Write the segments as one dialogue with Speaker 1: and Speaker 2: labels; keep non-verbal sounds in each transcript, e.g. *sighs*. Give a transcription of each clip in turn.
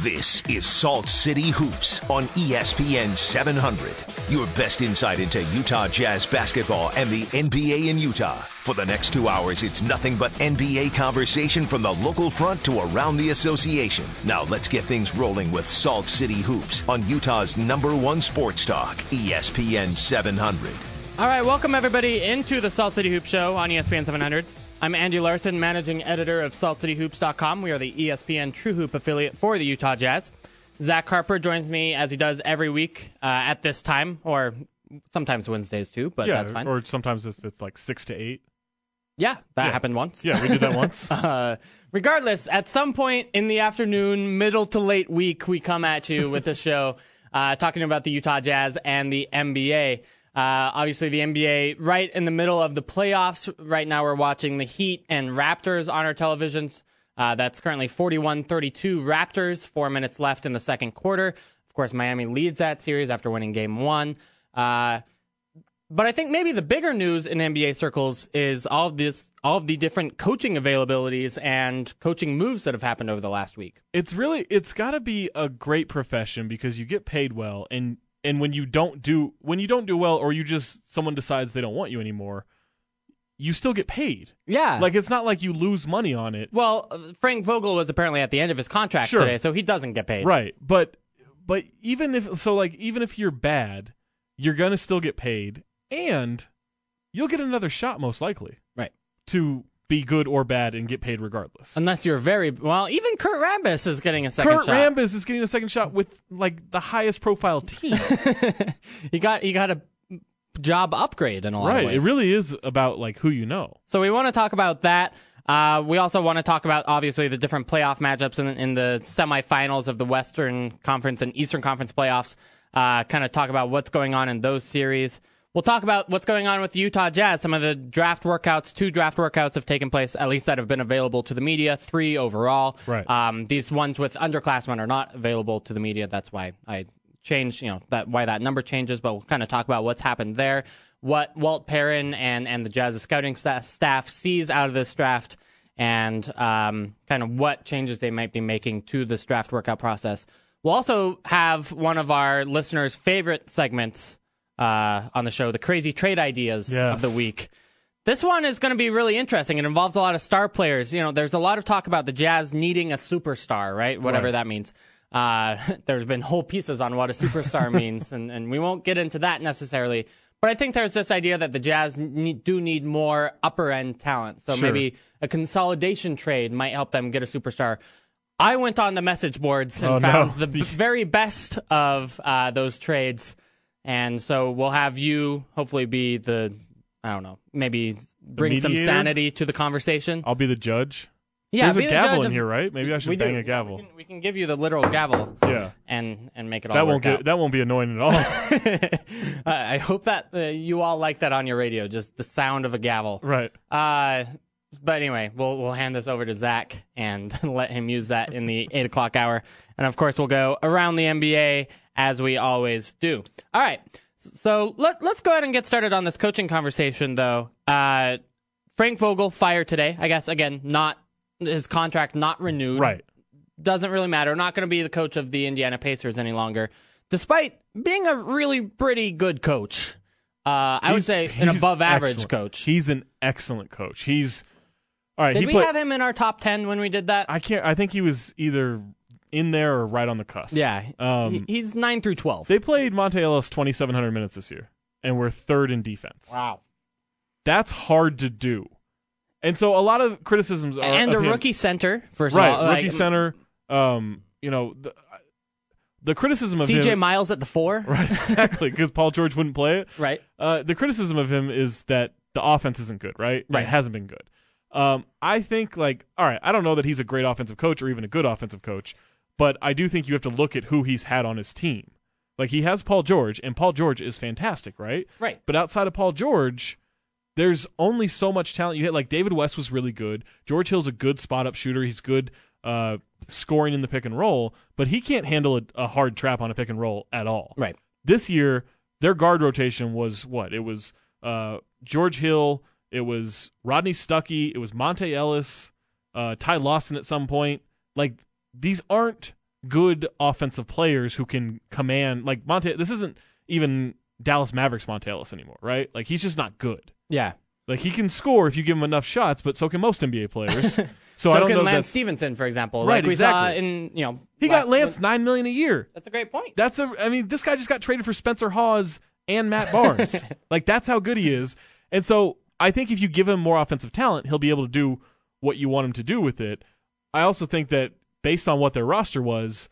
Speaker 1: This is Salt City Hoops on E ESPN 700. Your best insight into Utah Jazz basketball and the NBA in Utah. For the next two hours, it's nothing but NBA conversation from the local front to around the association. Now let's get things rolling with Salt City Hoops on Utah's number one sports talk, E ESPN 700.
Speaker 2: All right, welcome everybody into the Salt City Hoop Show on E ESPN 700. I'm Andy Larson, managing editor of SaltCityHoops.com. We are the E ESPN True Hoop affiliate for the Utah Jazz. Zach Harper joins me as he does every week uh, at this time, or sometimes Wednesdays too, but
Speaker 3: yeah,
Speaker 2: that's fine.
Speaker 3: or sometimes if it's like six to eight.
Speaker 2: yeah, that
Speaker 3: Yeah.
Speaker 2: happened once.
Speaker 3: Yeah, we
Speaker 2: *laughs*
Speaker 3: did that once.
Speaker 2: Uh, *laughs* regardless, at some point in the afternoon, middle to late week, we come at you with this show uh, talking about the Utah Jazz and the NBA. Uh, obviously, the NBA right in the middle of the playoffs. Right now, we're watching the Heat and Raptors on our televisions. Uh, that's currently 41 32 Raptors, four minutes left in the second quarter. Of course, Miami leads that series after winning game one. Uh, but I think maybe the bigger news in NBA circles is all of this, all of the different coaching availabilities and coaching moves that have happened over the last week.
Speaker 3: it's really it's got to be a great profession because you get paid well and and when you don't do when you don't do well or you just someone decides they don't want you anymore, you still get paid.
Speaker 2: Yeah.
Speaker 3: Like it's not like you lose money on it.
Speaker 2: well, uh, Frank Vogel was apparently at the end of his contract
Speaker 3: Sure.
Speaker 2: today, so he doesn't get paid.
Speaker 3: Right. But but even if so like even if you're bad, you're going to still get paid and you'll get another shot most likely
Speaker 2: Right.
Speaker 3: to be good or bad and get paid regardless.
Speaker 2: Unless you're very well, even Kurt Rambis is getting a second
Speaker 3: Kurt
Speaker 2: shot.
Speaker 3: Rambis is getting a second shot with like the highest
Speaker 2: *laughs*
Speaker 3: profile team.
Speaker 2: he got he got a job upgrade in a lot of
Speaker 3: right.
Speaker 2: ways.
Speaker 3: It really is about like who you know.
Speaker 2: So we want to talk about that. Uh, we also want to talk about obviously the different playoff matchups in, in the semifinals of the Western Conference and Eastern Conference playoffs. Uh, kind of talk about what's going on in those series. We'll talk about what's going on with the Utah Jazz. Some of the draft workouts, two draft workouts have taken place, at least that have been available to the media, three overall.
Speaker 3: Right.
Speaker 2: Um, these ones with underclassmen are not available to the media. That's why I change, you know, that why that number changes. But we'll kind of talk about what's happened there, what Walt Perrin and and the Jazz's scouting sta- staff sees out of this draft, and um, kind of what changes they might be making to this draft workout process. We'll also have one of our listeners' favorite segments uh, on the show, the crazy trade ideas of
Speaker 3: Yes.
Speaker 2: the week. This one is going to be really interesting. It involves a lot of star players. You know, there's a lot of talk about the Jazz needing a superstar, right? Whatever
Speaker 3: Right.
Speaker 2: that means. Uh, *laughs* there's been whole pieces on what a superstar *laughs* means, and, and we won't get into that necessarily. But I think there's this idea that the Jazz need, do need more upper end talent. So
Speaker 3: Sure.
Speaker 2: maybe a consolidation trade might help them get a superstar. I went on the message boards and
Speaker 3: Oh, no.
Speaker 2: found
Speaker 3: *laughs*
Speaker 2: the b- very best of uh, those trades. And so we'll have you hopefully be the, I don't know, maybe bring some
Speaker 3: mediator?
Speaker 2: sanity to the conversation.
Speaker 3: I'll be the judge.
Speaker 2: yeah,
Speaker 3: There's
Speaker 2: be
Speaker 3: a
Speaker 2: the
Speaker 3: gavel
Speaker 2: judge
Speaker 3: in
Speaker 2: of-
Speaker 3: here, right? Maybe I should
Speaker 2: we do.
Speaker 3: bang a
Speaker 2: Yeah,
Speaker 3: gavel.
Speaker 2: We can, we can give you the literal gavel
Speaker 3: yeah.
Speaker 2: and and make it all
Speaker 3: That won't
Speaker 2: work
Speaker 3: get that won't be annoying at all. *laughs*
Speaker 2: out. *laughs* I I hope that uh, you all like that on your radio, just the sound of a gavel.
Speaker 3: right.
Speaker 2: Uh, but anyway, we'll we'll hand this over to Zach and *laughs* let him use that in the eight o'clock hour, and of course we'll go around the NBA as we always do. All right, so let let's go ahead and get started on this coaching conversation, though. Uh, Frank Vogel fired today. I guess again, not his contract not renewed.
Speaker 3: Right.
Speaker 2: doesn't really matter. Not going to be the coach of the Indiana Pacers any longer, despite being a really pretty good coach. Uh, I would
Speaker 3: He's-
Speaker 2: say an
Speaker 3: he's
Speaker 2: above average
Speaker 3: excellent.
Speaker 2: coach.
Speaker 3: He's an excellent coach. He's all right.
Speaker 2: Did
Speaker 3: he
Speaker 2: we
Speaker 3: played,
Speaker 2: have him in our top ten when we did that?
Speaker 3: I can't. I think he was either in there or right on the cusp.
Speaker 2: yeah,
Speaker 3: Um,
Speaker 2: He- he's nine through twelve.
Speaker 3: They played Monte Ellis 2,700 minutes this year, and we're third in defense.
Speaker 2: wow,
Speaker 3: That's hard to do. And so a lot of criticisms are
Speaker 2: and a
Speaker 3: Uh, of him-
Speaker 2: rookie center first
Speaker 3: right?
Speaker 2: of all,
Speaker 3: rookie center. Um, you know the, the criticism of
Speaker 2: C.J.
Speaker 3: him.
Speaker 2: Miles at the four,
Speaker 3: *laughs* right, exactly, because Paul George wouldn't play it.
Speaker 2: right?
Speaker 3: Uh, the criticism of him is that the offense isn't good, right?
Speaker 2: Right.
Speaker 3: It hasn't been good. Um, I think, like, all right, I don't know that he's a great offensive coach or even a good offensive coach, but I do think you have to look at who he's had on his team. Like, he has Paul George, and Paul George is fantastic, right?
Speaker 2: Right.
Speaker 3: But outside of Paul George, there's only so much talent you hit. Like, David West was really good. George Hill's a good spot up shooter. He's good uh, scoring in the pick and roll, but he can't handle a, a hard trap on a pick and roll at all
Speaker 2: Right.
Speaker 3: this year their guard rotation was what it was uh, george hill it was rodney stuckey it was monte ellis uh, ty lawson at some point like these aren't good offensive players who can command like Monte. This isn't even Dallas Mavericks Monte Ellis anymore, right? Like he's just not good.
Speaker 2: Yeah.
Speaker 3: Like he can score if you give him enough shots, but so can most
Speaker 2: *laughs*
Speaker 3: NBA players. So, I
Speaker 2: So
Speaker 3: don't know.
Speaker 2: can
Speaker 3: if
Speaker 2: Lance
Speaker 3: That's,
Speaker 2: Stevenson, for example.
Speaker 3: Right,
Speaker 2: Like we
Speaker 3: exactly.
Speaker 2: saw in, you know.
Speaker 3: he
Speaker 2: last-
Speaker 3: got Lance nine million a year.
Speaker 2: That's a great point.
Speaker 3: That's a. I mean, this guy just got traded for Spencer Hawes and Matt Barnes. like that's how good he is. And so I think if you give him more offensive talent, he'll be able to do what you want him to do with it. I also think that based on what their roster was,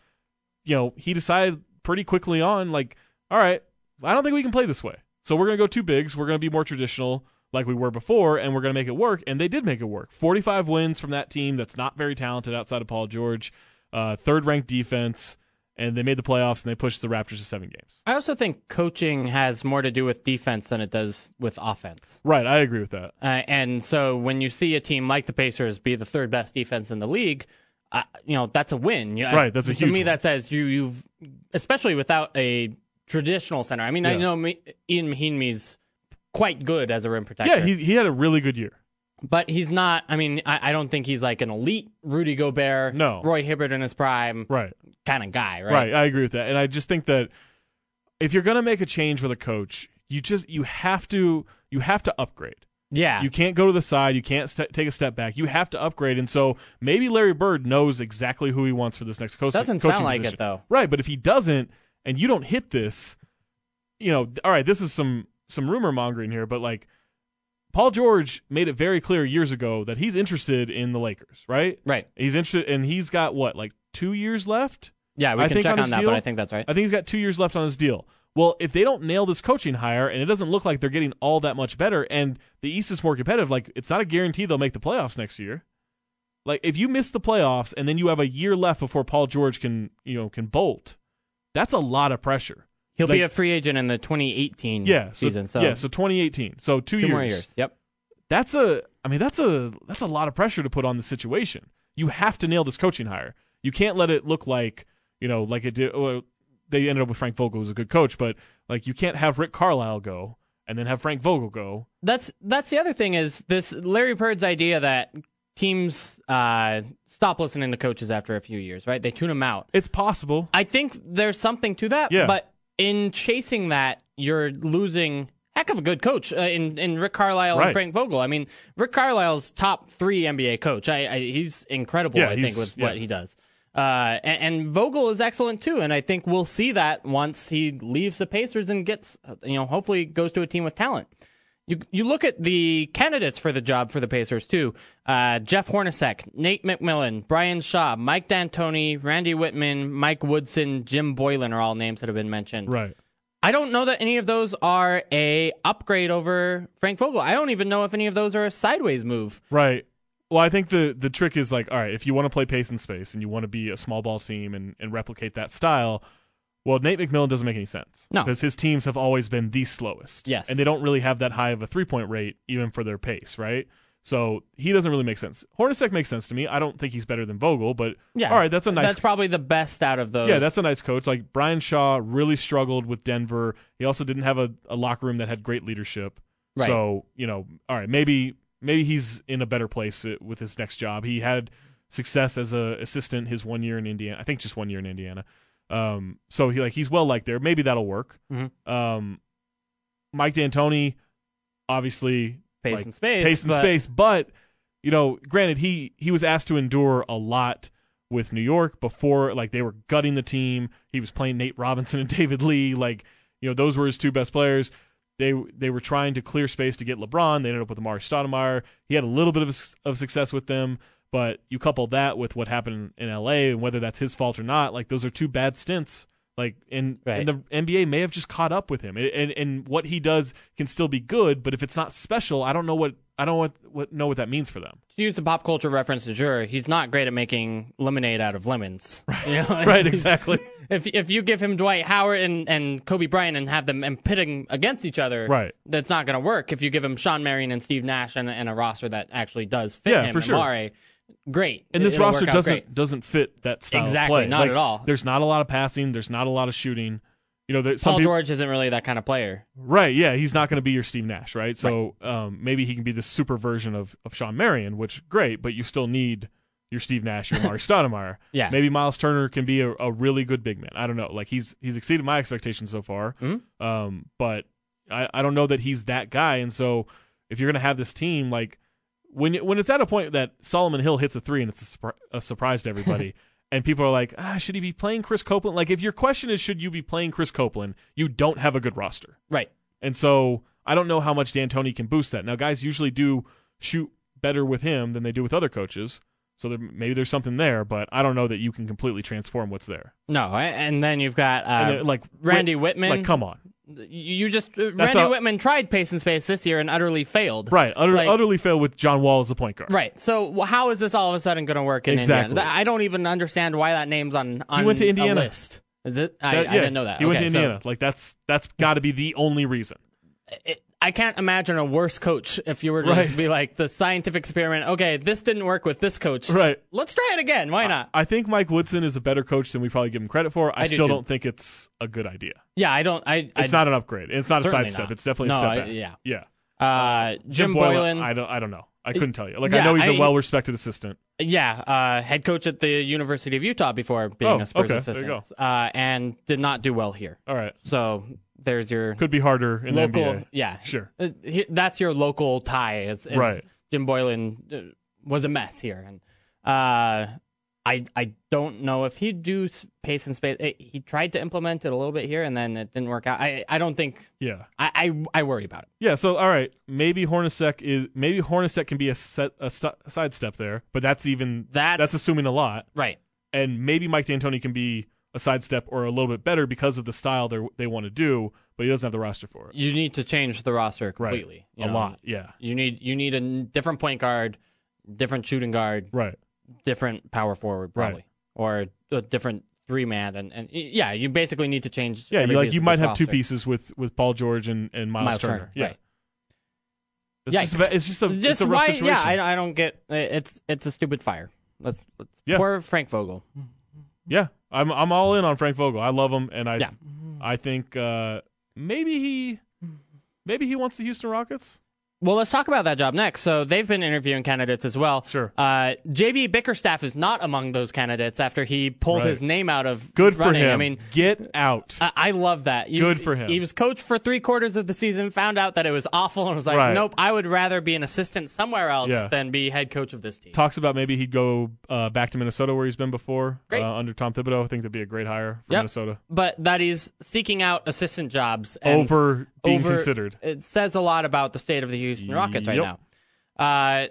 Speaker 3: you know, he decided pretty quickly on like, all right, I don't think we can play this way. So we're gonna go two bigs. We're gonna be more traditional like we were before, and we're gonna make it work. And they did make it work. Forty-five wins from that team that's not very talented outside of Paul George. Uh, third-ranked defense, and they made the playoffs and they pushed the Raptors to seven games.
Speaker 2: I also think coaching has more to do with defense than it does with offense.
Speaker 3: Right, I agree with that.
Speaker 2: Uh, and so when you see a team like the Pacers be the third best defense in the league, uh, you know that's a win. You- uh,
Speaker 3: Right, that's a
Speaker 2: To
Speaker 3: huge
Speaker 2: me,
Speaker 3: win.
Speaker 2: that says you you've especially without a traditional center. I mean, I
Speaker 3: Yeah.
Speaker 2: know me, Ian Mahinmi's quite good as a rim protector.
Speaker 3: Yeah, he he had a really good year.
Speaker 2: but he's not. I mean, I, I don't think he's like an elite Rudy Gobert,
Speaker 3: No.
Speaker 2: Roy Hibbert in his prime
Speaker 3: Right.
Speaker 2: kind of guy, right?
Speaker 3: Right. I agree with that. And I just think that if you're going to make a change with a coach, you just you have to you have to upgrade.
Speaker 2: Yeah.
Speaker 3: You can't go to the side, you can't st- take a step back. You have to upgrade. And so maybe Larry Bird knows exactly who he wants for this next coach.
Speaker 2: Doesn't
Speaker 3: coaching
Speaker 2: sound like it,
Speaker 3: position.
Speaker 2: though.
Speaker 3: Right, but if he doesn't and you don't hit this, you know, th- all right, this is some some rumor mongering here, but like Paul George made it very clear years ago that he's interested in the Lakers, right?
Speaker 2: right.
Speaker 3: He's interested and he's got what, like 2 years left?
Speaker 2: Yeah, we
Speaker 3: I
Speaker 2: can
Speaker 3: think
Speaker 2: check
Speaker 3: on
Speaker 2: on,
Speaker 3: his
Speaker 2: that,
Speaker 3: deal-
Speaker 2: but I think that's right.
Speaker 3: I think he's got two years left on his deal. Well, if they don't nail this coaching hire, and it doesn't look like they're getting all that much better, and the East is more competitive, like it's not a guarantee they'll make the playoffs next year. Like if you miss the playoffs and then you have a year left before Paul George can you know can bolt, that's a lot of pressure.
Speaker 2: He'll be
Speaker 3: like-
Speaker 2: a free agent in the 2018
Speaker 3: Yeah, so,
Speaker 2: Mm. season. So,
Speaker 3: yeah, so 2018, so two,
Speaker 2: two more years. Yep.
Speaker 3: That's a I mean that's a that's a lot of pressure to put on the situation. You have to nail this coaching hire. You can't let it look like you know like it did. Well, they ended up with Frank Vogel, who's a good coach, but like you can't have Rick Carlisle go and then have Frank Vogel go.
Speaker 2: That's that's the other thing is this Larry Bird's idea that teams uh, stop listening to coaches after a few years, right? They tune them out.
Speaker 3: It's possible.
Speaker 2: I think there's something to that,
Speaker 3: Yeah.
Speaker 2: but in chasing that, you're losing heck of a good coach uh, in in Rick Carlisle
Speaker 3: Right.
Speaker 2: and Frank Vogel. I mean, Rick Carlisle's top three NBA coach. I, I he's incredible.
Speaker 3: Yeah,
Speaker 2: I
Speaker 3: he's-
Speaker 2: think with
Speaker 3: yeah.
Speaker 2: what he does. Uh, and, and Vogel is excellent too, and I think we'll see that once he leaves the Pacers and gets, uh, you know, hopefully goes to a team with talent. You you look at the candidates for the job for the Pacers too. Uh, Jeff Hornacek, Nate McMillan, Brian Shaw, Mike D'Antoni, Randy Whitman, Mike Woodson, Jim Boylan are all names that have been mentioned.
Speaker 3: Right.
Speaker 2: I don't know that any of those are a upgrade over Frank Vogel. I don't even know if any of those are a sideways move.
Speaker 3: Right. Well, I think the the trick is like, all right, if you want to play pace and space and you want to be a small ball team and, and replicate that style, well, Nate McMillan doesn't make any sense.
Speaker 2: No.
Speaker 3: Because his teams have always been the slowest.
Speaker 2: Yes.
Speaker 3: And they don't really have that high of a three point rate even for their pace, right? So he doesn't really make sense. Hornacek makes sense to me. I don't think he's better than Vogel, but
Speaker 2: Yeah.
Speaker 3: all right, that's a nice
Speaker 2: That's probably the best out of those.
Speaker 3: yeah, that's a nice coach. Like Brian Shaw really struggled with Denver. He also didn't have a, a locker room that had great leadership.
Speaker 2: Right.
Speaker 3: So you know, all right, maybe maybe he's in a better place uh, with his next job. He had success as a assistant his one year in Indiana. I think just one year in Indiana. Um, so he like he's well liked there. Maybe that'll work.
Speaker 2: Mhm.
Speaker 3: Um, Mike D'Antoni, obviously
Speaker 2: pace
Speaker 3: like,
Speaker 2: and space.
Speaker 3: pace and
Speaker 2: but-
Speaker 3: space. But you know, granted, he he was asked to endure a lot with New York before, like they were gutting the team. He was playing Nate Robinson and *laughs* David Lee. Like you know, those were his two best players. They they were trying to clear space to get LeBron. They ended up with Amari Stoudemire. He had a little bit of s- of success with them. But you couple that with what happened in LA and whether that's his fault or not, like those are two bad stints. Like and,
Speaker 2: Right.
Speaker 3: and the NBA may have just caught up with him, and, and and what he does can still be good, but if it's not special, I don't know what I don't what, what know what that means for them.
Speaker 2: to use a pop culture reference to Jur, he's not great at making lemonade out of lemons. Right, *laughs*
Speaker 3: *laughs* Right, exactly.
Speaker 2: If if you give him Dwight Howard and, and Kobe Bryant and have them and pit 'em against each other,
Speaker 3: Right.
Speaker 2: that's not going to work. If you give him Sean Marion and Steve Nash and, and a roster that actually does fit
Speaker 3: Yeah,
Speaker 2: him,
Speaker 3: for
Speaker 2: and
Speaker 3: sure.
Speaker 2: Mare, great.
Speaker 3: And this
Speaker 2: It'll
Speaker 3: roster
Speaker 2: work out
Speaker 3: doesn't
Speaker 2: great.
Speaker 3: doesn't fit that style. of
Speaker 2: Exactly,
Speaker 3: play.
Speaker 2: not
Speaker 3: Like,
Speaker 2: at all.
Speaker 3: There's not a lot of passing. There's not a lot of shooting. You know, there, some
Speaker 2: Paul
Speaker 3: peop-
Speaker 2: George isn't really that kind of player.
Speaker 3: Right, yeah, he's not going to be your Steve Nash, right? So um, maybe he can be the super version of of Sean Marion, which great, but you still need You're Steve Nash, you're Mark Stoudemire.
Speaker 2: Yeah.
Speaker 3: Maybe Miles Turner can be a, a really good big man. I don't know. Like he's he's exceeded my expectations so far. Um, but I, I don't know that he's that guy. And so if you're gonna have this team, like when you, when it's at a point that Solomon Hill hits a three and it's a, surpri- a surprise to everybody, and people are like, ah, should he be playing Chris Copeland? Like if your question is should you be playing Chris Copeland, you don't have a good roster.
Speaker 2: Right.
Speaker 3: And so I don't know how much D'Antoni can boost that. Now, guys usually do shoot better with him than they do with other coaches. So there, maybe there's something there, but I don't know that you can completely transform what's there.
Speaker 2: No, a- and then you've got uh,
Speaker 3: And, uh, like
Speaker 2: Randy
Speaker 3: Whit-
Speaker 2: Whitman.
Speaker 3: Like, come on,
Speaker 2: You- You just uh, Randy
Speaker 3: a-
Speaker 2: Whitman tried pace and space this year and utterly failed.
Speaker 3: right? Utter,
Speaker 2: Like-
Speaker 3: utterly fail with John Wall as the point guard.
Speaker 2: Right. So wh- how is this all of a sudden going to work in
Speaker 3: Exactly.
Speaker 2: Indiana? Th- I don't even understand why that name's on on
Speaker 3: went to
Speaker 2: a
Speaker 3: Indiana.
Speaker 2: list. Is it? I,
Speaker 3: That-
Speaker 2: I
Speaker 3: yeah,
Speaker 2: didn't know that.
Speaker 3: He went
Speaker 2: Okay,
Speaker 3: to
Speaker 2: so
Speaker 3: Indiana. Like that's that's got to be the only reason.
Speaker 2: it- I can't imagine a worse coach if you were to just
Speaker 3: Right.
Speaker 2: be like the scientific experiment. Okay, this didn't work with this coach.
Speaker 3: Right.
Speaker 2: Let's try it again. Why not?
Speaker 3: I think Mike Woodson is a better coach than we probably give him credit for. I,
Speaker 2: I do
Speaker 3: still
Speaker 2: too.
Speaker 3: do not think it's a good idea.
Speaker 2: Yeah, I don't. I.
Speaker 3: It's
Speaker 2: I,
Speaker 3: not an upgrade. It's not a
Speaker 2: Certainly
Speaker 3: sidestep.
Speaker 2: not.
Speaker 3: It's definitely
Speaker 2: No,
Speaker 3: a step
Speaker 2: I-
Speaker 3: back.
Speaker 2: yeah.
Speaker 3: yeah.
Speaker 2: Uh, Jim, Boylan.
Speaker 3: I don't. I don't know. I couldn't tell you. Like
Speaker 2: yeah,
Speaker 3: I know he's a
Speaker 2: I-
Speaker 3: well-respected assistant.
Speaker 2: yeah, uh, head coach at the University of Utah before being
Speaker 3: Oh,
Speaker 2: a Spurs
Speaker 3: okay, there you
Speaker 2: assistant,
Speaker 3: go. Oh.
Speaker 2: Uh, and did not do well here.
Speaker 3: All right.
Speaker 2: So there's your
Speaker 3: Could be harder in
Speaker 2: local.
Speaker 3: the NBA.
Speaker 2: Yeah,
Speaker 3: Sure.
Speaker 2: Uh, he- That's your local tie. Is, is
Speaker 3: Right.
Speaker 2: Jim Boylan uh, was a mess here, and uh, I I don't know if he'd do s- pace and space. eh, he tried to implement it a little bit here, and then it didn't work out. I I don't think
Speaker 3: Yeah.
Speaker 2: I I, I worry about it.
Speaker 3: Yeah. So all right, maybe Hornacek is maybe Hornacek can be a set a st- sidestep there, but that's even
Speaker 2: That's-
Speaker 3: that's assuming a lot.
Speaker 2: Right.
Speaker 3: And maybe Mike D'Antoni can be a sidestep or a little bit better because of the style they they want to do, but he doesn't have the roster for it.
Speaker 2: You need to change the roster
Speaker 3: Right.
Speaker 2: completely. you
Speaker 3: a
Speaker 2: know?
Speaker 3: lot. Yeah.
Speaker 2: You need you need a n- different point guard, different shooting guard,
Speaker 3: Right.
Speaker 2: different power forward
Speaker 3: Right.
Speaker 2: probably, or a different three man, and, and y- yeah, you basically need to change.
Speaker 3: Yeah.
Speaker 2: every
Speaker 3: You, like
Speaker 2: piece
Speaker 3: you
Speaker 2: of
Speaker 3: might
Speaker 2: this
Speaker 3: have two
Speaker 2: roster.
Speaker 3: pieces with with Paul George and and Miles,
Speaker 2: Miles
Speaker 3: Turner.
Speaker 2: Turner,
Speaker 3: Yeah.
Speaker 2: right.
Speaker 3: It's just,
Speaker 2: Yikes.
Speaker 3: a, it's just a it's
Speaker 2: Just
Speaker 3: a rough
Speaker 2: why-
Speaker 3: situation.
Speaker 2: Yeah, I, I don't get it's it's a stupid fire. Let's let's
Speaker 3: Yeah.
Speaker 2: poor Frank Vogel.
Speaker 3: Yeah, I'm I'm all in on Frank Vogel. I love him, and I
Speaker 2: Yeah.
Speaker 3: I think uh, maybe he maybe he wants the Houston Rockets.
Speaker 2: Well, let's talk about that job next. So they've been interviewing candidates as well.
Speaker 3: Sure.
Speaker 2: Uh, JB Bickerstaff is not among those candidates after he pulled
Speaker 3: Right.
Speaker 2: his name out of
Speaker 3: Good for
Speaker 2: running.
Speaker 3: him.
Speaker 2: I mean,
Speaker 3: get out.
Speaker 2: I, I love that. You-
Speaker 3: Good for him.
Speaker 2: He was coached for three quarters of the season, found out that it was awful, and was like,
Speaker 3: Right.
Speaker 2: "Nope, I would rather be an assistant somewhere else
Speaker 3: Yeah.
Speaker 2: than be head coach of this team."
Speaker 3: Talks about maybe he'd go uh, back to Minnesota where he's been before
Speaker 2: Great.
Speaker 3: Uh, under Tom Thibodeau. I think that'd be a great hire for
Speaker 2: Yep.
Speaker 3: Minnesota
Speaker 2: but that he's seeking out assistant jobs and
Speaker 3: over being
Speaker 2: over-
Speaker 3: considered.
Speaker 2: It says a lot about the state of the Houston Rockets right
Speaker 3: Yep.
Speaker 2: now. Uh,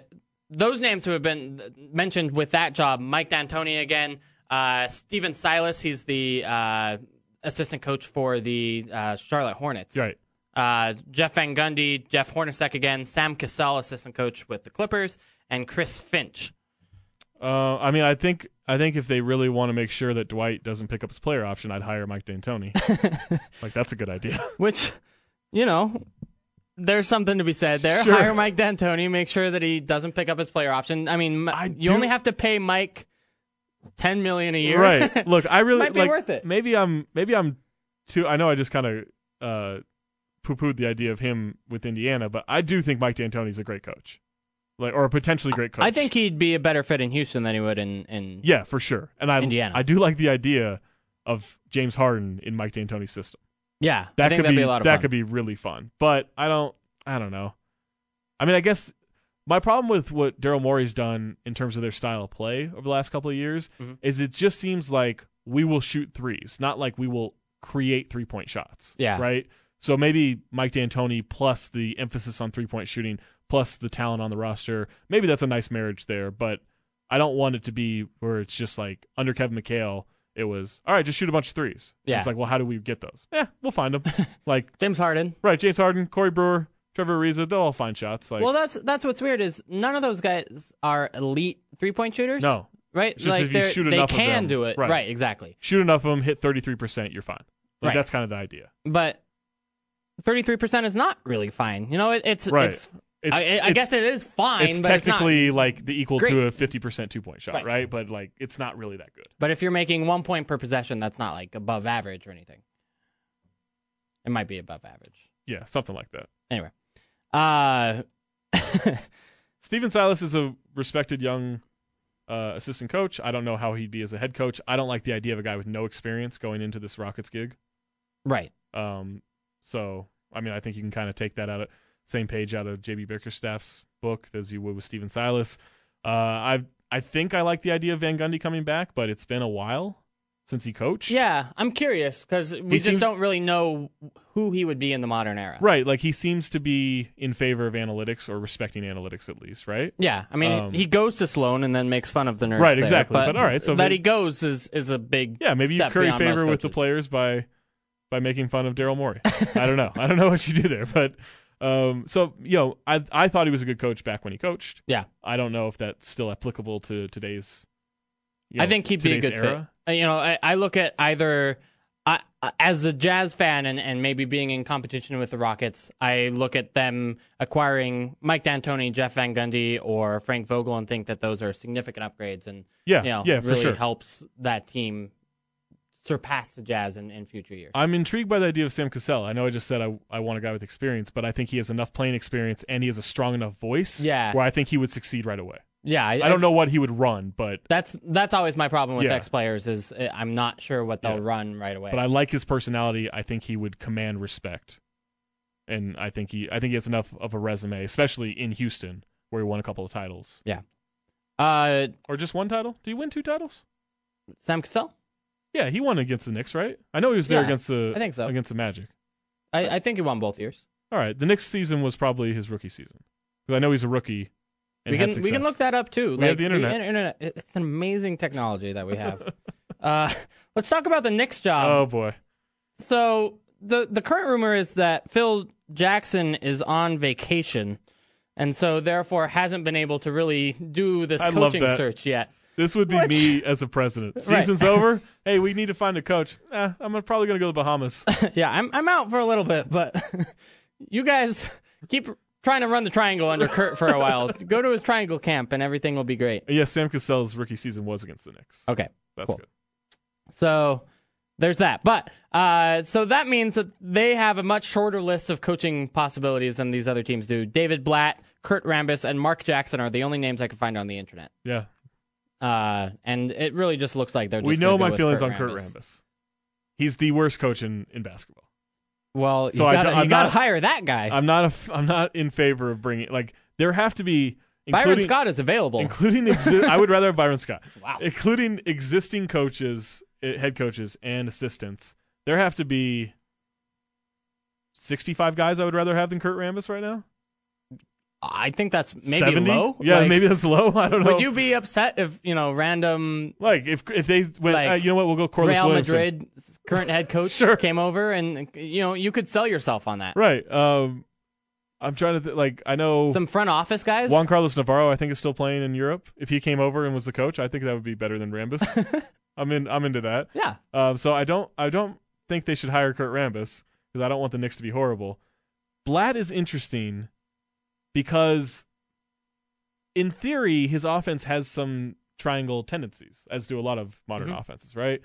Speaker 2: those names who have been mentioned with that job: Mike D'Antoni again, uh, Steven Silas. He's the uh, assistant coach for the uh, Charlotte Hornets.
Speaker 3: Right.
Speaker 2: Uh, Jeff Van Gundy, Jeff Hornacek again, Sam Cassell, assistant coach with the Clippers, and Chris Finch.
Speaker 3: Uh, I mean, I think I think if they really want to make sure that Dwight doesn't pick up his player option, I'd hire Mike
Speaker 2: *laughs*
Speaker 3: D'Antoni. like that's a good idea.
Speaker 2: Which, you know, there's something to be said there.
Speaker 3: Sure.
Speaker 2: Hire Mike D'Antoni, make sure that he doesn't pick up his player option. I mean, m-
Speaker 3: I
Speaker 2: you
Speaker 3: do-
Speaker 2: only have to pay Mike ten million a year, *laughs*
Speaker 3: Right. Look, I really
Speaker 2: Might be
Speaker 3: like,
Speaker 2: worth it.
Speaker 3: Maybe I'm maybe I'm too I know I just kind of uh poo-pooed the idea of him with Indiana, but I do think Mike D'Antoni's a great coach. Like or a potentially great coach.
Speaker 2: I think he'd be a better fit in Houston than he would in in.
Speaker 3: Yeah, for sure. And I
Speaker 2: Indiana.
Speaker 3: I do like the idea of James Harden in Mike D'Antoni's system.
Speaker 2: yeah.
Speaker 3: That
Speaker 2: I think
Speaker 3: could
Speaker 2: that'd be, a lot of
Speaker 3: that
Speaker 2: fun.
Speaker 3: could be really fun. But I don't I don't know. I mean, I guess my problem with what Daryl Morey's done in terms of their style of play over the last couple of years
Speaker 2: Mm-hmm.
Speaker 3: is it just seems like we will shoot threes, not like we will create three point shots.
Speaker 2: Yeah.
Speaker 3: Right. So maybe Mike D'Antoni plus the emphasis on three point shooting plus the talent on the roster. Maybe that's a nice marriage there, but I don't want it to be where it's just like under Kevin McHale, it was all right, just shoot a bunch of threes.
Speaker 2: Yeah.
Speaker 3: It's like, well, how do we get those? Yeah, we'll find them. *laughs* like
Speaker 2: James Harden.
Speaker 3: Right, James Harden, Corey Brewer, Trevor Ariza, they'll all find shots. Like,
Speaker 2: Well, that's that's what's weird is none of those guys are elite three point shooters.
Speaker 3: No.
Speaker 2: right?
Speaker 3: It's just
Speaker 2: like
Speaker 3: if you
Speaker 2: they're-
Speaker 3: shoot
Speaker 2: they
Speaker 3: enough of
Speaker 2: can
Speaker 3: them.
Speaker 2: do it.
Speaker 3: Right.
Speaker 2: right, exactly.
Speaker 3: shoot enough of them, hit 33%, you're fine. Like,
Speaker 2: Right.
Speaker 3: That's kind of the idea.
Speaker 2: but 33% is not really fine. You know, it, it's,
Speaker 3: Right.
Speaker 2: it's,
Speaker 3: It's-
Speaker 2: I, I
Speaker 3: it's-
Speaker 2: guess it is fine,
Speaker 3: it's
Speaker 2: but it's not.
Speaker 3: technically like the equal to
Speaker 2: Great.
Speaker 3: a 50% two point shot,
Speaker 2: Right.
Speaker 3: right. But like, it's not really that good.
Speaker 2: But if you're making one point per possession, that's not like above average or anything. It might be above average.
Speaker 3: Yeah, something like that.
Speaker 2: Anyway. Uh,
Speaker 3: Steven Silas is a respected young uh, assistant coach. I don't know how he'd be as a head coach. I don't like the idea of a guy with no experience going into this Rockets gig.
Speaker 2: Right.
Speaker 3: Um, so I mean, I think you can kind of take that out of same page out of JB Bickerstaff's book as you would with Steven Silas. Uh, I I think I like the idea of Van Gundy coming back, but it's been a while since he coached.
Speaker 2: Yeah, I'm curious because we just
Speaker 3: seems-
Speaker 2: don't really know who he would be in the modern era.
Speaker 3: Right, like he seems to be in favor of analytics or respecting analytics at least, right?
Speaker 2: Yeah, I mean,
Speaker 3: Um,
Speaker 2: he goes to Sloan and then makes fun of the nerds.
Speaker 3: Right,
Speaker 2: there,
Speaker 3: exactly,
Speaker 2: but,
Speaker 3: but all right, so
Speaker 2: that
Speaker 3: maybe-
Speaker 2: he goes is is a big
Speaker 3: Yeah, maybe you
Speaker 2: step
Speaker 3: curry
Speaker 2: beyond most
Speaker 3: favor with the
Speaker 2: coaches.
Speaker 3: players by by making fun of
Speaker 2: *laughs*
Speaker 3: Daryl Morey. I don't know. I don't know what you do there, but um, so you know, I I thought he was a good coach back when he coached.
Speaker 2: Yeah,
Speaker 3: I don't know if that's still applicable to today's. you
Speaker 2: I
Speaker 3: know,
Speaker 2: think he'd be a
Speaker 3: today's
Speaker 2: good
Speaker 3: era.
Speaker 2: fit. Uh, You know, I, I look at either I, I- as a Jazz fan and, and maybe being in competition with the Rockets, I look at them acquiring Mike D'Antoni, Jeff Van Gundy, or Frank Vogel and think that those are significant upgrades and
Speaker 3: Yeah,
Speaker 2: you know,
Speaker 3: yeah, for
Speaker 2: really
Speaker 3: sure.
Speaker 2: helps that team surpass the Jazz in, in future years.
Speaker 3: I'm intrigued by the idea of Sam Cassell. I know I just said I, I want a guy with experience, but I think he has enough playing experience and he has a strong enough voice
Speaker 2: Yeah.
Speaker 3: where I think he would succeed right away.
Speaker 2: yeah,
Speaker 3: I don't know what he would run, but
Speaker 2: That's that's always my problem with
Speaker 3: Yeah.
Speaker 2: ex players is uh, I'm not sure what they'll
Speaker 3: Yeah.
Speaker 2: run right away.
Speaker 3: but I like his personality. I think he would command respect, and I think he I think he has enough of a resume, especially in Houston where he won a couple of titles
Speaker 2: uh,
Speaker 3: or just one title. Did he win two titles?
Speaker 2: Sam Cassell,
Speaker 3: Yeah, he won against the Knicks, right? I know he was there
Speaker 2: Yeah,
Speaker 3: against the
Speaker 2: I think so.
Speaker 3: against the Magic.
Speaker 2: I, I think he won both years.
Speaker 3: All right, the next season was probably his rookie season because I know he's a rookie. And
Speaker 2: we
Speaker 3: had
Speaker 2: can we can
Speaker 3: success.
Speaker 2: look that up too.
Speaker 3: We have the internet.
Speaker 2: in- internet- It's an amazing technology that we
Speaker 3: *laughs*
Speaker 2: have. uh, let's talk about the Knicks job.
Speaker 3: Oh boy,
Speaker 2: So the the current rumor is that Phil Jackson is on vacation, and so therefore hasn't been able to really do this
Speaker 3: I love
Speaker 2: coaching
Speaker 3: that.
Speaker 2: search yet. *laughs*
Speaker 3: this would be me as a president. Season's over. Hey, we need to find a coach. Eh, I'm probably gonna go
Speaker 2: *laughs*
Speaker 3: to the Bahamas.
Speaker 2: yeah, I'm I'm out for a little bit, but *laughs* you guys keep trying to run the triangle under Kurt for a
Speaker 3: *laughs*
Speaker 2: while. Go to his triangle camp, and everything will be great.
Speaker 3: yeah, Sam Cassell's rookie season was against the Knicks.
Speaker 2: Okay,
Speaker 3: That's
Speaker 2: cool.
Speaker 3: good.
Speaker 2: So there's that. But uh, so that means that they have a much shorter list of coaching possibilities than these other teams do. David Blatt, Kurt Rambis, and Mark Jackson are the only names I can find on the internet.
Speaker 3: Yeah,
Speaker 2: Uh, and it really just looks like they're. Just
Speaker 3: we know
Speaker 2: gonna go
Speaker 3: my
Speaker 2: with
Speaker 3: feelings
Speaker 2: Kurt
Speaker 3: on Kurt Rambis. He's the worst coach in, in basketball.
Speaker 2: Well, you
Speaker 3: So I
Speaker 2: gotta,
Speaker 3: don't- I'm
Speaker 2: you gotta
Speaker 3: not-
Speaker 2: hire that guy.
Speaker 3: I'm not a f- I'm not in favor of bringing like there have to be
Speaker 2: Byron
Speaker 3: including
Speaker 2: Scott is available. *laughs*
Speaker 3: including exi- I would rather have Byron Scott.
Speaker 2: Wow.
Speaker 3: Including existing coaches, eh, head coaches and assistants. There have to be 65 guys I would rather have than Kurt Rambis right now.
Speaker 2: I think that's maybe
Speaker 3: 70?
Speaker 2: low.
Speaker 3: Yeah,
Speaker 2: Like,
Speaker 3: maybe that's low. *laughs* I don't know.
Speaker 2: Would you be upset if you know random
Speaker 3: like if if they went
Speaker 2: Like,
Speaker 3: uh, you know what we'll go Corliss
Speaker 2: Real
Speaker 3: Williamson.
Speaker 2: Madrid's current head coach
Speaker 3: *laughs* Sure.
Speaker 2: came over and you know you could sell yourself on that?
Speaker 3: Right. Um I'm trying to th- like I know
Speaker 2: Some front office guys.
Speaker 3: Juan Carlos Navarro, I think, is still playing in Europe. If he came over and was the coach, I think that would be better than Rambus. I'm in. I'm into that.
Speaker 2: yeah,
Speaker 3: Um, so I don't. I don't think they should hire Kurt Rambus because I don't want the Knicks to be horrible. Blatt is interesting because, in theory, his offense has some triangle tendencies, as do a lot of modern
Speaker 2: Mhm.
Speaker 3: offenses, right?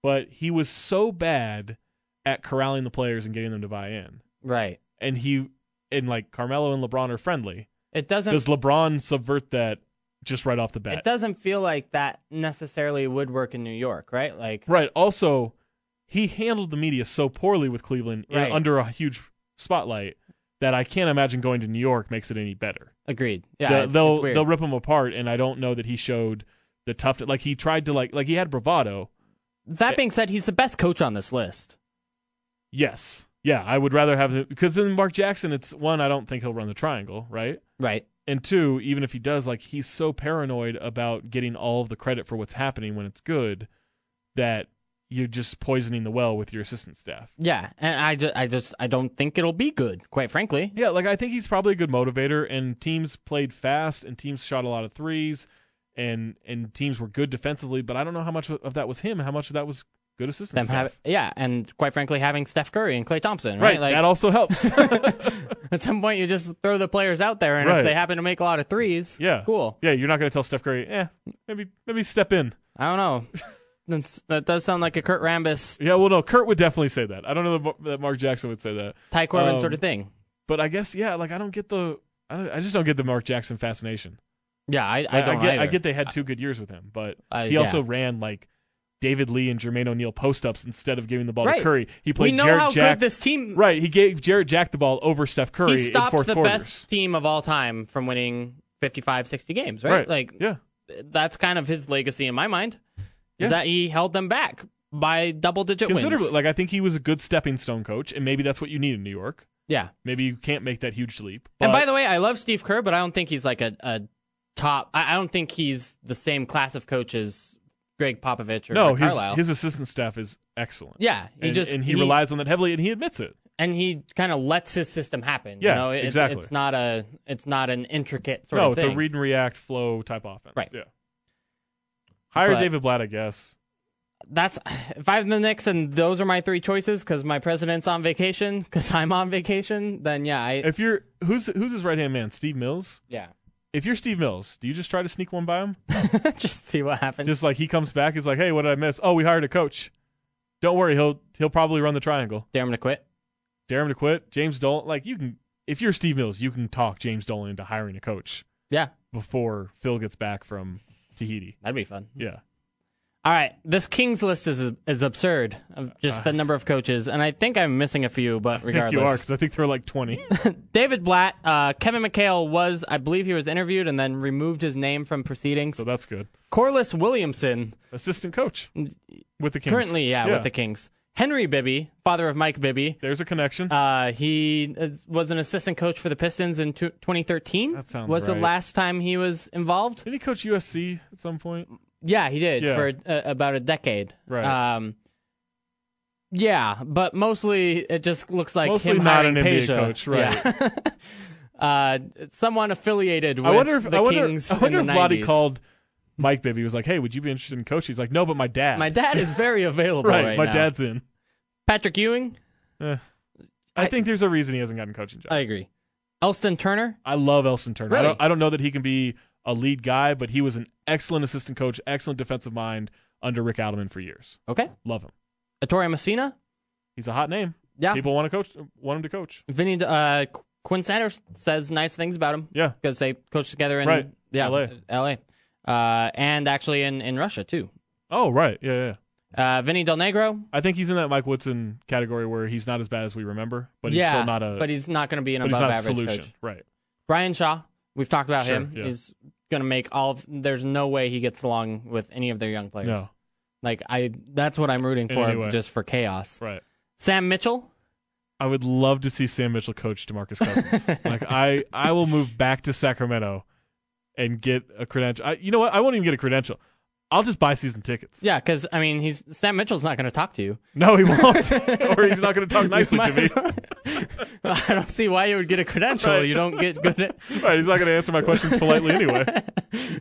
Speaker 3: But he was so bad at corralling the players and getting them to buy in,
Speaker 2: right.
Speaker 3: and he and like Carmelo and LeBron are friendly.
Speaker 2: It doesn't.
Speaker 3: Does LeBron subvert that just right off the bat?
Speaker 2: it doesn't feel like that necessarily would work in New York, right? Like,
Speaker 3: Right. Also, he handled the media so poorly with Cleveland in-
Speaker 2: Right.
Speaker 3: under a huge spotlight that I can't imagine going to New York makes it any better.
Speaker 2: agreed. Yeah,
Speaker 3: They'll-
Speaker 2: it's- it's,
Speaker 3: they'll
Speaker 2: weird.
Speaker 3: they'll rip him apart, and I don't know that he showed the tough. Like he tried to like like he had bravado.
Speaker 2: that being said, he's the best coach on this list.
Speaker 3: Yes. Yeah, I would rather have him because then Mark Jackson. It's one, I don't think he'll run the triangle, right?
Speaker 2: Right.
Speaker 3: And two, even if he does, like he's so paranoid about getting all of the credit for what's happening when it's good that you're just poisoning the well with your assistant staff.
Speaker 2: Yeah, and I just, I just, I don't think it'll be good. Quite frankly,
Speaker 3: Yeah, like I think he's probably a good motivator and teams played fast and teams shot a lot of threes and and teams were good defensively, but I don't know how much of that was him and how much of that was good assistance.
Speaker 2: them have,
Speaker 3: staff.
Speaker 2: yeah, and quite frankly, having Steph Curry and Clay Thompson,
Speaker 3: right,
Speaker 2: right? Like,
Speaker 3: that also
Speaker 2: *laughs*
Speaker 3: helps. *laughs*
Speaker 2: at some point, you just throw the players out there, and
Speaker 3: Right.
Speaker 2: if they happen to make a lot of threes,
Speaker 3: yeah.
Speaker 2: cool.
Speaker 3: Yeah, you're not going to tell Steph Curry, "Eh, maybe maybe step in."
Speaker 2: I don't know. *laughs* That's, that does sound like a Kurt Rambis,
Speaker 3: Yeah, well no, Kurt would definitely say that. I don't know that Mar- that Mark Jackson would say that.
Speaker 2: Ty Corbin
Speaker 3: Um,
Speaker 2: sort of thing.
Speaker 3: But I guess yeah, like I don't get the I, don't, I just don't get the Mark Jackson fascination.
Speaker 2: Yeah, I, I
Speaker 3: Like,
Speaker 2: don't
Speaker 3: get
Speaker 2: either.
Speaker 3: I get they had two good years with him, but
Speaker 2: I-
Speaker 3: he also ran like David Lee and Jermaine O'Neal post ups instead of giving the ball
Speaker 2: Right.
Speaker 3: to Curry. He
Speaker 2: we
Speaker 3: played
Speaker 2: know
Speaker 3: Jared
Speaker 2: how
Speaker 3: Jack.
Speaker 2: good this team.
Speaker 3: right, he gave Jared Jack the ball over Steph Curry
Speaker 2: He
Speaker 3: in
Speaker 2: stopped
Speaker 3: fourth
Speaker 2: the
Speaker 3: quarters.
Speaker 2: best team of all time from winning 55, 60 games. Right?
Speaker 3: right,
Speaker 2: Like
Speaker 3: yeah,
Speaker 2: that's kind of his legacy in my mind.
Speaker 3: Yeah.
Speaker 2: Is that he held them back by double digit
Speaker 3: considerably.
Speaker 2: wins?
Speaker 3: Like I think he was a good stepping stone coach, and maybe that's what you need in New York.
Speaker 2: yeah.
Speaker 3: Maybe you can't make that huge leap. But,
Speaker 2: And by the way, I love Steve Kerr, but I don't think he's like a, a top. I, I don't think he's the same class of coach as Greg Popovich or
Speaker 3: no,
Speaker 2: Rick
Speaker 3: his,
Speaker 2: Carlisle.
Speaker 3: his assistant staff is excellent.
Speaker 2: yeah, he
Speaker 3: and,
Speaker 2: just
Speaker 3: and he, relies on that heavily, and he admits it.
Speaker 2: and he kind of lets his system happen.
Speaker 3: Yeah,
Speaker 2: you know? it's,
Speaker 3: exactly.
Speaker 2: It's not a it's not an intricate sort
Speaker 3: No,
Speaker 2: of
Speaker 3: it's
Speaker 2: thing.
Speaker 3: a read and react flow type offense.
Speaker 2: Right.
Speaker 3: Yeah. Hire
Speaker 2: But-
Speaker 3: David Blatt, I guess.
Speaker 2: That's if I'm the Knicks and those are my three choices because my president's on vacation *laughs* because I'm on vacation. Then yeah, I
Speaker 3: If you're who's who's his right hand man, Steve Mills.
Speaker 2: yeah, *laughs*
Speaker 3: If you're Steve Mills, do you just try to sneak one by him?
Speaker 2: just see what happens.
Speaker 3: Just like he comes back, he's like, "Hey, what did I miss? Oh, we hired a coach. Don't worry, he'll he'll probably run the triangle.
Speaker 2: Dare him to quit.
Speaker 3: Dare him to quit. James Dolan, like you can. If you're Steve Mills, you can talk James Dolan into hiring a coach
Speaker 2: Yeah,
Speaker 3: before Phil gets back from Tahiti.
Speaker 2: that'd be fun.
Speaker 3: Yeah,
Speaker 2: All right, this Kings list is is absurd. Of just the number of coaches, and I think I'm missing a few, but
Speaker 3: I think you are
Speaker 2: regardless,
Speaker 3: because I think they're like twenty.
Speaker 2: David Blatt, uh, Kevin McHale was, I believe, he was interviewed and then removed his name from proceedings.
Speaker 3: so that's good.
Speaker 2: Corliss Williamson,
Speaker 3: Assistant coach with the Kings.
Speaker 2: currently, yeah, with the Kings. Henry Bibby, father of Mike Bibby,
Speaker 3: There's a connection.
Speaker 2: Uh, he is, was an assistant coach for the Pistons in tw 2013.
Speaker 3: That sounds
Speaker 2: was the
Speaker 3: right.
Speaker 2: last time he was involved.
Speaker 3: Did he coach USC at some point?
Speaker 2: Yeah, he did
Speaker 3: Yeah.
Speaker 2: for uh, about a decade.
Speaker 3: Right.
Speaker 2: Um, yeah, but mostly it just looks like
Speaker 3: Mostly
Speaker 2: him
Speaker 3: not
Speaker 2: hiring
Speaker 3: an NBA
Speaker 2: Peja.
Speaker 3: coach, right.
Speaker 2: Yeah. *laughs* uh, someone affiliated with
Speaker 3: I wonder if
Speaker 2: the
Speaker 3: I wonder,
Speaker 2: Kings.
Speaker 3: I wonder
Speaker 2: in the
Speaker 3: if Lottie
Speaker 2: 90s.
Speaker 3: called Mike Bibby. He was like, "Hey, would you be interested in coaching?" He's like, "No, but my dad."
Speaker 2: My dad is very available
Speaker 3: *laughs* right,
Speaker 2: right,
Speaker 3: my
Speaker 2: now.
Speaker 3: dad's in.
Speaker 2: Patrick Ewing.
Speaker 3: Eh. I,
Speaker 2: I-
Speaker 3: think there's a reason he hasn't gotten a coaching job.
Speaker 2: I
Speaker 3: I,
Speaker 2: agree. Elston Turner.
Speaker 3: love Elson Turner. I,
Speaker 2: Really?
Speaker 3: don't, I don't know that he can be a lead guy, but he was an excellent assistant coach, excellent defensive mind under Rick Adelman for years.
Speaker 2: Okay.
Speaker 3: Love him.
Speaker 2: Ettore Messina.
Speaker 3: He's a hot name.
Speaker 2: Yeah.
Speaker 3: People want to coach, want him to coach.
Speaker 2: Vinny uh, Qu- Quinn Sanders says nice things about him.
Speaker 3: Yeah.
Speaker 2: because they coached together in
Speaker 3: Right.
Speaker 2: yeah,
Speaker 3: LA.
Speaker 2: LA. Uh, and actually in, in Russia too.
Speaker 3: Oh, right. Yeah, yeah.
Speaker 2: Uh, Vinny Del Negro,
Speaker 3: I think he's in that Mike Woodson category where he's not as bad as we remember, but he's
Speaker 2: yeah,
Speaker 3: still not a
Speaker 2: but he's not going to be an
Speaker 3: but he's
Speaker 2: above
Speaker 3: not a
Speaker 2: average
Speaker 3: solution.
Speaker 2: coach.
Speaker 3: Right.
Speaker 2: Brian Shaw, we've talked about
Speaker 3: Sure,
Speaker 2: him.
Speaker 3: yeah.
Speaker 2: He's going to make all. Of, there's no way he gets along with any of their young players.
Speaker 3: No.
Speaker 2: Like I, that's what I'm rooting for,
Speaker 3: any way.
Speaker 2: just for chaos.
Speaker 3: Right.
Speaker 2: Sam Mitchell,
Speaker 3: I would love to see Sam Mitchell coach DeMarcus
Speaker 2: *laughs*
Speaker 3: Cousins. like I, I will move back to Sacramento and get a credential. I, you know what? I won't even get a credential. I'll just buy season tickets.
Speaker 2: *laughs* yeah, because I mean, he's Sam Mitchell's not going to talk to you.
Speaker 3: No, he won't, or he's not going to talk nicely *laughs* to
Speaker 2: Might
Speaker 3: me.
Speaker 2: as well- *laughs* I don't see why you would get a credential.
Speaker 3: Right.
Speaker 2: You don't get good at.
Speaker 3: right, he's not going to answer
Speaker 2: *laughs*
Speaker 3: my questions politely anyway.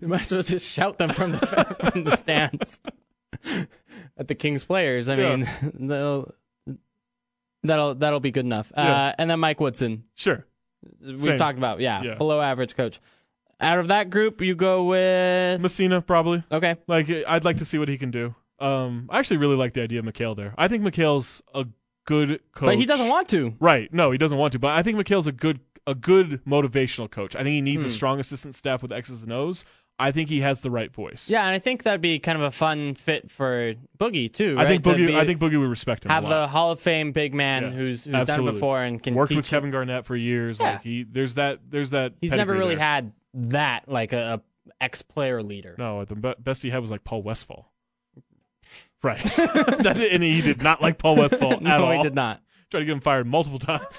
Speaker 2: You might as well just shout them from the *laughs* from the stands at the Kings players. I
Speaker 3: Yeah.
Speaker 2: mean, *laughs* they'll, that'll that'll be good enough.
Speaker 3: Yeah.
Speaker 2: Uh, and then Mike Woodson,
Speaker 3: Sure,
Speaker 2: we've
Speaker 3: Same.
Speaker 2: talked about, yeah,
Speaker 3: Yeah.
Speaker 2: below average coach. Out of that group, you go with
Speaker 3: Messina probably.
Speaker 2: okay,
Speaker 3: Like I'd like to see what he can do. Um, I actually really like the idea of McHale there. I think McHale's a good coach,
Speaker 2: but he doesn't want to.
Speaker 3: Right. No, he doesn't want to. But I think McHale's a good a good motivational coach. I think he
Speaker 2: Hmm.
Speaker 3: needs a strong assistant staff with X's and O's. I think he has the right voice.
Speaker 2: Yeah, and I think that'd be kind of a fun fit for Boogie too.
Speaker 3: I
Speaker 2: right?
Speaker 3: think
Speaker 2: To
Speaker 3: Boogie.
Speaker 2: be-
Speaker 3: I think Boogie would respect him.
Speaker 2: have
Speaker 3: a
Speaker 2: a
Speaker 3: lot.
Speaker 2: Hall of Fame big man
Speaker 3: Yeah,
Speaker 2: who's who's
Speaker 3: absolutely.
Speaker 2: done it before and can
Speaker 3: worked
Speaker 2: teach
Speaker 3: with
Speaker 2: him.
Speaker 3: Kevin Garnett for years.
Speaker 2: Yeah.
Speaker 3: Like he, there's that. There's that.
Speaker 2: He's never
Speaker 3: pedigree
Speaker 2: really
Speaker 3: there.
Speaker 2: had that like a, a ex player leader.
Speaker 3: No, the be- best he had was like Paul Westfall. Right. *laughs* That- and he did not like Paul Westfall
Speaker 2: *laughs* *laughs*
Speaker 3: at
Speaker 2: no
Speaker 3: all.
Speaker 2: he did not.
Speaker 3: Tried to get him fired multiple
Speaker 2: *laughs*
Speaker 3: times.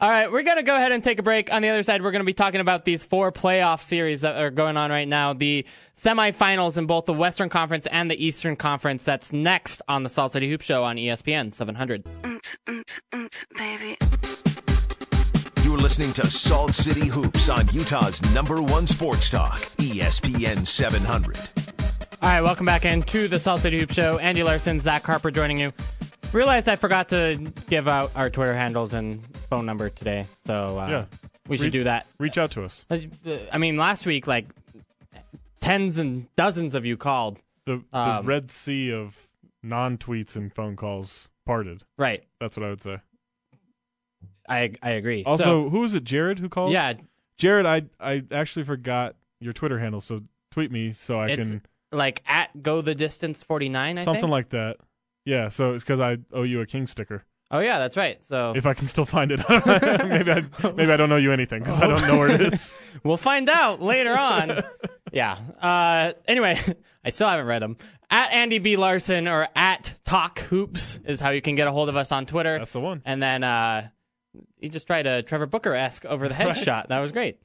Speaker 2: All right, we're going to go ahead and take a break. On the other side, we're going to be talking about these four playoff series that are going on right now, the semifinals in both the Western Conference and the Eastern Conference. That's next on the Salt City Hoop Show on E ESPN 700.
Speaker 4: Mm, mm, mm, baby.
Speaker 1: You're listening to Salt City Hoops on Utah's number one sports talk, E ESPN 700.
Speaker 2: All right, welcome back into the Salt City Hoop Show. Andy Larson, Zach Harper joining you. Realized I forgot to give out our Twitter handles and phone number today, so uh,
Speaker 3: Yeah.
Speaker 2: we should
Speaker 3: Reach-
Speaker 2: do that.
Speaker 3: Reach out to us.
Speaker 2: I I mean, last week, like tens and dozens of you called.
Speaker 3: The, the
Speaker 2: Um,
Speaker 3: red sea of non-tweets and phone calls parted.
Speaker 2: Right,
Speaker 3: That's what I would say.
Speaker 2: I I agree. So-
Speaker 3: Also, who was it? Jared who called?
Speaker 2: Yeah,
Speaker 3: Jared, I I actually forgot your Twitter handle, so tweet me so I
Speaker 2: It's
Speaker 3: can
Speaker 2: like at go the distance 49, I
Speaker 3: something
Speaker 2: think.
Speaker 3: like that. Yeah, so it's because I owe you a king sticker.
Speaker 2: Oh, yeah, that's right. So
Speaker 3: If I can still find it, *laughs* maybe I maybe I don't know you anything because I don't know where it
Speaker 2: *laughs*
Speaker 3: is.
Speaker 2: We'll find out
Speaker 3: *laughs*
Speaker 2: later on. yeah. Uh, anyway, *laughs* I still haven't read them. At Andy B. Larson or at Talk Hoops is how you can get a hold of us on Twitter.
Speaker 3: That's the one.
Speaker 2: And then uh, you just tried a Trevor Booker esque over the head shot. That was great.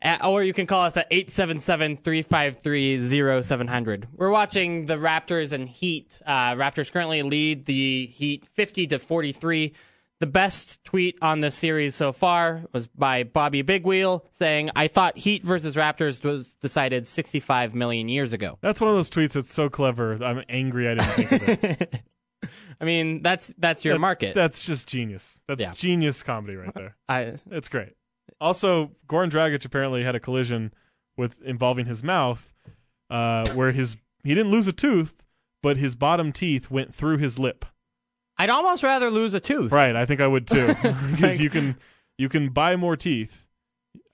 Speaker 2: At, or you can call us at 877 353 0700. We're watching the Raptors and Heat. Uh, Raptors currently lead the Heat 50 to 43. The best tweet on this series so far was by Bobby Big Wheel saying, I thought Heat versus Raptors was decided 65 million years ago.
Speaker 3: That's one of those tweets that's so clever. I'm angry I didn't think
Speaker 2: *laughs*
Speaker 3: of it.
Speaker 2: I mean, that's that's your
Speaker 3: That-
Speaker 2: market.
Speaker 3: That's just genius. That's
Speaker 2: Yeah.
Speaker 3: genius comedy right there.
Speaker 2: I,
Speaker 3: It's great. Also, Goran Dragic apparently had a collision with involving his mouth, uh, where his he didn't lose a tooth, but his bottom teeth went through his lip.
Speaker 2: I'd almost rather lose a tooth.
Speaker 3: Right, I think I
Speaker 2: *laughs*
Speaker 3: would too, because you can you can buy more teeth.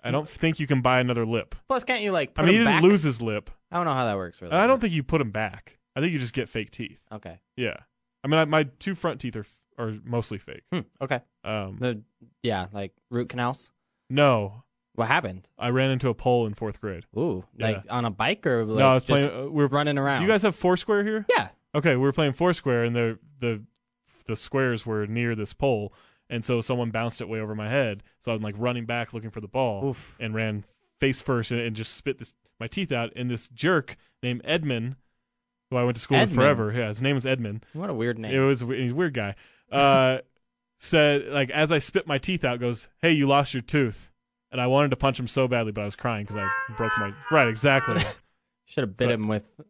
Speaker 3: I don't think you can buy another lip.
Speaker 2: Plus, can't you like? Put
Speaker 3: I mean, he
Speaker 2: them
Speaker 3: didn't
Speaker 2: back? Oh,
Speaker 3: lose his lip.
Speaker 2: I don't know how that works. Really,
Speaker 3: And I don't think you put them back. I think you just get fake teeth.
Speaker 2: Okay.
Speaker 3: Yeah. I mean, I, my two front teeth are f- are mostly fake.
Speaker 2: Hmm, okay.
Speaker 3: Um,
Speaker 2: The yeah, like root canals.
Speaker 3: no,
Speaker 2: What happened?
Speaker 3: I ran into a pole in fourth grade.
Speaker 2: Ooh,
Speaker 3: Yeah.
Speaker 2: like on a bike or like
Speaker 3: no, I was
Speaker 2: just
Speaker 3: playing. Uh, we were
Speaker 2: running around.
Speaker 3: Do you guys have Foursquare here?
Speaker 2: Yeah.
Speaker 3: Okay, we were playing Foursquare, and the the the squares were near this pole, and so someone bounced it way over my head. So I'm like running back looking for the ball,
Speaker 2: Oof.
Speaker 3: and ran face first and, and just spit this my teeth out. And this jerk named Edmund, who I went to school
Speaker 2: Edmund?
Speaker 3: with forever, yeah, his name was Edmund.
Speaker 2: What a weird
Speaker 3: It
Speaker 2: name.
Speaker 3: was he's a weird guy. Uh, *laughs* said like as I spit my teeth out, goes, "Hey, you lost your tooth," and I wanted to punch him so badly, but I was crying because I broke my right exactly.
Speaker 2: Should have bit
Speaker 3: So-
Speaker 2: him with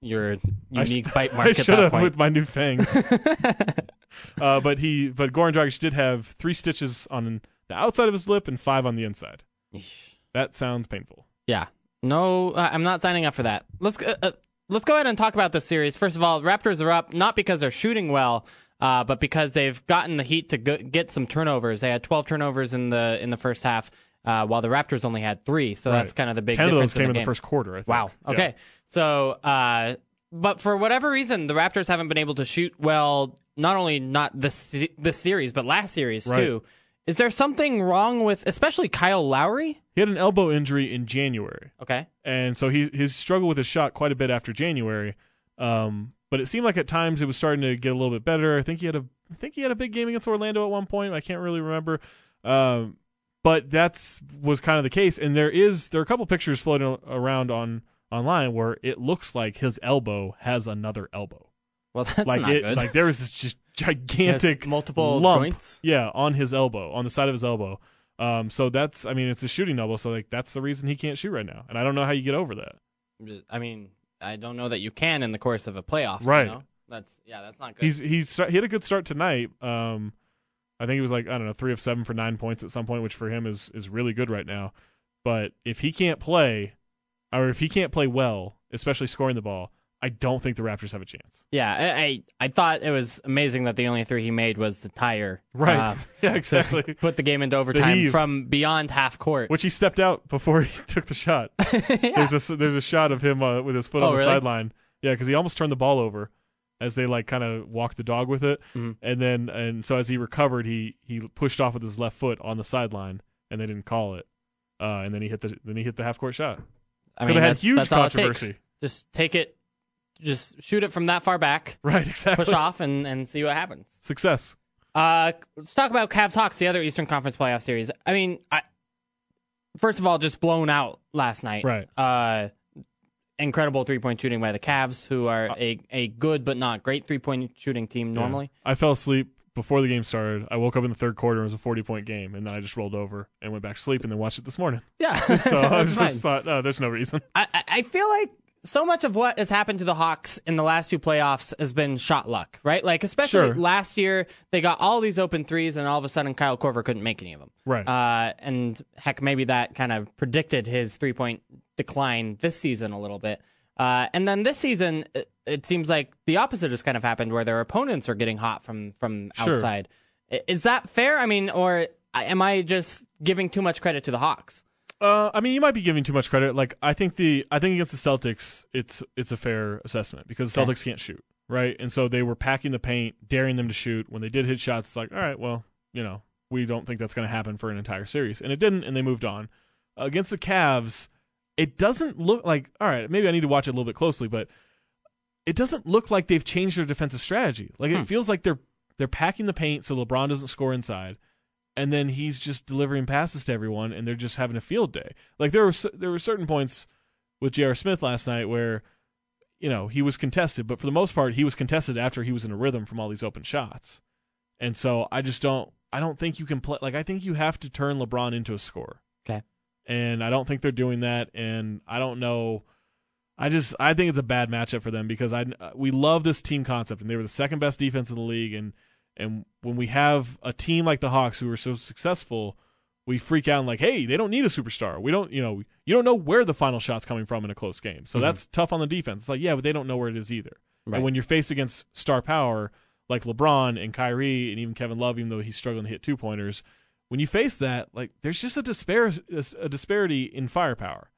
Speaker 2: your
Speaker 3: I sh-
Speaker 2: unique bite
Speaker 3: *laughs* I
Speaker 2: mark at
Speaker 3: should
Speaker 2: that
Speaker 3: have
Speaker 2: point.
Speaker 3: with my new fangs.
Speaker 2: *laughs*
Speaker 3: uh, but he, but Goran Dragic did have three stitches on the outside of his lip and five on the inside.
Speaker 2: Yeesh.
Speaker 3: That sounds painful.
Speaker 2: Yeah. No, uh, I'm not signing up for that. Let's go- uh, let's go ahead and talk about this series. First of all, Raptors are up not because they're shooting well, uh, but because they've gotten the Heat to go- get some turnovers. They had 12 turnovers in the in the first half, uh, while the Raptors only had three. So that's
Speaker 3: Right.
Speaker 2: kind of the big
Speaker 3: Ten of
Speaker 2: difference
Speaker 3: those came in the
Speaker 2: game.
Speaker 3: first quarter. I think.
Speaker 2: Wow.
Speaker 3: Yeah.
Speaker 2: Okay. So, uh, but for whatever reason, the Raptors haven't been able to shoot well. Not only not this se- this series, but last series
Speaker 3: Right.
Speaker 2: too. Is there something wrong with especially Kyle Lowry?
Speaker 3: He had an elbow injury in January,
Speaker 2: Okay.
Speaker 3: and so he his struggled with his shot quite a bit after January. Um, but it seemed like at times it was starting to get a little bit better. I think he had a I think he had a big game against Orlando at one point. I can't really remember. Um, but that's was kind of the case. And there is there are a couple pictures floating a- around on online where it looks like his elbow has another elbow.
Speaker 2: Well, *laughs* that's
Speaker 3: like
Speaker 2: not
Speaker 3: it
Speaker 2: good.
Speaker 3: like there was
Speaker 2: *laughs*
Speaker 3: this just gigantic
Speaker 2: Yes, multiple
Speaker 3: lump,
Speaker 2: joints?
Speaker 3: Yeah, on his elbow, on the side of his elbow. Um, so that's I mean it's a shooting elbow, so like that's the reason he can't shoot right now. And I don't know how you get over that.
Speaker 2: I mean, I don't know that you can in the course of a playoff.
Speaker 3: Right.
Speaker 2: You know? That's yeah. That's not good.
Speaker 3: He's he's he had a good start tonight. Um, I think he was like I don't know three of seven for nine points at some point, which for him is is really good right now. But if he can't play, or if he can't play well, especially scoring the ball, I don't think the Raptors have a chance.
Speaker 2: yeah. I, I I thought it was amazing that the only three he made was the tire. uh,
Speaker 3: *laughs*
Speaker 2: *laughs*
Speaker 3: yeah. Exactly.
Speaker 2: put the game into overtime
Speaker 3: heave.
Speaker 2: from beyond half court.
Speaker 3: Which he stepped out before *laughs* he took
Speaker 2: *laughs*
Speaker 3: the shot. There's a there's a shot of him uh, with his foot
Speaker 2: Oh,
Speaker 3: on the
Speaker 2: really?
Speaker 3: sideline. Yeah, because he almost turned the ball over as they like kind of walked the dog with it,
Speaker 2: Mm-hmm.
Speaker 3: and then and so as he recovered, he he pushed off with his left foot on the sideline, and they didn't call it. Uh, and then he hit the then he hit the half court shot.
Speaker 2: I
Speaker 3: Could've
Speaker 2: mean,
Speaker 3: had
Speaker 2: that's,
Speaker 3: huge
Speaker 2: that's all it takes.
Speaker 3: controversy. *laughs*
Speaker 2: Just take it, just shoot it from that far back,
Speaker 3: Right, exactly. *laughs*
Speaker 2: push off, and, and see what happens.
Speaker 3: Success.
Speaker 2: Uh, let's talk about Cavs Hawks, the other Eastern Conference playoff series. I mean, I, first of all, just blown out last night.
Speaker 3: Right.
Speaker 2: Uh, incredible three point shooting by the Cavs, who
Speaker 3: Uh,
Speaker 2: are a, a good but not great three point shooting team normally.
Speaker 3: Yeah. I fell asleep before the game started. I woke up in the third quarter. It was a forty point game, and then I just rolled over and went back to sleep, and then watched it
Speaker 2: *laughs*
Speaker 3: this morning.
Speaker 2: Yeah,
Speaker 3: *laughs* So I just thought, oh, there's no reason.
Speaker 2: I, I- I feel like so much of what has happened to the Hawks in the last two playoffs has been shot luck, right? Like, especially
Speaker 3: Sure.
Speaker 2: last year, they got all these open threes, and all of a sudden, Kyle Corver couldn't make any of them.
Speaker 3: Right.
Speaker 2: Uh, and heck, maybe that kind of predicted his three point decline this season a little bit. Uh, and then this season, it, it seems like the opposite has kind of happened, where their opponents are getting hot from from
Speaker 3: Sure.
Speaker 2: outside. I- Is that fair? I mean, or am I just giving too much credit to the Hawks?
Speaker 3: Uh, I mean, you might be giving too much credit. Like, I think the I think against the Celtics, it's it's a fair assessment because the
Speaker 2: Okay.
Speaker 3: Celtics can't shoot, right? And so they were packing the paint, daring them to shoot. When they did hit shots, it's like, all right, well, you know, we don't think that's going to happen for an entire series, and it didn't, and they moved on. against the Cavs, it doesn't look like. All right, maybe I need to watch it a little bit closely, but it doesn't look like they've changed their defensive strategy. Like
Speaker 2: Hmm.
Speaker 3: it feels like they're they're packing the paint so LeBron doesn't score inside, and then he's just delivering passes to everyone, and they're just having a field day. Like there were cer- there were certain points with J.R. Smith last night where you know he was contested, but for the most part he was contested after he was in a rhythm from all these open shots, and so I just don't I don't think you can play like I think you have to turn LeBron into a scorer
Speaker 2: Okay.
Speaker 3: and I don't think they're doing that. And I don't know. I just I think it's a bad matchup for them because I we love this team concept, and they were the second best defense in the league. And and when we have a team like the Hawks who are so successful, we freak out and like, hey, they don't need a superstar. We don't, you know, you don't know where the final shot's coming from in a close game. So that's tough on the defense. It's like, yeah, but they don't know where it is either.
Speaker 2: Right.
Speaker 3: And when you're faced against star power like LeBron and Kyrie and even Kevin Love, even though he's struggling to hit two pointers, when you face that, like there's just a despair a disparity in firepower,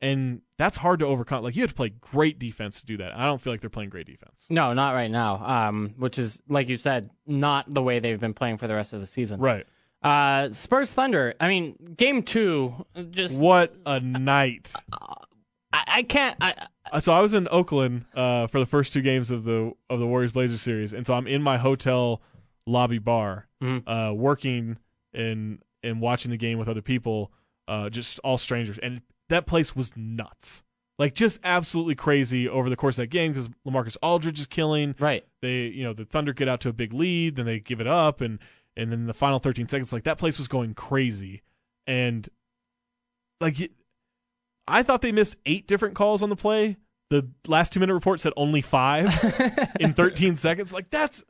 Speaker 3: and that's hard to overcome. Like you have to play great defense to do that. I don't feel like they're playing great defense.
Speaker 2: No, not right now. Um, which is like you said, not the way they've been playing for the rest of the season.
Speaker 3: Right.
Speaker 2: Uh, Spurs Thunder. I mean, game two. Just
Speaker 3: What a night.
Speaker 2: I, I can't. I,
Speaker 3: Uh, So I was in Oakland uh, for the first two games of the of the Warriors Blazers series, and so I'm in my hotel lobby bar, uh, working and and watching the game with other people, uh, just all strangers, and that place was nuts, like just absolutely crazy over the course of that game because Lamarcus Aldridge is killing,
Speaker 2: right.
Speaker 3: they you know the thunder get out to a big lead then they give it up and and then the final 13 seconds like that place was going crazy and like y- i thought they missed eight different calls on the play the last two minute report said
Speaker 2: *laughs*
Speaker 3: only five in 13 seconds like that's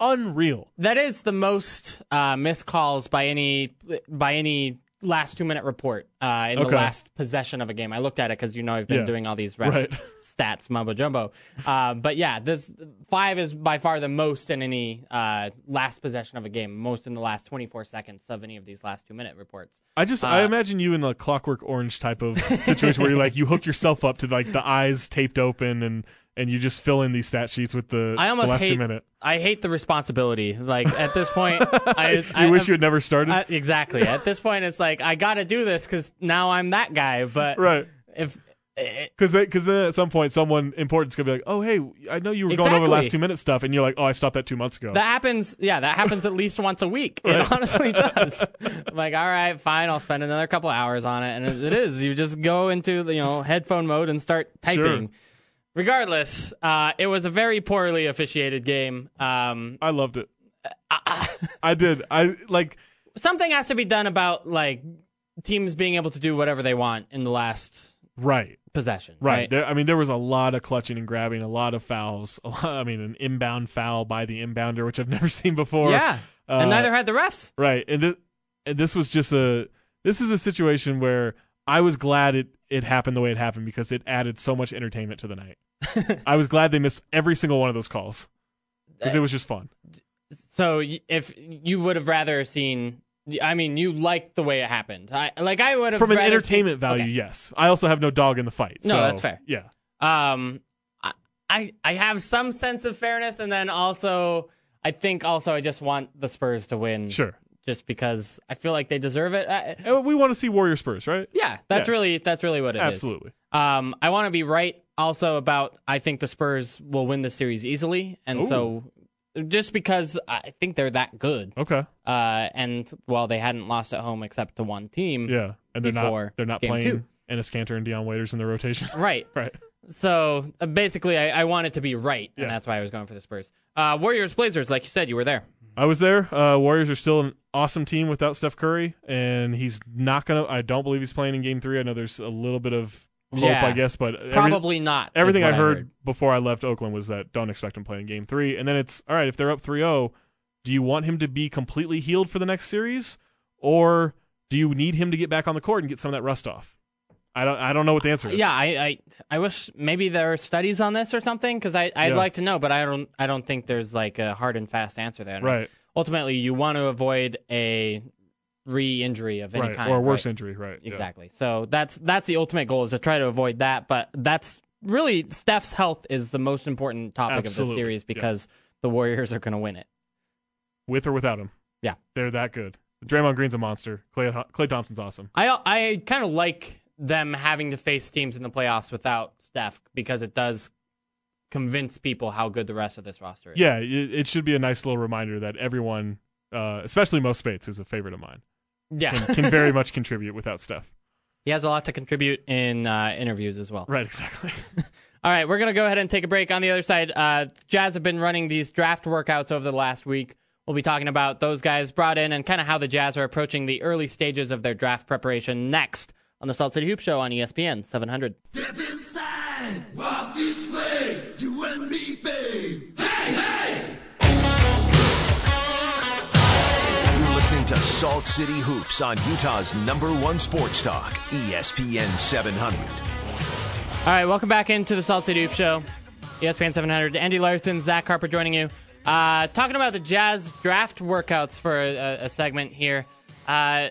Speaker 3: unreal
Speaker 2: That is the most uh, missed calls by any by any last two minute report uh, in the
Speaker 3: Okay.
Speaker 2: last possession of a game. I looked at it because you know I've been
Speaker 3: Yeah.
Speaker 2: doing all these ref
Speaker 3: Right. *laughs*
Speaker 2: stats mumbo jumbo. Uh, but yeah, this five is by far the most in any uh, last possession of a game, most in the last twenty four seconds of any of these last two minute reports.
Speaker 3: i just
Speaker 2: Uh,
Speaker 3: i imagine you in a clockwork orange type of situation where you like you hook yourself up to like the eyes taped open and and you just fill in these stat sheets with the,
Speaker 2: I almost
Speaker 3: the last
Speaker 2: hate.
Speaker 3: two minute
Speaker 2: I hate the responsibility. Like at this
Speaker 3: *laughs*
Speaker 2: point, I,
Speaker 3: you
Speaker 2: I
Speaker 3: wish you had never started
Speaker 2: I- exactly. At this point, it's like I got to do this because now I'm that guy. But
Speaker 3: right
Speaker 2: if eh,
Speaker 3: Because because then at some point someone important's gonna be like, oh hey, I know you were going over
Speaker 2: Exactly.
Speaker 3: last two minutes stuff, and you're like, oh, I stopped that two months ago.
Speaker 2: that happens, yeah, that happens at least once a week. It
Speaker 3: *laughs*
Speaker 2: honestly does. I'm like, all right, fine, I'll spend another couple hours on it, and it, it is. You just go into the, you know headphone mode and start typing. Regardless, uh, it was a very poorly officiated game. Um,
Speaker 3: I loved it. Ah, I did. I like.
Speaker 2: something has to be done about like teams being able to do whatever they want in the last
Speaker 3: Right,
Speaker 2: possession.
Speaker 3: right.
Speaker 2: Right.
Speaker 3: There, I mean, there was a lot of clutching and grabbing, a lot of fouls. A lot, I mean, an inbound foul by the inbounder, which I've *laughs* never seen before.
Speaker 2: yeah,
Speaker 3: uh,
Speaker 2: and neither had the refs.
Speaker 3: Right. And, th- and this was just a this is a situation where I was glad it it happened the way it happened because it added so much entertainment to
Speaker 2: *laughs*
Speaker 3: the night. I was glad they missed every single one of those calls because it was just fun.
Speaker 2: So y- if you would have rather seen, I mean, you liked the way it happened. I like I would have
Speaker 3: from an
Speaker 2: rather seen-
Speaker 3: entertainment value,
Speaker 2: Okay.
Speaker 3: yes. I also have no dog in the fight.
Speaker 2: No,
Speaker 3: so,
Speaker 2: that's fair.
Speaker 3: Yeah,
Speaker 2: Um, I- I I have some sense of fairness, and then also I think also I just want the Spurs to win,
Speaker 3: sure.
Speaker 2: just because I feel like they deserve it. I,
Speaker 3: And we want to see Warrior Spurs, right?
Speaker 2: yeah, that's
Speaker 3: Yeah.
Speaker 2: really that's really what it is.
Speaker 3: Absolutely.
Speaker 2: Um, I want to be right also about I think the Spurs will win the series easily, and so just because I think they're that good.
Speaker 3: Okay.
Speaker 2: Uh, and while they hadn't lost at home except to one team,
Speaker 3: Yeah, and they're
Speaker 2: Before
Speaker 3: not they're not
Speaker 2: game
Speaker 3: playing
Speaker 2: two.
Speaker 3: Ennis Cantor and Deion Waiters in their rotation, *laughs*
Speaker 2: right.
Speaker 3: right?
Speaker 2: So uh, basically, I, I wanted to be right, and
Speaker 3: Yeah.
Speaker 2: that's why I was going for the Spurs. Uh, Warriors, Blazers, like you said, you were there.
Speaker 3: I was there. Uh, Warriors are still an awesome team without Steph Curry, and he's not gonna. I don't believe he's playing in Game Three. I know there's a little bit of hope,
Speaker 2: Yeah.
Speaker 3: I guess, but every-
Speaker 2: Probably not. is
Speaker 3: everything
Speaker 2: what
Speaker 3: I heard, before I left Oakland was that don't expect him playing game three. And then it's all right, if they're up 3 0, do you want him to be completely healed for the next series? Or do you need him to get back on the court and get some of that rust off? I don't I don't know what the answer is.
Speaker 2: Yeah, I, I, I wish maybe there are studies on this or something because I, I'd
Speaker 3: Yeah.
Speaker 2: like to know, but I don't, I don't think there's like a hard and fast answer there.
Speaker 3: Right.
Speaker 2: Ultimately, you want to avoid a re-injury of any
Speaker 3: right,
Speaker 2: kind
Speaker 3: or a worse
Speaker 2: right?
Speaker 3: injury, right? yeah.
Speaker 2: Exactly. So that's that's the ultimate goal is to try to avoid that. But that's really Steph's health is the most important topic of
Speaker 3: Absolutely,
Speaker 2: this series
Speaker 3: yeah.
Speaker 2: because the Warriors are going to win it.
Speaker 3: With or without him,
Speaker 2: Yeah.
Speaker 3: they're that good. Draymond Green's a monster. Clay, Clay Thompson's awesome.
Speaker 2: I I kind of like them having to face teams in the playoffs without Steph because it does convince people how good the rest of this roster is.
Speaker 3: Yeah, i- it should be a nice little reminder that everyone, uh, especially Mo Spates, who's a favorite of mine,
Speaker 2: yeah. *laughs*
Speaker 3: can, can very much contribute without Steph.
Speaker 2: he has a lot to contribute in uh, interviews as well.
Speaker 3: Right, exactly.
Speaker 2: All right, we're going to go ahead and take a break. On the other side, uh, Jazz have been running these draft workouts over the last week. We'll be talking about those guys brought in and kind of how the Jazz are approaching the early stages of their draft preparation next on the Salt City Hoop Show on E ESPN 700.
Speaker 5: Step inside, walk this way, you and me, babe. Hey, hey!
Speaker 1: You're listening to Salt City Hoops on Utah's number one sports talk, E ESPN 700.
Speaker 2: All right, welcome back into the Salt City Hoop Show. E ESPN 700. Andy Larson, Zach Harper joining you. Uh, talking about the Jazz draft workouts for a, a segment here. Uh,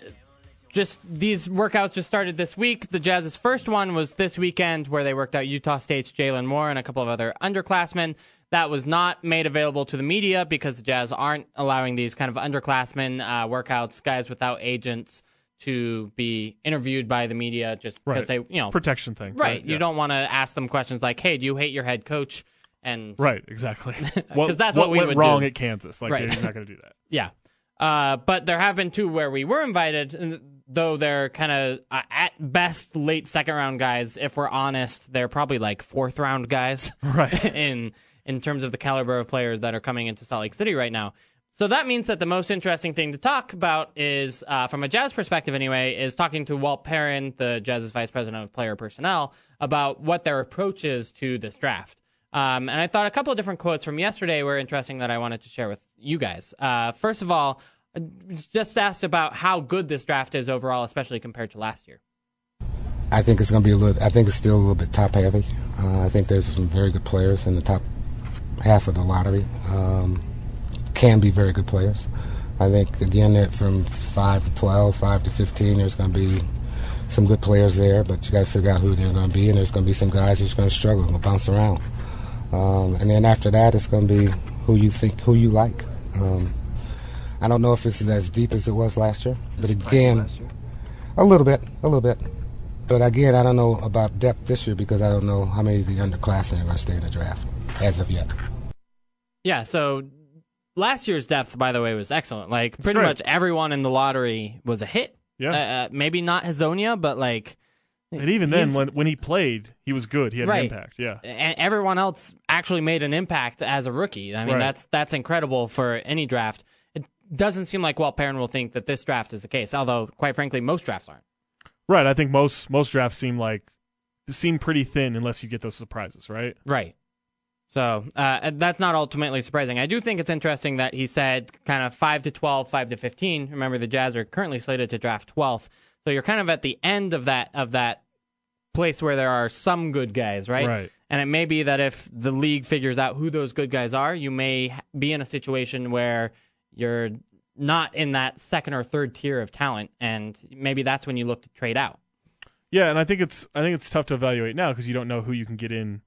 Speaker 2: just these workouts just started this week. The Jazz's first one was this weekend, where they worked out Utah State's Jalen Moore and a couple of other underclassmen. That was not made available to the media because the Jazz aren't allowing these kind of underclassmen uh, workouts, guys without agents, to be interviewed by the media just
Speaker 3: Right.
Speaker 2: because they, you know,
Speaker 3: *laughs* Protection thing.
Speaker 2: Right. You
Speaker 3: yeah.
Speaker 2: don't want to ask them questions like, "Hey, do you hate your head coach?" And
Speaker 3: Right,
Speaker 2: *laughs*
Speaker 3: exactly. Because
Speaker 2: that's what we
Speaker 3: went
Speaker 2: would
Speaker 3: wrong
Speaker 2: do.
Speaker 3: at Kansas. Like
Speaker 2: Right.
Speaker 3: they're not going to do
Speaker 2: *laughs*
Speaker 3: that.
Speaker 2: yeah. Uh, but there have been two where we were invited, and though they're kind of uh, at best late second round guys. If we're honest, they're probably like fourth round guys,
Speaker 3: *laughs* Right.
Speaker 2: *laughs* in in terms of the caliber of players that are coming into Salt Lake City right now. So that means that the most interesting thing to talk about is, uh, from a Jazz perspective anyway, is talking to Walt Perrin, the Jazz's vice president of player personnel, about what their approach is to this draft. Um, and I thought a couple of different quotes from yesterday were interesting that I wanted to share with you guys. Uh, first of all, I was just asked about how good this draft is overall, especially compared to last year.
Speaker 6: I think it's going to be a little. I think it's still a little bit top heavy. Uh, I think there's some very good players in the top half of the lottery. Um, can be very good players. I think again that from five to 12, 5 to fifteen, there's going to be some good players there, but you got to figure out who they're going to be, and there's going to be some guys who's going to struggle, going to bounce around. Um, and then after that, it's going to be who you think, who you like. Um, I don't know if this is as deep as it was last year, but again, a little bit, a little bit. But again, I don't know about depth this year because I don't know how many of the underclassmen are going to stay in the draft as of yet.
Speaker 2: Yeah, so last year's depth, by the way, was excellent. Like pretty
Speaker 3: great.
Speaker 2: much everyone in the lottery was a hit.
Speaker 3: Yeah.
Speaker 2: Uh, uh, maybe not Hazonia, but like
Speaker 3: And even then,
Speaker 2: He's-
Speaker 3: when when he played, he was good. He had
Speaker 2: Right.
Speaker 3: an impact. Yeah.
Speaker 2: e- everyone else actually made an impact as a rookie. I mean,
Speaker 3: Right.
Speaker 2: that's that's incredible for any draft. It doesn't seem like Walt Perrin will think that this draft is the case, although quite frankly, most drafts aren't.
Speaker 3: Right. I think most most drafts seem like seem pretty thin unless you get those surprises. Right.
Speaker 2: Right. So uh, that's not ultimately surprising. I do think it's interesting that he said kind of 5 to 12, 5 to 15. Remember, the Jazz are currently slated to draft 12th. So you're kind of at the end of that of that place where there are some good guys, right?
Speaker 3: Right.
Speaker 2: And it may be that if the league figures out who those good guys are, you may h- be in a situation where you're not in that second or third tier of talent. And maybe that's when you look to trade out.
Speaker 3: Yeah, and I think it's I think it's tough to evaluate now because you don't know who you can get in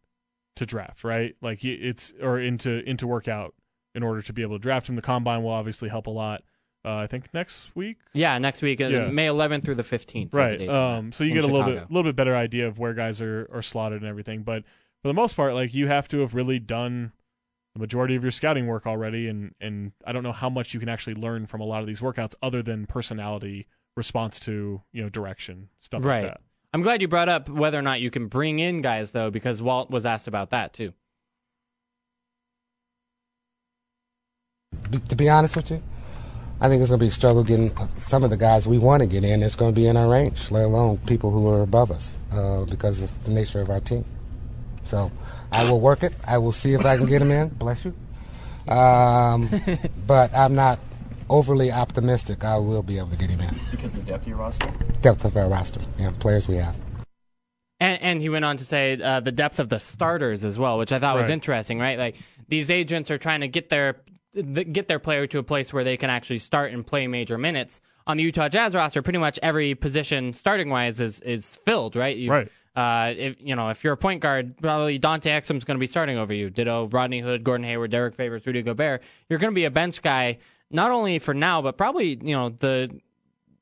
Speaker 3: to draft, right? Like y- it's or into into workout in order to be able to draft him. The combine will obviously help a lot. Uh, I think next week,
Speaker 2: Yeah, next week, uh,
Speaker 3: Yeah.
Speaker 2: May 11th through the 15th. are the
Speaker 3: right?
Speaker 2: dates of that
Speaker 3: Um, so you
Speaker 2: in
Speaker 3: get a little
Speaker 2: Chicago.
Speaker 3: bit little bit better idea of where guys are are slotted and everything. But for the most part, like you have to have really done the majority of your scouting work already, and and I don't know how much you can actually learn from a lot of these workouts other than personality, response to you know direction stuff
Speaker 2: right.
Speaker 3: like that.
Speaker 2: I'm glad you brought up whether or not you can bring in guys though, because Walt was asked about that too.
Speaker 6: B- to be honest with you, I think it's going to be a struggle getting uh, some of the guys we want to get in. It's going to be in our range, let alone people who are above us uh, because of the nature of our team. So I will work it. I will see if I can get them in. Bless you. Um, but I'm not overly optimistic. I will be able to get him in.
Speaker 7: Because the depth of your roster?
Speaker 6: Depth of our roster, yeah, players we have.
Speaker 2: And, and he went on to say uh, the depth of the starters as well, which I thought was
Speaker 3: Right.
Speaker 2: interesting, right? Like these agents are trying to get their th- get their player to a place where they can actually start and play major minutes. On the Utah Jazz roster, pretty much every position starting wise is is filled, right? You've-
Speaker 3: Right.
Speaker 2: Uh, if you know if you're a point guard, probably Dante Exum's going to be starting over you. Ditto Rodney Hood, Gordon Hayward, Derek Favors, Rudy Gobert. You're going to be a bench guy not only for now, but probably you know the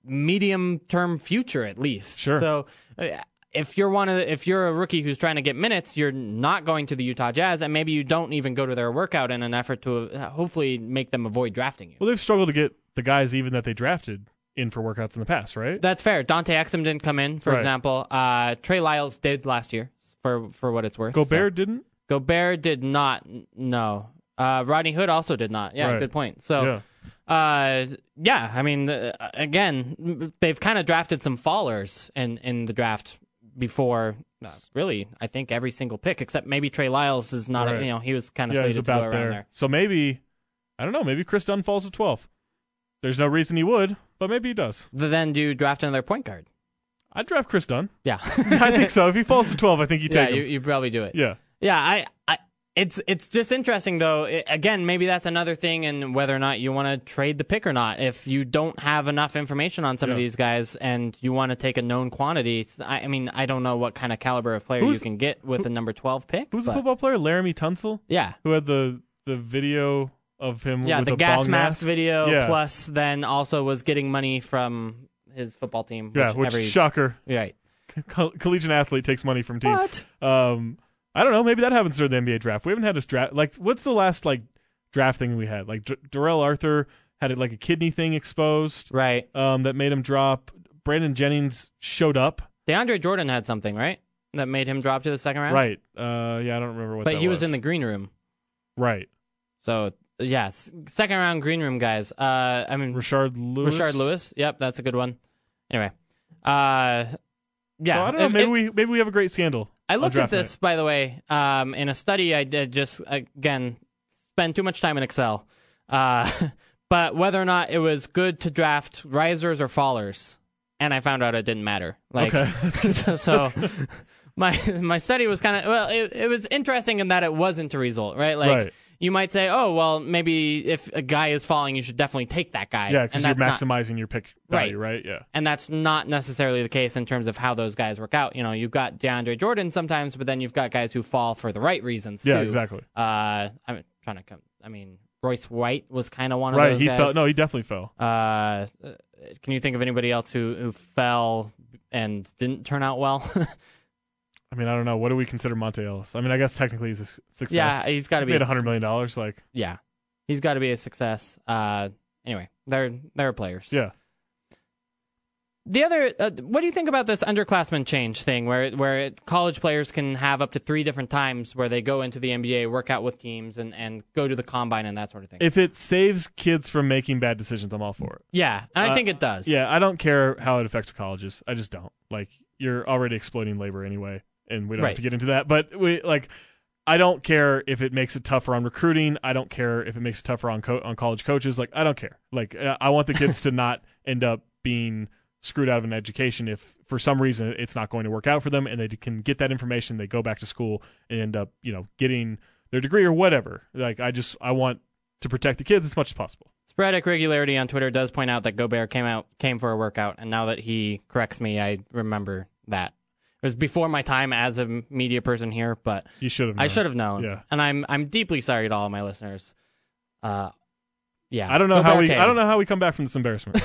Speaker 2: medium term future at least.
Speaker 3: Sure.
Speaker 2: So uh, if you're one of the, if you're a rookie who's trying to get minutes, you're not going to the Utah Jazz, and maybe you don't even go to their workout in an effort to uh, hopefully make them avoid drafting you.
Speaker 3: Well, they've struggled to get the guys even that they drafted in for workouts in the past, right?
Speaker 2: That's fair. Dante Exum didn't come in, for
Speaker 3: Right.
Speaker 2: example. Uh, Trey Lyles did last year, for for what it's worth. so-
Speaker 3: Gobert didn't.
Speaker 2: Gobert did not. n- No. Uh, Rodney Hood also did not. Yeah,
Speaker 3: Right.
Speaker 2: good point. So, yeah, uh, yeah I mean, the, uh, again, m- they've kind of drafted some fallers in, in the draft before. uh, really, I think every single pick, except maybe Trey Lyles is not.
Speaker 3: Right.
Speaker 2: A, you know, he was kind of
Speaker 3: yeah,
Speaker 2: slated
Speaker 3: he's
Speaker 2: to go
Speaker 3: about
Speaker 2: around
Speaker 3: there.
Speaker 2: there.
Speaker 3: So maybe, I don't know. Maybe Chris Dunn falls to 12th. There's no reason he would, but maybe he does.
Speaker 2: Th- Then do you draft another point guard?
Speaker 3: I'd draft Chris Dunn. *laughs*
Speaker 2: Yeah,
Speaker 3: I think so. If he falls to 12, I think you
Speaker 2: yeah,
Speaker 3: take
Speaker 2: you,
Speaker 3: him.
Speaker 2: you probably do it.
Speaker 3: yeah.
Speaker 2: Yeah, I, I, it's it's just interesting though. I again, maybe that's another thing, and whether or not you want to trade the pick or not. If you don't have enough information on some of
Speaker 3: Yeah.
Speaker 2: these guys, and you want to take a known quantity, it's- I, I mean, I don't know what kind of caliber of player
Speaker 3: Who's-
Speaker 2: you can get with a number twelve pick.
Speaker 3: Who's the
Speaker 2: but-
Speaker 3: football player? Laramie Tunsil,
Speaker 2: Yeah.
Speaker 3: who had the the video of him.
Speaker 2: Yeah,
Speaker 3: with
Speaker 2: the
Speaker 3: a
Speaker 2: gas
Speaker 3: bong
Speaker 2: mask, video
Speaker 3: Yeah.
Speaker 2: plus then also was getting money from his football team.
Speaker 3: Yeah, which
Speaker 2: every,
Speaker 3: shocker, *laughs*
Speaker 2: right.
Speaker 3: co- collegiate athlete takes money from team. Um, I don't know. Maybe that happens during the NBA draft. We haven't had a draft. Like, what's the last like draft thing we had? Like, Dr- Darrell Arthur had like a kidney thing exposed.
Speaker 2: Right.
Speaker 3: Um, that made him drop. Brandon Jennings showed up.
Speaker 2: DeAndre Jordan had something right that made him drop to the second round.
Speaker 3: Right. Uh, yeah, I don't remember what.
Speaker 2: But
Speaker 3: that
Speaker 2: he was in the green room.
Speaker 3: right.
Speaker 2: So yes, second round green room guys. Uh, I mean
Speaker 3: Richard Lewis.
Speaker 2: Richard Lewis. Yep, that's a good one. Anyway, uh, yeah.
Speaker 3: So I don't know.
Speaker 2: If-
Speaker 3: Maybe
Speaker 2: if-
Speaker 3: we maybe we have a great scandal.
Speaker 2: I
Speaker 3: on
Speaker 2: looked at
Speaker 3: draft
Speaker 2: this by the way um, in a study I did. Just again, spend too much time in Excel. Uh, *laughs* but whether or not it was good to draft risers or fallers, and I found out it didn't matter. Like
Speaker 3: Okay.
Speaker 2: *laughs* so.
Speaker 3: *laughs*
Speaker 2: so My, my study was kind of well. It, it was interesting in that it wasn't a result, right? Like
Speaker 3: Right.
Speaker 2: you might say, oh well, maybe if a guy is falling, you should definitely take that guy.
Speaker 3: night. Yeah, because
Speaker 2: and
Speaker 3: you're
Speaker 2: that's not-
Speaker 3: maximizing your pick value, right? Yeah.
Speaker 2: and that's not necessarily the case in terms of how those guys work out. You know, you've got DeAndre Jordan sometimes, but then you've got guys who fall for the right reasons.
Speaker 3: Yeah,
Speaker 2: too.
Speaker 3: exactly.
Speaker 2: Uh, I'm trying to come. I mean, Royce White was kind of one of
Speaker 3: Right.
Speaker 2: those
Speaker 3: He
Speaker 2: guys.
Speaker 3: fell. No, he definitely fell.
Speaker 2: Uh, can you think of anybody else who who fell and didn't turn out well? *laughs*
Speaker 3: I mean, I don't know. What do we consider Monte Ellis? I mean, I guess technically he's a s- success.
Speaker 2: Yeah, he's gotta be
Speaker 3: He made
Speaker 2: a
Speaker 3: a hundred million dollars. Like,
Speaker 2: yeah, he's got to be a success. Uh, anyway, they're they're players.
Speaker 3: yeah,
Speaker 2: The other, uh, what do you think about this underclassmen change thing, where where it, college players can have up to three different times where they go into the NBA, work out with teams, and, and go to the combine and that sort of thing?
Speaker 3: if it saves kids from making bad decisions, I'm all for it.
Speaker 2: yeah, and I
Speaker 3: Uh,
Speaker 2: think it does.
Speaker 3: Yeah, I don't care how it affects colleges. I just don't. Like, you're already exploiting labor anyway, and we don't
Speaker 2: Right.
Speaker 3: have to get into that. But we like, I don't care if it makes it tougher on recruiting. I don't care if it makes it tougher on co- on college coaches. Like, I don't care. Like, uh, I want the kids to not end up being screwed out of an education if for some reason it's not going to work out for them and they can get that information they go back to school and end up you know getting their degree or whatever like i just i want to protect the kids as much as possible
Speaker 2: Sporadic regularity on Twitter does point out that Gobert came out came for a workout, and now that he corrects me, I remember that it was before my time as a media person here, but
Speaker 3: you should have
Speaker 2: I
Speaker 3: known.
Speaker 2: should have known.
Speaker 3: Yeah.
Speaker 2: and I'm I'm deeply sorry to all my listeners. Uh, yeah,
Speaker 3: I don't know how
Speaker 2: Gobert
Speaker 3: we.
Speaker 2: came.
Speaker 3: I don't know how we come back from this embarrassment.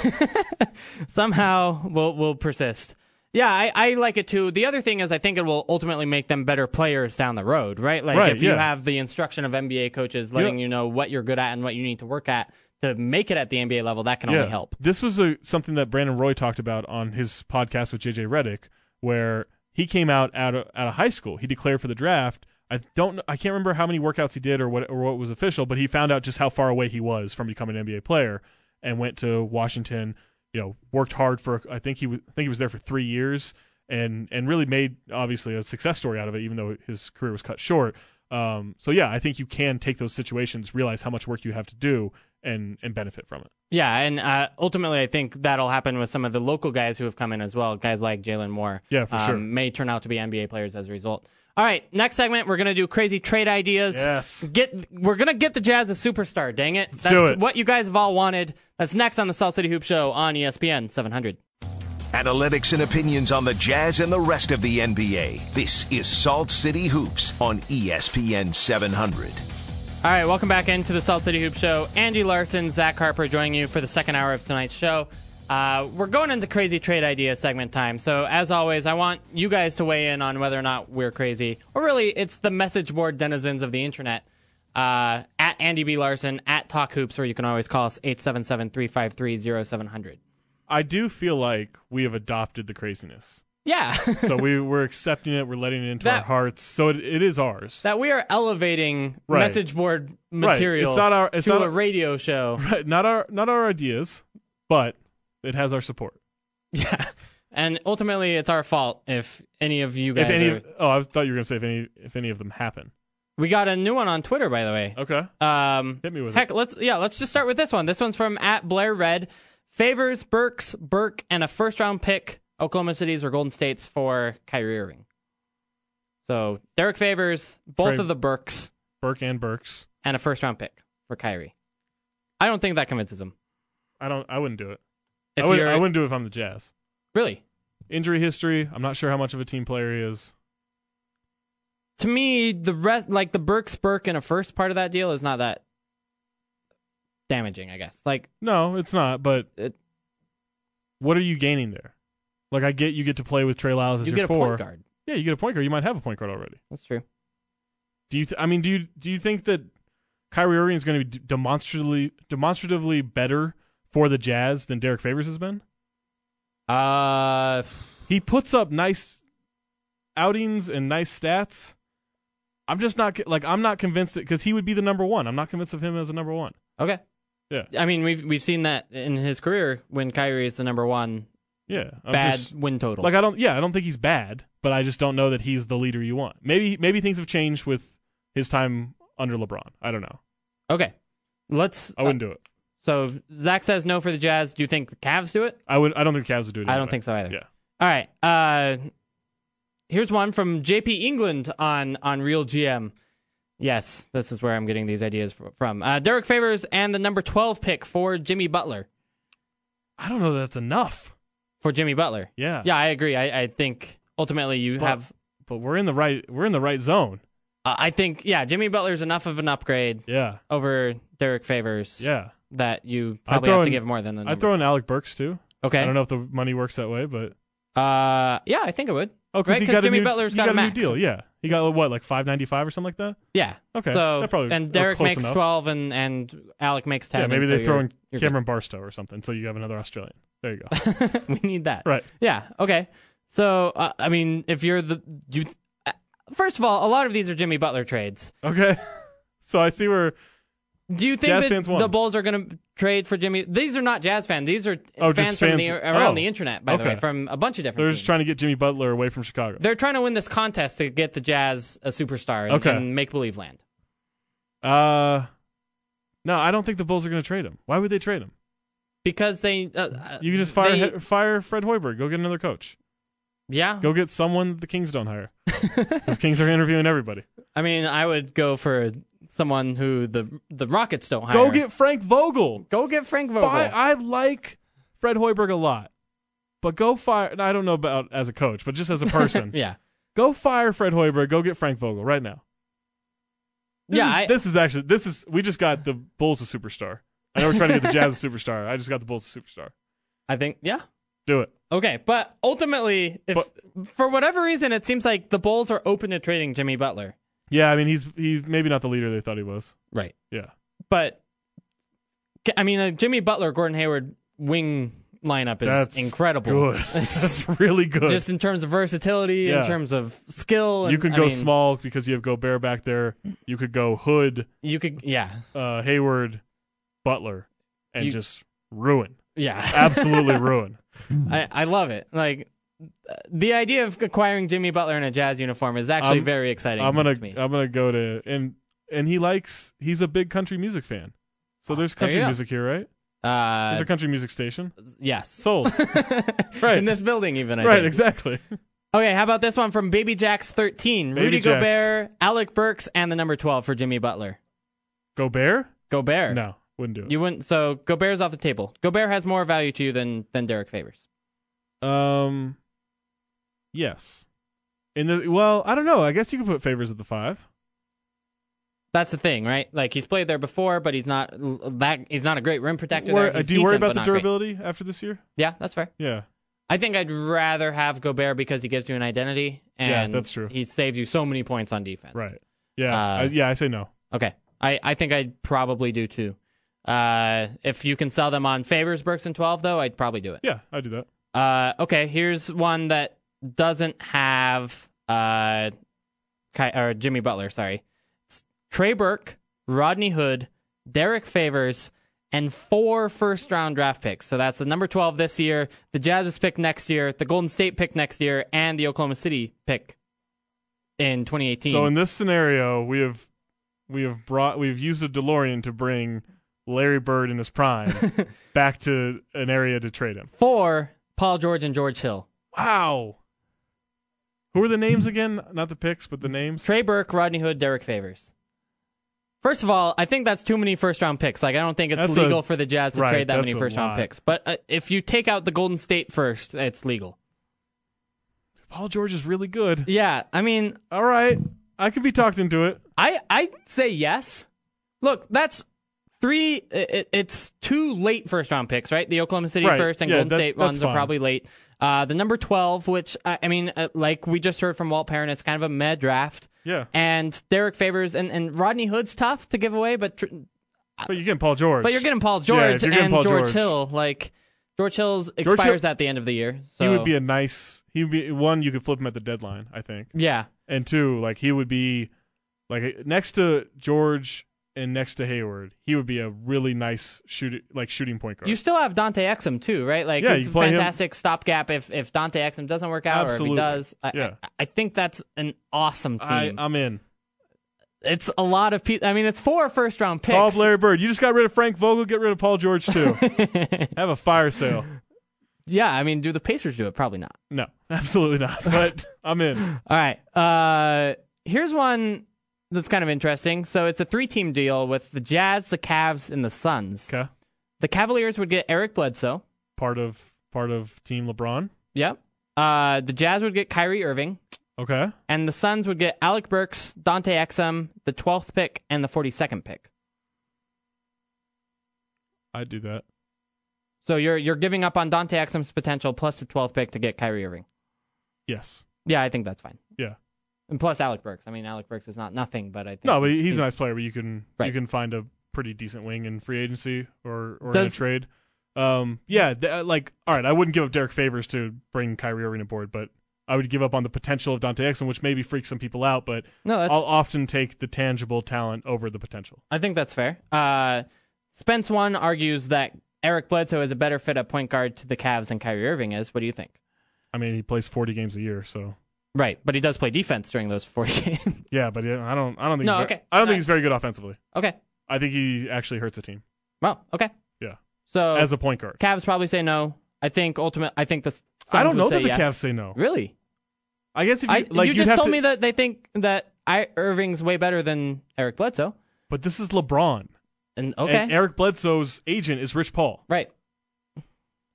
Speaker 2: somehow will will persist. Yeah, I, I like it too. The other thing is, I think it will ultimately make them better players down the road, right? Like
Speaker 3: Right,
Speaker 2: if you
Speaker 3: yeah.
Speaker 2: have the instruction of NBA coaches letting
Speaker 3: Yeah.
Speaker 2: you know what you're good at and what you need to work at to make it at the NBA level, that can
Speaker 3: yeah,
Speaker 2: only help.
Speaker 3: this was a something that Brandon Roy talked about on his podcast with JJ Reddick, where he came out out of, out of high school. He declared for the draft. I don't. know- I can't remember how many workouts he did or what or what was official, but he found out just how far away he was from becoming an NBA player, and went to Washington. You know, worked hard for. I think he was. I think he was there for three years, and and really made obviously a success story out of it, even though his career was cut short. Um, so yeah, I think you can take those situations, realize how much work you have to do, and and benefit from it.
Speaker 2: Yeah, and uh, ultimately, I think that'll happen with some of the local guys who have come in as well. Guys like Jalen Moore, um,
Speaker 3: Yeah, for sure.
Speaker 2: may turn out to be NBA players as a result. All right, next segment we're gonna do crazy trade ideas.
Speaker 3: Yes.
Speaker 2: Get we're gonna get the Jazz a superstar. Dang it! That's
Speaker 3: do it.
Speaker 2: what you guys have all wanted. That's next on the Salt City Hoop Show on E ESPN 700.
Speaker 1: Analytics and opinions on the Jazz and the rest of the NBA. This is Salt City Hoops on E ESPN 700.
Speaker 2: All right, welcome back into the Salt City Hoop Show. Andy Larson, Zach Harper joining you for the second hour of tonight's show. Uh, we're going into crazy trade idea segment time. So, as always, I want you guys to weigh in on whether or not we're crazy, or really, it's the message board denizens of the internet. Uh, at Andy B. Larson, at Talk Hoops, or you can always call us 877 353 0700.
Speaker 3: I do feel like we have adopted the craziness.
Speaker 2: Yeah. *laughs*
Speaker 3: So we, we're accepting it. We're letting it into our
Speaker 2: That-
Speaker 3: hearts. So it, it is ours.
Speaker 2: that we are elevating
Speaker 3: Right.
Speaker 2: message board material
Speaker 3: It's not our- it's
Speaker 2: to
Speaker 3: not
Speaker 2: a
Speaker 3: our-
Speaker 2: radio show.
Speaker 3: *laughs* Right, not our not our ideas, but it has our support.
Speaker 2: Yeah. And ultimately, it's our fault if any of you guys.
Speaker 3: if any,
Speaker 2: are-
Speaker 3: oh, I was- thought you were gonna say if any if any of them happen. Uh,
Speaker 2: we got a new one on Twitter, by the way.
Speaker 3: Okay,
Speaker 2: Um,
Speaker 3: Oh, Hit me with
Speaker 2: heck, let's yeah, let's just start with this one. This one's from at Blair Red. Favors Burks, Burke, and a first round pick, Oklahoma City's or Golden State's for Kyrie Irving. So Derek favors both
Speaker 3: Trey-
Speaker 2: of the Burks
Speaker 3: Burke and Burks.
Speaker 2: and a first round pick for Kyrie. I don't think that convinces him.
Speaker 3: I don't. I wouldn't do it.
Speaker 2: If
Speaker 3: I, would,
Speaker 2: you're
Speaker 3: I wouldn't do it if I'm the Jazz.
Speaker 2: really,
Speaker 3: Injury history. I'm not sure how much of a team player he is.
Speaker 2: to me, the rest, like the Burks, Burke, and a first part of that deal is not that damaging, I guess. Like,
Speaker 3: No, it's not. But
Speaker 2: It-
Speaker 3: what are you gaining there? Like I get you get to play with Trey Lyles as
Speaker 2: you
Speaker 3: your
Speaker 2: get a
Speaker 3: four.
Speaker 2: point guard.
Speaker 3: Yeah, you get a point guard. You might have a point guard already.
Speaker 2: That's true.
Speaker 3: Do you? Th- I mean, do you do you think that Kyrie Irving is going to be d- demonstratively demonstratively better for the Jazz than Derek Favors has been?
Speaker 2: Uh,
Speaker 3: He puts up nice outings and nice stats. I'm just not c- like I'm not convinced because he would be the number one. I'm not convinced of him as a number one.
Speaker 2: okay.
Speaker 3: Yeah.
Speaker 2: I mean, we've we've seen that in his career when Kyrie is the number one
Speaker 3: Yeah, I'm
Speaker 2: bad
Speaker 3: just-
Speaker 2: win totals.
Speaker 3: like I don't. Yeah, I don't think he's bad, but I just don't know that he's the leader you want. Maybe maybe things have changed with his time under LeBron. I don't know.
Speaker 2: Okay, let's. uh,
Speaker 3: I wouldn't do it.
Speaker 2: So Zach says no for the Jazz. Do you think the Cavs do it?
Speaker 3: I would. I don't think the Cavs would do it.
Speaker 2: I don't
Speaker 3: anyway.
Speaker 2: think so either.
Speaker 3: Yeah.
Speaker 2: All right. Uh, here's one from JP England on on Real GM. Yes, this is where I'm getting these ideas fr- from. Uh, Derek Favors and the number 12 pick for Jimmy Butler.
Speaker 3: I don't know. That that's enough.
Speaker 2: For Jimmy Butler.
Speaker 3: Yeah.
Speaker 2: Yeah, I agree. I, I think ultimately you
Speaker 3: But-
Speaker 2: have.
Speaker 3: But we're in the right. We're in the right zone.
Speaker 2: Uh, I think yeah, Jimmy Butler's enough of an upgrade
Speaker 3: Yeah.
Speaker 2: over Derek Favors.
Speaker 3: Yeah.
Speaker 2: that you
Speaker 3: I'd
Speaker 2: probably
Speaker 3: throw
Speaker 2: have to
Speaker 3: in-
Speaker 2: give more than the
Speaker 3: I
Speaker 2: number.
Speaker 3: throw in Alec Burks too.
Speaker 2: okay.
Speaker 3: I don't know if the money works that way, but
Speaker 2: Uh, yeah, I think it would.
Speaker 3: oh, because
Speaker 2: Right,
Speaker 3: he
Speaker 2: 'cause
Speaker 3: got
Speaker 2: Jimmy
Speaker 3: a new,
Speaker 2: Butler's
Speaker 3: he
Speaker 2: got a
Speaker 3: got,
Speaker 2: max.
Speaker 3: new deal. Yeah, he got what like five ninety five or something like that.
Speaker 2: Yeah.
Speaker 3: Okay,
Speaker 2: So
Speaker 3: that probably-
Speaker 2: and
Speaker 3: or
Speaker 2: Derek
Speaker 3: close
Speaker 2: makes
Speaker 3: enough.
Speaker 2: twelve, and and Alec makes ten.
Speaker 3: yeah, maybe
Speaker 2: and
Speaker 3: they
Speaker 2: so
Speaker 3: throw
Speaker 2: you're-
Speaker 3: in
Speaker 2: you're good.
Speaker 3: Cameron Barstow or something, so you have another Australian. There you go.
Speaker 2: *laughs* we need that.
Speaker 3: right.
Speaker 2: Yeah. Okay. So uh, I mean, if you're the you, uh, first of all, a lot of these are Jimmy Butler trades.
Speaker 3: Okay. *laughs* so I see where.
Speaker 2: Do you think
Speaker 3: Jazz
Speaker 2: that
Speaker 3: fans won.
Speaker 2: the Bulls are going to trade for Jimmy? These are not Jazz fans. These are
Speaker 3: Oh, just
Speaker 2: fans, from the,
Speaker 3: fans-
Speaker 2: around
Speaker 3: oh.
Speaker 2: the internet, by the
Speaker 3: Okay.
Speaker 2: way, from a bunch of different.
Speaker 3: They're just
Speaker 2: teams.
Speaker 3: trying to get Jimmy Butler away from Chicago.
Speaker 2: They're trying to win this contest to get the Jazz a superstar and,
Speaker 3: Okay.
Speaker 2: make believe land.
Speaker 3: Uh, no, I don't think the Bulls are going to trade him. Why would they trade him?
Speaker 2: because they uh, uh,
Speaker 3: You can just fire
Speaker 2: they-
Speaker 3: fire Fred Hoiberg. Go get another coach.
Speaker 2: yeah
Speaker 3: Go get someone the Kings
Speaker 2: *laughs*
Speaker 3: don't hire. Because Kings are interviewing everybody.
Speaker 2: i mean i would go for someone who the the rockets don't hire
Speaker 3: Go get Frank Vogel.
Speaker 2: go get frank vogel
Speaker 3: Buy- I like Fred Hoiberg a lot, but go fire. and I don't know about as a coach, but
Speaker 2: *laughs*
Speaker 3: just as a person,
Speaker 2: yeah
Speaker 3: go fire Fred Hoiberg. Go get Frank Vogel right now. This
Speaker 2: yeah
Speaker 3: is,
Speaker 2: I,
Speaker 3: this is actually this is we just got the Bulls a superstar. I know we're trying to get the Jazz a superstar. I just got the Bulls a superstar.
Speaker 2: I think yeah
Speaker 3: Do it.
Speaker 2: okay but ultimately if for whatever reason it seems like the bulls are open to trading jimmy butler
Speaker 3: Yeah, I mean he's he's maybe not the leader they thought he was.
Speaker 2: right
Speaker 3: Yeah,
Speaker 2: but i mean a jimmy butler gordon hayward wing lineup is
Speaker 3: that's
Speaker 2: incredible
Speaker 3: Good.
Speaker 2: *laughs* It's
Speaker 3: that's really good.
Speaker 2: just in terms of versatility in
Speaker 3: Yeah.
Speaker 2: terms of skill and,
Speaker 3: you could
Speaker 2: I
Speaker 3: go
Speaker 2: mean,
Speaker 3: small because you have Gobert back there. You could go Hood,
Speaker 2: you could yeah
Speaker 3: uh, Hayward, Butler, and
Speaker 2: You-
Speaker 3: just ruin.
Speaker 2: yeah *laughs*
Speaker 3: Absolutely ruin.
Speaker 2: I, I love it. Like uh, the idea of acquiring Jimmy Butler in a jazz uniform is actually
Speaker 3: I'm-
Speaker 2: very exciting.
Speaker 3: I'm gonna
Speaker 2: to me.
Speaker 3: I'm gonna go to and and he likes he's a big country music fan. So there's
Speaker 2: Ah, There you
Speaker 3: country
Speaker 2: go.
Speaker 3: music here, right?
Speaker 2: Uh, *laughs*
Speaker 3: There's a country music station.
Speaker 2: yes,
Speaker 3: *laughs* Sold.
Speaker 2: in this building, even. I
Speaker 3: right,
Speaker 2: think.
Speaker 3: exactly. *laughs*
Speaker 2: Okay, how about this one from Baby Jacks 13?
Speaker 3: Baby
Speaker 2: Rudy
Speaker 3: Jacks.
Speaker 2: Gobert, Alec Burks, and the number 12 for Jimmy Butler.
Speaker 3: Gobert?
Speaker 2: Gobert.
Speaker 3: No, wouldn't do it.
Speaker 2: You wouldn't. So Gobert's off the table. Gobert has more value to you than than Derek Favors.
Speaker 3: Um, yes. In the well, I don't know. I guess you could put favors at the five.
Speaker 2: That's the thing, right? Like he's played there before, but he's not l- that. He's not a great rim protector.
Speaker 3: Wor-
Speaker 2: there. He's
Speaker 3: do you worry
Speaker 2: decent, but
Speaker 3: about the
Speaker 2: not great.
Speaker 3: durability after this year?
Speaker 2: Yeah, that's fair.
Speaker 3: Yeah,
Speaker 2: I think I'd rather have Gobert because he gives you an identity, and
Speaker 3: Yeah, that's true.
Speaker 2: He saves you so many points on defense.
Speaker 3: right. Yeah,
Speaker 2: Uh,
Speaker 3: I, yeah. I say no.
Speaker 2: Okay. I, I think I'd probably do too. Uh, if you can sell them on favors, Burks and 12, though, I'd probably do it.
Speaker 3: Yeah, I do that.
Speaker 2: Uh, okay, here's one that doesn't have uh, Ky- or Jimmy Butler, sorry. It's Trey Burke, Rodney Hood, Derek Favors, and four first round draft picks. So that's the number 12 this year, the Jazz's pick next year, the Golden State pick next year, and the Oklahoma City pick in 2018.
Speaker 3: So in this scenario, we have we have brought we've used a DeLorean to bring Larry Bird in
Speaker 2: *laughs*
Speaker 3: his prime back to an area to trade him.
Speaker 2: four, Paul George and George Hill.
Speaker 3: Wow. Who are the names again? Not the picks, but the names.
Speaker 2: Trey Burke, Rodney Hood, Derek Favors. First of all, I think that's too many first round picks. Like, I don't think it's
Speaker 3: That's
Speaker 2: legal
Speaker 3: a-
Speaker 2: for the Jazz to
Speaker 3: right,
Speaker 2: trade that
Speaker 3: that's
Speaker 2: many
Speaker 3: a
Speaker 2: first
Speaker 3: lot.
Speaker 2: round picks. But uh, if you take out the Golden State first, it's legal.
Speaker 3: Paul George is really good.
Speaker 2: Yeah, I mean,
Speaker 3: All right, I could be talked into it.
Speaker 2: I I say yes. Look, that's three. It, it's two late first round picks, right? The Oklahoma City
Speaker 3: Right,
Speaker 2: first and
Speaker 3: yeah,
Speaker 2: Golden
Speaker 3: that-
Speaker 2: State
Speaker 3: that's
Speaker 2: ones are
Speaker 3: fine.
Speaker 2: probably late. Uh, the number twelve, which uh, I mean, uh, like we just heard from Walt Perrin, it's kind of a med draft.
Speaker 3: Yeah.
Speaker 2: And Derek Favors and, and Rodney Hood's tough to give away, but tr-
Speaker 3: But you're getting Paul George.
Speaker 2: But you're getting Paul
Speaker 3: Yeah, if
Speaker 2: George
Speaker 3: you're getting
Speaker 2: and
Speaker 3: Paul
Speaker 2: George,
Speaker 3: George.
Speaker 2: Hill. Like George Hill's expires at the end of the year. So
Speaker 3: He would be a nice. He would be one. You could flip him at the deadline, I think.
Speaker 2: yeah.
Speaker 3: And two, like he would be, like next to George and next to Hayward, he would be a really nice shooting, like shooting point guard.
Speaker 2: You still have Dante Exum too, right? Like
Speaker 3: Yeah,
Speaker 2: it's
Speaker 3: you
Speaker 2: a
Speaker 3: play him-
Speaker 2: fantastic stopgap if if Dante Exum doesn't work out
Speaker 3: Absolutely.
Speaker 2: or if he does. I,
Speaker 3: Yeah.
Speaker 2: I, I think that's an awesome team.
Speaker 3: I, um, I'm in.
Speaker 2: it's a lot of people. I mean, it's four first round picks.
Speaker 3: Call up Larry Bird. You just got rid of Frank Vogel. Get rid of Paul
Speaker 2: *laughs*
Speaker 3: George too. Have a fire sale.
Speaker 2: yeah, I mean, do the Pacers do it? Probably not.
Speaker 3: No, *laughs* absolutely
Speaker 2: *laughs*
Speaker 3: not. But I'm in.
Speaker 2: All right. Uh, here's one that's kind of interesting. So it's a three team deal with the Jazz, the Cavs, and the Suns.
Speaker 3: Okay.
Speaker 2: The Cavaliers would get Eric Bledsoe.
Speaker 3: Part of part of Team LeBron.
Speaker 2: Yep. Uh, the Jazz would get Kyrie Irving,
Speaker 3: Okay.
Speaker 2: and the Suns would get Alec Burks, Dante Exum, the 12th pick, and the 42nd pick.
Speaker 3: I'd do that.
Speaker 2: So you're you're giving up on Dante Exum's potential plus the 12th pick to get Kyrie Irving.
Speaker 3: Yes.
Speaker 2: Yeah, I think that's fine.
Speaker 3: Yeah.
Speaker 2: And plus Alec Burks. I mean, Alec Burks is not nothing, but I think
Speaker 3: No, but he's, a nice player. But you can you
Speaker 2: Right.
Speaker 3: can find a pretty decent wing in free agency or or in a
Speaker 2: Does-
Speaker 3: trade. Um, yeah, th- uh, like all right, I wouldn't give up Derek Favors to bring Kyrie Irving aboard, but I would give up on the potential of Dante Exum, which maybe freaks some people out. But
Speaker 2: No, that's
Speaker 3: I'll often take the tangible talent over the potential.
Speaker 2: I think that's fair. Uh, Spence one argues that Eric Bledsoe is a better fit at point guard to the Cavs than Kyrie Irving is. What do you think?
Speaker 3: I mean, he plays forty games a year, so
Speaker 2: Right, but he does play defense during those 40 *laughs* games.
Speaker 3: yeah. But yeah, I don't I don't think
Speaker 2: No,
Speaker 3: he's very,
Speaker 2: okay.
Speaker 3: I don't
Speaker 2: Uh,
Speaker 3: think he's very good offensively.
Speaker 2: okay.
Speaker 3: I think he actually hurts a team.
Speaker 2: Well, okay.
Speaker 3: Yeah,
Speaker 2: So
Speaker 3: as a point guard.
Speaker 2: Oh. Cavs probably say no. I think ultimate. I think the. Suns
Speaker 3: I don't
Speaker 2: would
Speaker 3: know
Speaker 2: say
Speaker 3: that the
Speaker 2: yes.
Speaker 3: Cavs say no.
Speaker 2: Really?
Speaker 3: I guess if you,
Speaker 2: I,
Speaker 3: like
Speaker 2: you
Speaker 3: you'd
Speaker 2: just
Speaker 3: have
Speaker 2: told
Speaker 3: to-
Speaker 2: me that they think that I Irving's way better than Eric Bledsoe.
Speaker 3: but this is LeBron.
Speaker 2: And okay,
Speaker 3: And Eric Bledsoe's agent is Rich Paul.
Speaker 2: right.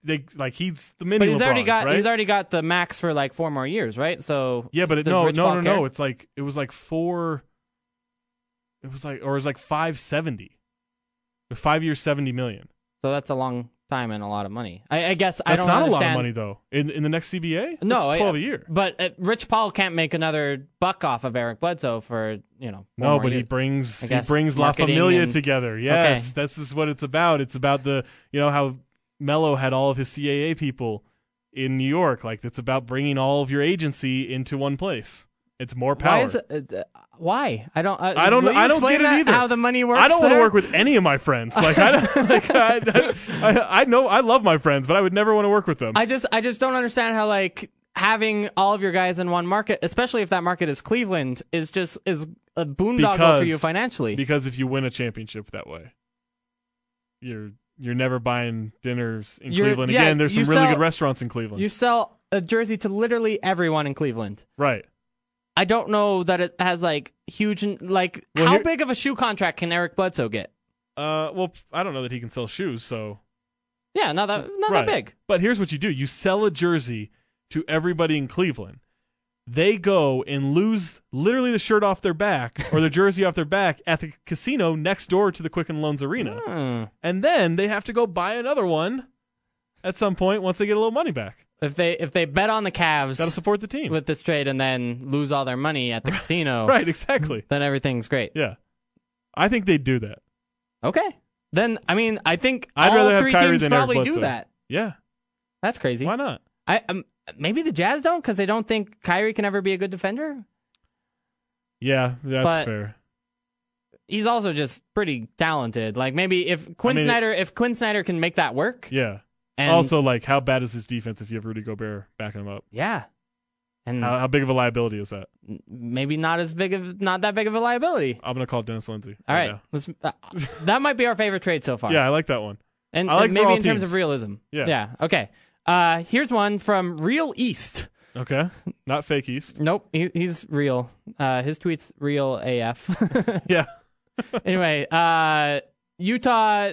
Speaker 3: They like he's the mini.
Speaker 2: But he's
Speaker 3: LeBron,
Speaker 2: already got
Speaker 3: right?
Speaker 2: he's already got the max for like four more years, right? So
Speaker 3: Yeah, but it,
Speaker 2: does
Speaker 3: no,
Speaker 2: Rich
Speaker 3: no,
Speaker 2: Paul
Speaker 3: no,
Speaker 2: care?
Speaker 3: no. It's like it was like four. It was like or it was like five seventy. Five years, seventy million.
Speaker 2: so that's a long time and a lot of money. I, I guess I
Speaker 3: That's
Speaker 2: don't
Speaker 3: not
Speaker 2: understand.
Speaker 3: a lot of money though. In in the next CBA,
Speaker 2: No,
Speaker 3: That's
Speaker 2: I-
Speaker 3: twelve a year.
Speaker 2: But uh, Rich Paul can't make another buck off of Eric Bledsoe for you know. four
Speaker 3: No,
Speaker 2: more
Speaker 3: but he
Speaker 2: years.
Speaker 3: brings
Speaker 2: I
Speaker 3: he
Speaker 2: guess
Speaker 3: brings La
Speaker 2: marketing
Speaker 3: Familia
Speaker 2: and-
Speaker 3: together. Yes, this is what it's about. It's about the you know how Mello had all of his CAA people in New York. Like it's about bringing all of your agency into one place. It's more power.
Speaker 2: Why is it? Uh, uh, why I don't. Uh,
Speaker 3: I don't.
Speaker 2: will
Speaker 3: know.
Speaker 2: you
Speaker 3: I don't
Speaker 2: explain
Speaker 3: get it
Speaker 2: that,
Speaker 3: either.
Speaker 2: How the money works?
Speaker 3: I don't
Speaker 2: want
Speaker 3: want to work with any of my friends. Like I, don't, *laughs* like I, I, I know I love my friends, but I would never want to work with them.
Speaker 2: I just I just don't understand how like having all of your guys in one market, especially if that market is Cleveland, is just is a boondoggle
Speaker 3: Because-
Speaker 2: for you financially.
Speaker 3: because if you win a championship that way, you're you're never buying dinners in
Speaker 2: You're-
Speaker 3: Cleveland
Speaker 2: yeah,
Speaker 3: again. There's some
Speaker 2: you
Speaker 3: really
Speaker 2: sell-
Speaker 3: good restaurants in Cleveland.
Speaker 2: you sell a jersey to literally everyone in Cleveland.
Speaker 3: Right.
Speaker 2: I don't know that it has like huge like
Speaker 3: Well,
Speaker 2: how
Speaker 3: here-
Speaker 2: big of a shoe contract can Eric Bledsoe get?
Speaker 3: Uh, well, I don't know that he can sell shoes, so
Speaker 2: Yeah, not that not that
Speaker 3: right.
Speaker 2: big.
Speaker 3: But here's what you do: you sell a jersey to everybody in Cleveland. They go and lose literally the shirt off
Speaker 2: *laughs*
Speaker 3: their back or their jersey off their back at the casino next door to the Quicken Loans Arena,
Speaker 2: Hmm.
Speaker 3: and then they have to go buy another one at some point once they get a little money back.
Speaker 2: If they if they bet on the
Speaker 3: Got to
Speaker 2: Cavs
Speaker 3: support the team,
Speaker 2: with oh. this trade and then lose all their money at the casino,
Speaker 3: *laughs* right? Exactly.
Speaker 2: then everything's great.
Speaker 3: Yeah, I think they'd do that.
Speaker 2: Okay. Then I mean I think
Speaker 3: I'd
Speaker 2: all
Speaker 3: rather have
Speaker 2: three
Speaker 3: Kyrie
Speaker 2: teams
Speaker 3: than Eric
Speaker 2: probably do
Speaker 3: Bledsoe.
Speaker 2: that.
Speaker 3: Yeah,
Speaker 2: That's crazy.
Speaker 3: why not?
Speaker 2: I um, maybe the Jazz don't because they don't think Kyrie can ever be a good defender.
Speaker 3: Yeah, that's
Speaker 2: But-
Speaker 3: fair.
Speaker 2: He's also just pretty talented. Like maybe if Quinn
Speaker 3: mean, it-
Speaker 2: Snyder, if Quinn Snyder can make that work,
Speaker 3: Yeah.
Speaker 2: and
Speaker 3: also, like, how bad is his defense if you have Rudy Gobert backing him up?
Speaker 2: yeah, and
Speaker 3: How, how big of a liability is that?
Speaker 2: maybe not as big of not that big of a liability.
Speaker 3: I'm gonna call Dennis Lindsey.
Speaker 2: All right,
Speaker 3: now.
Speaker 2: let's. Uh, that might be our favorite trade so far.
Speaker 3: Yeah, I like that one.
Speaker 2: and,
Speaker 3: I like
Speaker 2: and
Speaker 3: for
Speaker 2: maybe in
Speaker 3: all
Speaker 2: terms of
Speaker 3: teams.
Speaker 2: realism.
Speaker 3: Yeah.
Speaker 2: yeah. Okay. Uh, here's one from Real East. *laughs*
Speaker 3: Okay, not fake East.
Speaker 2: Nope, he, he's real. Uh, his tweet's real AF. *laughs*
Speaker 3: Yeah,
Speaker 2: anyway, uh, Utah.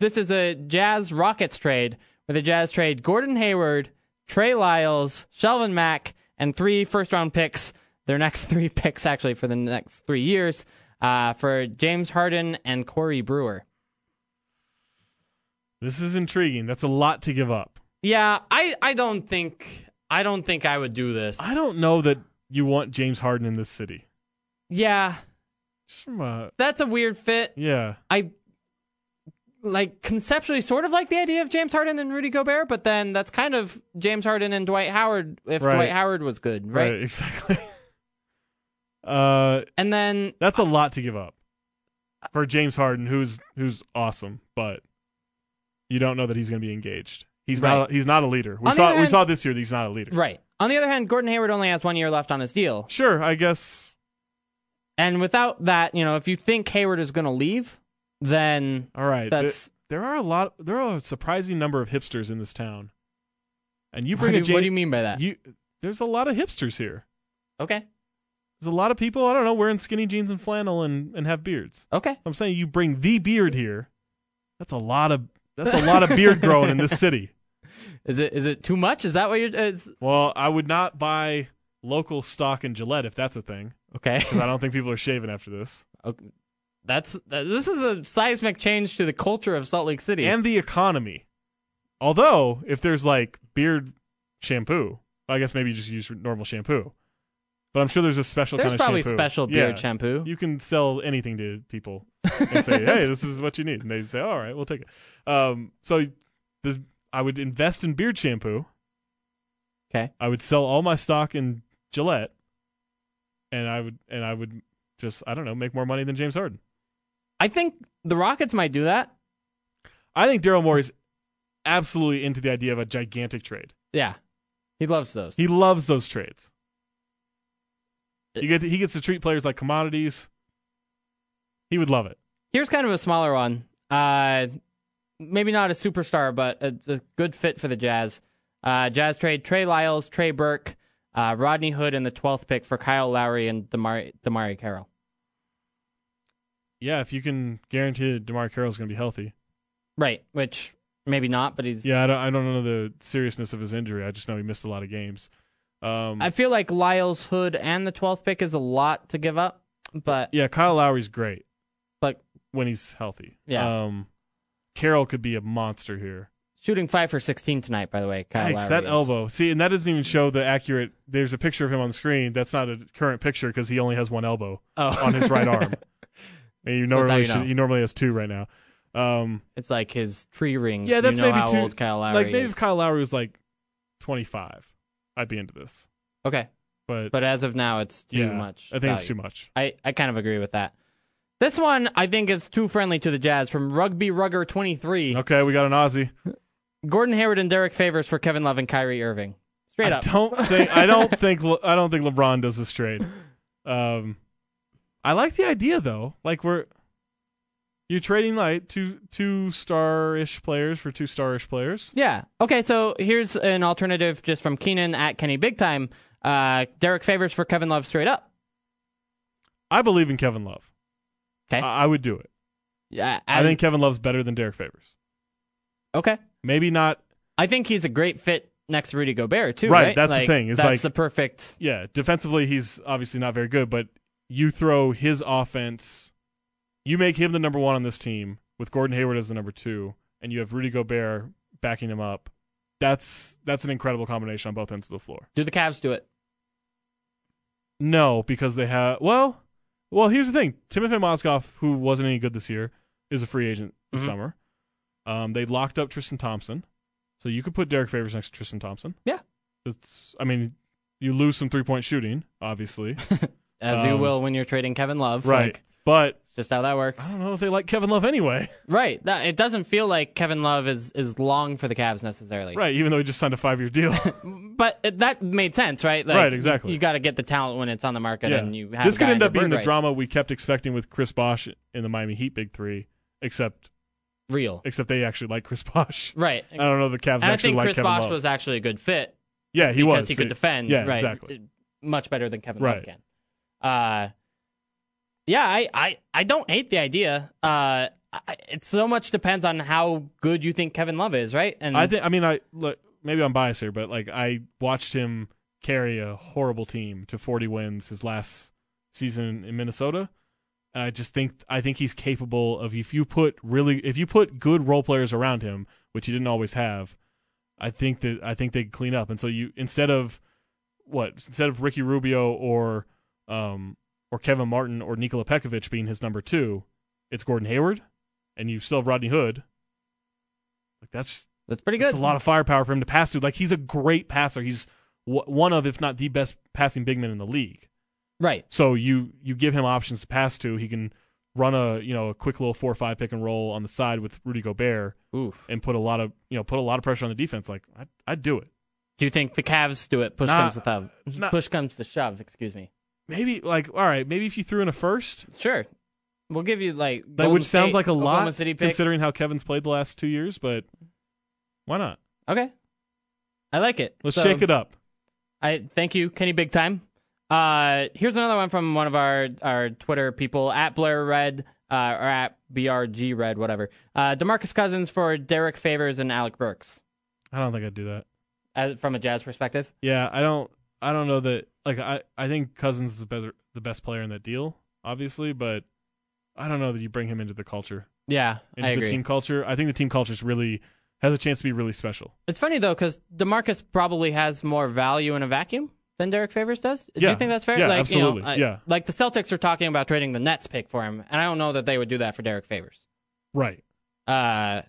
Speaker 2: This is a Jazz Rockets trade where the Jazz trade Gordon Hayward, Trey Lyles, Shelvin Mack, and three first round picks. Their next *laughs* three picks, actually, for the next three years, uh, for James Harden and Corey Brewer.
Speaker 3: this is intriguing. That's a lot to give up.
Speaker 2: Yeah, I, I don't think I don't think I would do this.
Speaker 3: I don't know that you want James Harden in this city.
Speaker 2: Yeah,
Speaker 3: Just from a-
Speaker 2: that's a weird fit.
Speaker 3: yeah,
Speaker 2: I like conceptually sort of like the idea of James Harden and Rudy Gobert, but then that's kind of James Harden and Dwight Howard if
Speaker 3: Right.
Speaker 2: Dwight Howard was good, right?
Speaker 3: *laughs* exactly. uh,
Speaker 2: And then
Speaker 3: that's a lot to give up for James Harden, who's who's awesome, but you don't know that he's gonna be engaged. He's not.
Speaker 2: Right.
Speaker 3: He's not a leader. We
Speaker 2: On the
Speaker 3: saw.
Speaker 2: other
Speaker 3: we
Speaker 2: hand-
Speaker 3: saw this year. that He's not a leader.
Speaker 2: right. On the other hand, Gordon Hayward only has one year left on his deal.
Speaker 3: Sure. I guess.
Speaker 2: And without that, you know, if you think Hayward is gonna leave, then
Speaker 3: All right. th-
Speaker 2: That's-
Speaker 3: there are a lot. There are a surprising number of hipsters in this town, and you
Speaker 2: what
Speaker 3: bring
Speaker 2: do,
Speaker 3: a James.
Speaker 2: what do you mean by that?
Speaker 3: You there's a lot of hipsters here.
Speaker 2: okay.
Speaker 3: There's a lot of people I don't know wearing skinny jeans and flannel and and have beards.
Speaker 2: Okay.
Speaker 3: I'm saying you bring the beard here. That's a lot of that's a lot of beard growing
Speaker 2: *laughs*
Speaker 3: in this city.
Speaker 2: Is it is it too much? Is that what you're is,
Speaker 3: Well, I would not buy local stock in Gillette if that's a thing
Speaker 2: okay. *laughs*
Speaker 3: because I don't think people are shaving after this.
Speaker 2: okay. That's that, this is a seismic change to the culture of Salt Lake City.
Speaker 3: And the economy. Although, if there's like beard shampoo, I guess maybe you just use normal shampoo. But I'm sure there's a special
Speaker 2: there's
Speaker 3: kind of
Speaker 2: probably
Speaker 3: shampoo.
Speaker 2: special
Speaker 3: Yeah.
Speaker 2: beard shampoo.
Speaker 3: You can sell anything to
Speaker 2: *laughs*
Speaker 3: people and say, "Hey, this is what you need," and they say, "All right, we'll take it." Um, so, this, I would invest in beard shampoo.
Speaker 2: Okay.
Speaker 3: I would sell all my stock in Gillette, and I would and I would just I don't know make more money than James Harden.
Speaker 2: I think the Rockets might do that.
Speaker 3: I think Daryl Moore is absolutely into the idea of a gigantic trade.
Speaker 2: Yeah. He loves those.
Speaker 3: He loves those trades. You get he gets to treat players like commodities. He would love it.
Speaker 2: Here's kind of a smaller one. Uh, maybe not a superstar, but a, a good fit for the Jazz. Uh, Jazz trade Trey Lyles, Trey Burke, uh, Rodney Hood, and the 12th pick for Kyle Lowry and Damari, Damari Carroll.
Speaker 3: Yeah, if you can guarantee that DeMar Carroll's going to be healthy.
Speaker 2: Right, which maybe not, but he's.
Speaker 3: Yeah, I don't, I don't know the seriousness of his injury. I just know he missed a lot of games. Um,
Speaker 2: I feel like Lyles, Hood, and the 12th pick is a lot to give up, but
Speaker 3: yeah, Kyle Lowry's great
Speaker 2: but
Speaker 3: when he's healthy.
Speaker 2: Yeah.
Speaker 3: Um, Carroll could be a monster here.
Speaker 2: shooting five for 16 tonight, by the way. Kyle
Speaker 3: Yikes,
Speaker 2: Lowry
Speaker 3: that
Speaker 2: is.
Speaker 3: elbow. See, and that doesn't even show the accurate. There's a picture of him on the screen. That's not a current picture because he only has one elbow
Speaker 2: Oh.
Speaker 3: on his right
Speaker 2: *laughs*
Speaker 3: arm. And you
Speaker 2: That's how
Speaker 3: normally
Speaker 2: you know.
Speaker 3: should, he normally has two right now. Um,
Speaker 2: It's like his tree rings.
Speaker 3: yeah, that's
Speaker 2: you know
Speaker 3: maybe
Speaker 2: how
Speaker 3: two.
Speaker 2: old Kyle Lowry
Speaker 3: like maybe
Speaker 2: is.
Speaker 3: if Kyle Lowry was like 25, I'd be into this.
Speaker 2: okay.
Speaker 3: But,
Speaker 2: But as of now, it's too
Speaker 3: yeah,
Speaker 2: much.
Speaker 3: I think it's too
Speaker 2: value.
Speaker 3: much.
Speaker 2: I, I kind of agree with that. This one I think is too friendly to the Jazz from Rugby Rugger 23.
Speaker 3: Okay, we got an Aussie.
Speaker 2: Gordon Hayward and Derek Favors for Kevin Love and Kyrie Irving. Straight
Speaker 3: I
Speaker 2: up.
Speaker 3: don't think I
Speaker 2: *laughs*
Speaker 3: don't think Le- I don't think LeBron does this trade. Um, I like the idea though. Like we're You're trading like two two star-ish players for two star-ish players.
Speaker 2: Yeah. Okay, so here's an alternative just from Keenan at Kenny Big Time. Uh, Derek Favors for Kevin Love straight up.
Speaker 3: I believe in Kevin Love.
Speaker 2: 'Kay.
Speaker 3: I, I would do it.
Speaker 2: Yeah,
Speaker 3: I think Kevin Love's better than Derek Favors.
Speaker 2: Okay.
Speaker 3: Maybe not.
Speaker 2: I think he's a great fit next to Rudy Gobert too. Right.
Speaker 3: Right, that's the
Speaker 2: Like,
Speaker 3: thing, is
Speaker 2: that's
Speaker 3: like-
Speaker 2: the perfect.
Speaker 3: Yeah, defensively he's obviously not very good, but you throw his offense, you make him the number one on this team with Gordon Hayward as the number two, and you have Rudy Gobert backing him up. That's that's an incredible combination on both ends of the floor.
Speaker 2: Do the Cavs do it?
Speaker 3: No, because they have well, well. Here's the thing: Timothy Mozgov, who wasn't any good this year, is a free agent this summer. Um, they locked up Tristan Thompson, so you could put Derek Favors next to Tristan Thompson.
Speaker 2: Yeah.
Speaker 3: It's, I mean, you lose some three point shooting, obviously,
Speaker 2: As you
Speaker 3: Um,
Speaker 2: will when you're trading Kevin Love. Like,
Speaker 3: but
Speaker 2: it's just how that
Speaker 3: I
Speaker 2: works.
Speaker 3: don't know if they like Kevin Love anyway.
Speaker 2: Right. That, it doesn't feel like Kevin Love is, is long for the Cavs necessarily.
Speaker 3: Right, even though he just signed a five year
Speaker 2: *laughs*
Speaker 3: deal.
Speaker 2: But it, that made sense, right? Like,
Speaker 3: Right, exactly.
Speaker 2: You, got to get the talent when it's on the market, and you have
Speaker 3: this
Speaker 2: a
Speaker 3: could
Speaker 2: guy
Speaker 3: end
Speaker 2: under
Speaker 3: up being
Speaker 2: bird
Speaker 3: the
Speaker 2: rights.
Speaker 3: drama we kept expecting with Chris Bosh in the Miami Heat Big Three, except
Speaker 2: real.
Speaker 3: except they actually like Chris Bosh.
Speaker 2: Right.
Speaker 3: I don't know if the Cavs
Speaker 2: And I
Speaker 3: actually
Speaker 2: think
Speaker 3: like
Speaker 2: Chris
Speaker 3: Kevin
Speaker 2: Bosh
Speaker 3: Love.
Speaker 2: was actually a good fit
Speaker 3: Yeah, he
Speaker 2: because
Speaker 3: was.
Speaker 2: he could defend
Speaker 3: Yeah,
Speaker 2: right
Speaker 3: exactly.
Speaker 2: much better than Kevin Love
Speaker 3: Right.
Speaker 2: can. Uh, yeah, I, I, I don't hate the idea. Uh, I, it so much depends on how good you think Kevin Love is, right? And
Speaker 3: I think. I mean, I look. Maybe I'm biased here, but like I watched him carry a horrible team to 40 wins his last season in Minnesota. And I just think I think he's capable of if you put really if you put good role players around him, which he didn't always have. I think that I think they could clean up, and so you instead of what instead of Ricky Rubio or um or Kevin Martin or Nikola Pekovic being his number two, it's Gordon Hayward, and you still have Rodney Hood. Like that's
Speaker 2: that's pretty good.
Speaker 3: it's a lot of firepower for him to pass through. Like he's a great passer. He's w- one of, if not the best passing big man in the league.
Speaker 2: right.
Speaker 3: So you you give him options to pass to. He can run a you know a quick little four or five pick and roll on the side with Rudy Gobert
Speaker 2: Oof.
Speaker 3: and put a lot of you know put a lot of pressure on the defense. Like I I'd do it.
Speaker 2: Do you think the Cavs do it? Push
Speaker 3: Nah,
Speaker 2: comes to shove.
Speaker 3: nah.
Speaker 2: Push comes to shove. Excuse me.
Speaker 3: Maybe like all right. Maybe if you threw in a first,
Speaker 2: Sure. We'll give you like
Speaker 3: that
Speaker 2: Golden
Speaker 3: which sounds
Speaker 2: State,
Speaker 3: like a
Speaker 2: Oklahoma
Speaker 3: lot
Speaker 2: City pick.
Speaker 3: considering how Kevin's played the last two years, but why not?
Speaker 2: okay. I like it.
Speaker 3: Let's
Speaker 2: So-
Speaker 3: shake it up.
Speaker 2: I thank you, Kenny Big Time. Uh, here's another one from one of our, our Twitter people at Blair Red uh, or at BRG Red, whatever. Uh, Demarcus Cousins for Derek Favors and Alec Burks
Speaker 3: I don't think I'd do that.
Speaker 2: as, from a Jazz perspective.
Speaker 3: Yeah, I don't I don't know that like I, I think Cousins is the better the best player in that deal, obviously, but I don't know that you bring him into the culture.
Speaker 2: Yeah,
Speaker 3: Into
Speaker 2: I
Speaker 3: the
Speaker 2: agree.
Speaker 3: team culture. I think the team culture is really has a chance to be really special.
Speaker 2: It's funny though because Demarcus probably has more value in a vacuum than Derek Favors does. Do
Speaker 3: Yeah.
Speaker 2: you think that's fair?
Speaker 3: Yeah,
Speaker 2: like, You
Speaker 3: absolutely.
Speaker 2: know, I-
Speaker 3: Yeah.
Speaker 2: Like the Celtics are talking about trading the Nets pick for him, and I don't know that they would do that for Derek Favors.
Speaker 3: Right.
Speaker 2: Uh,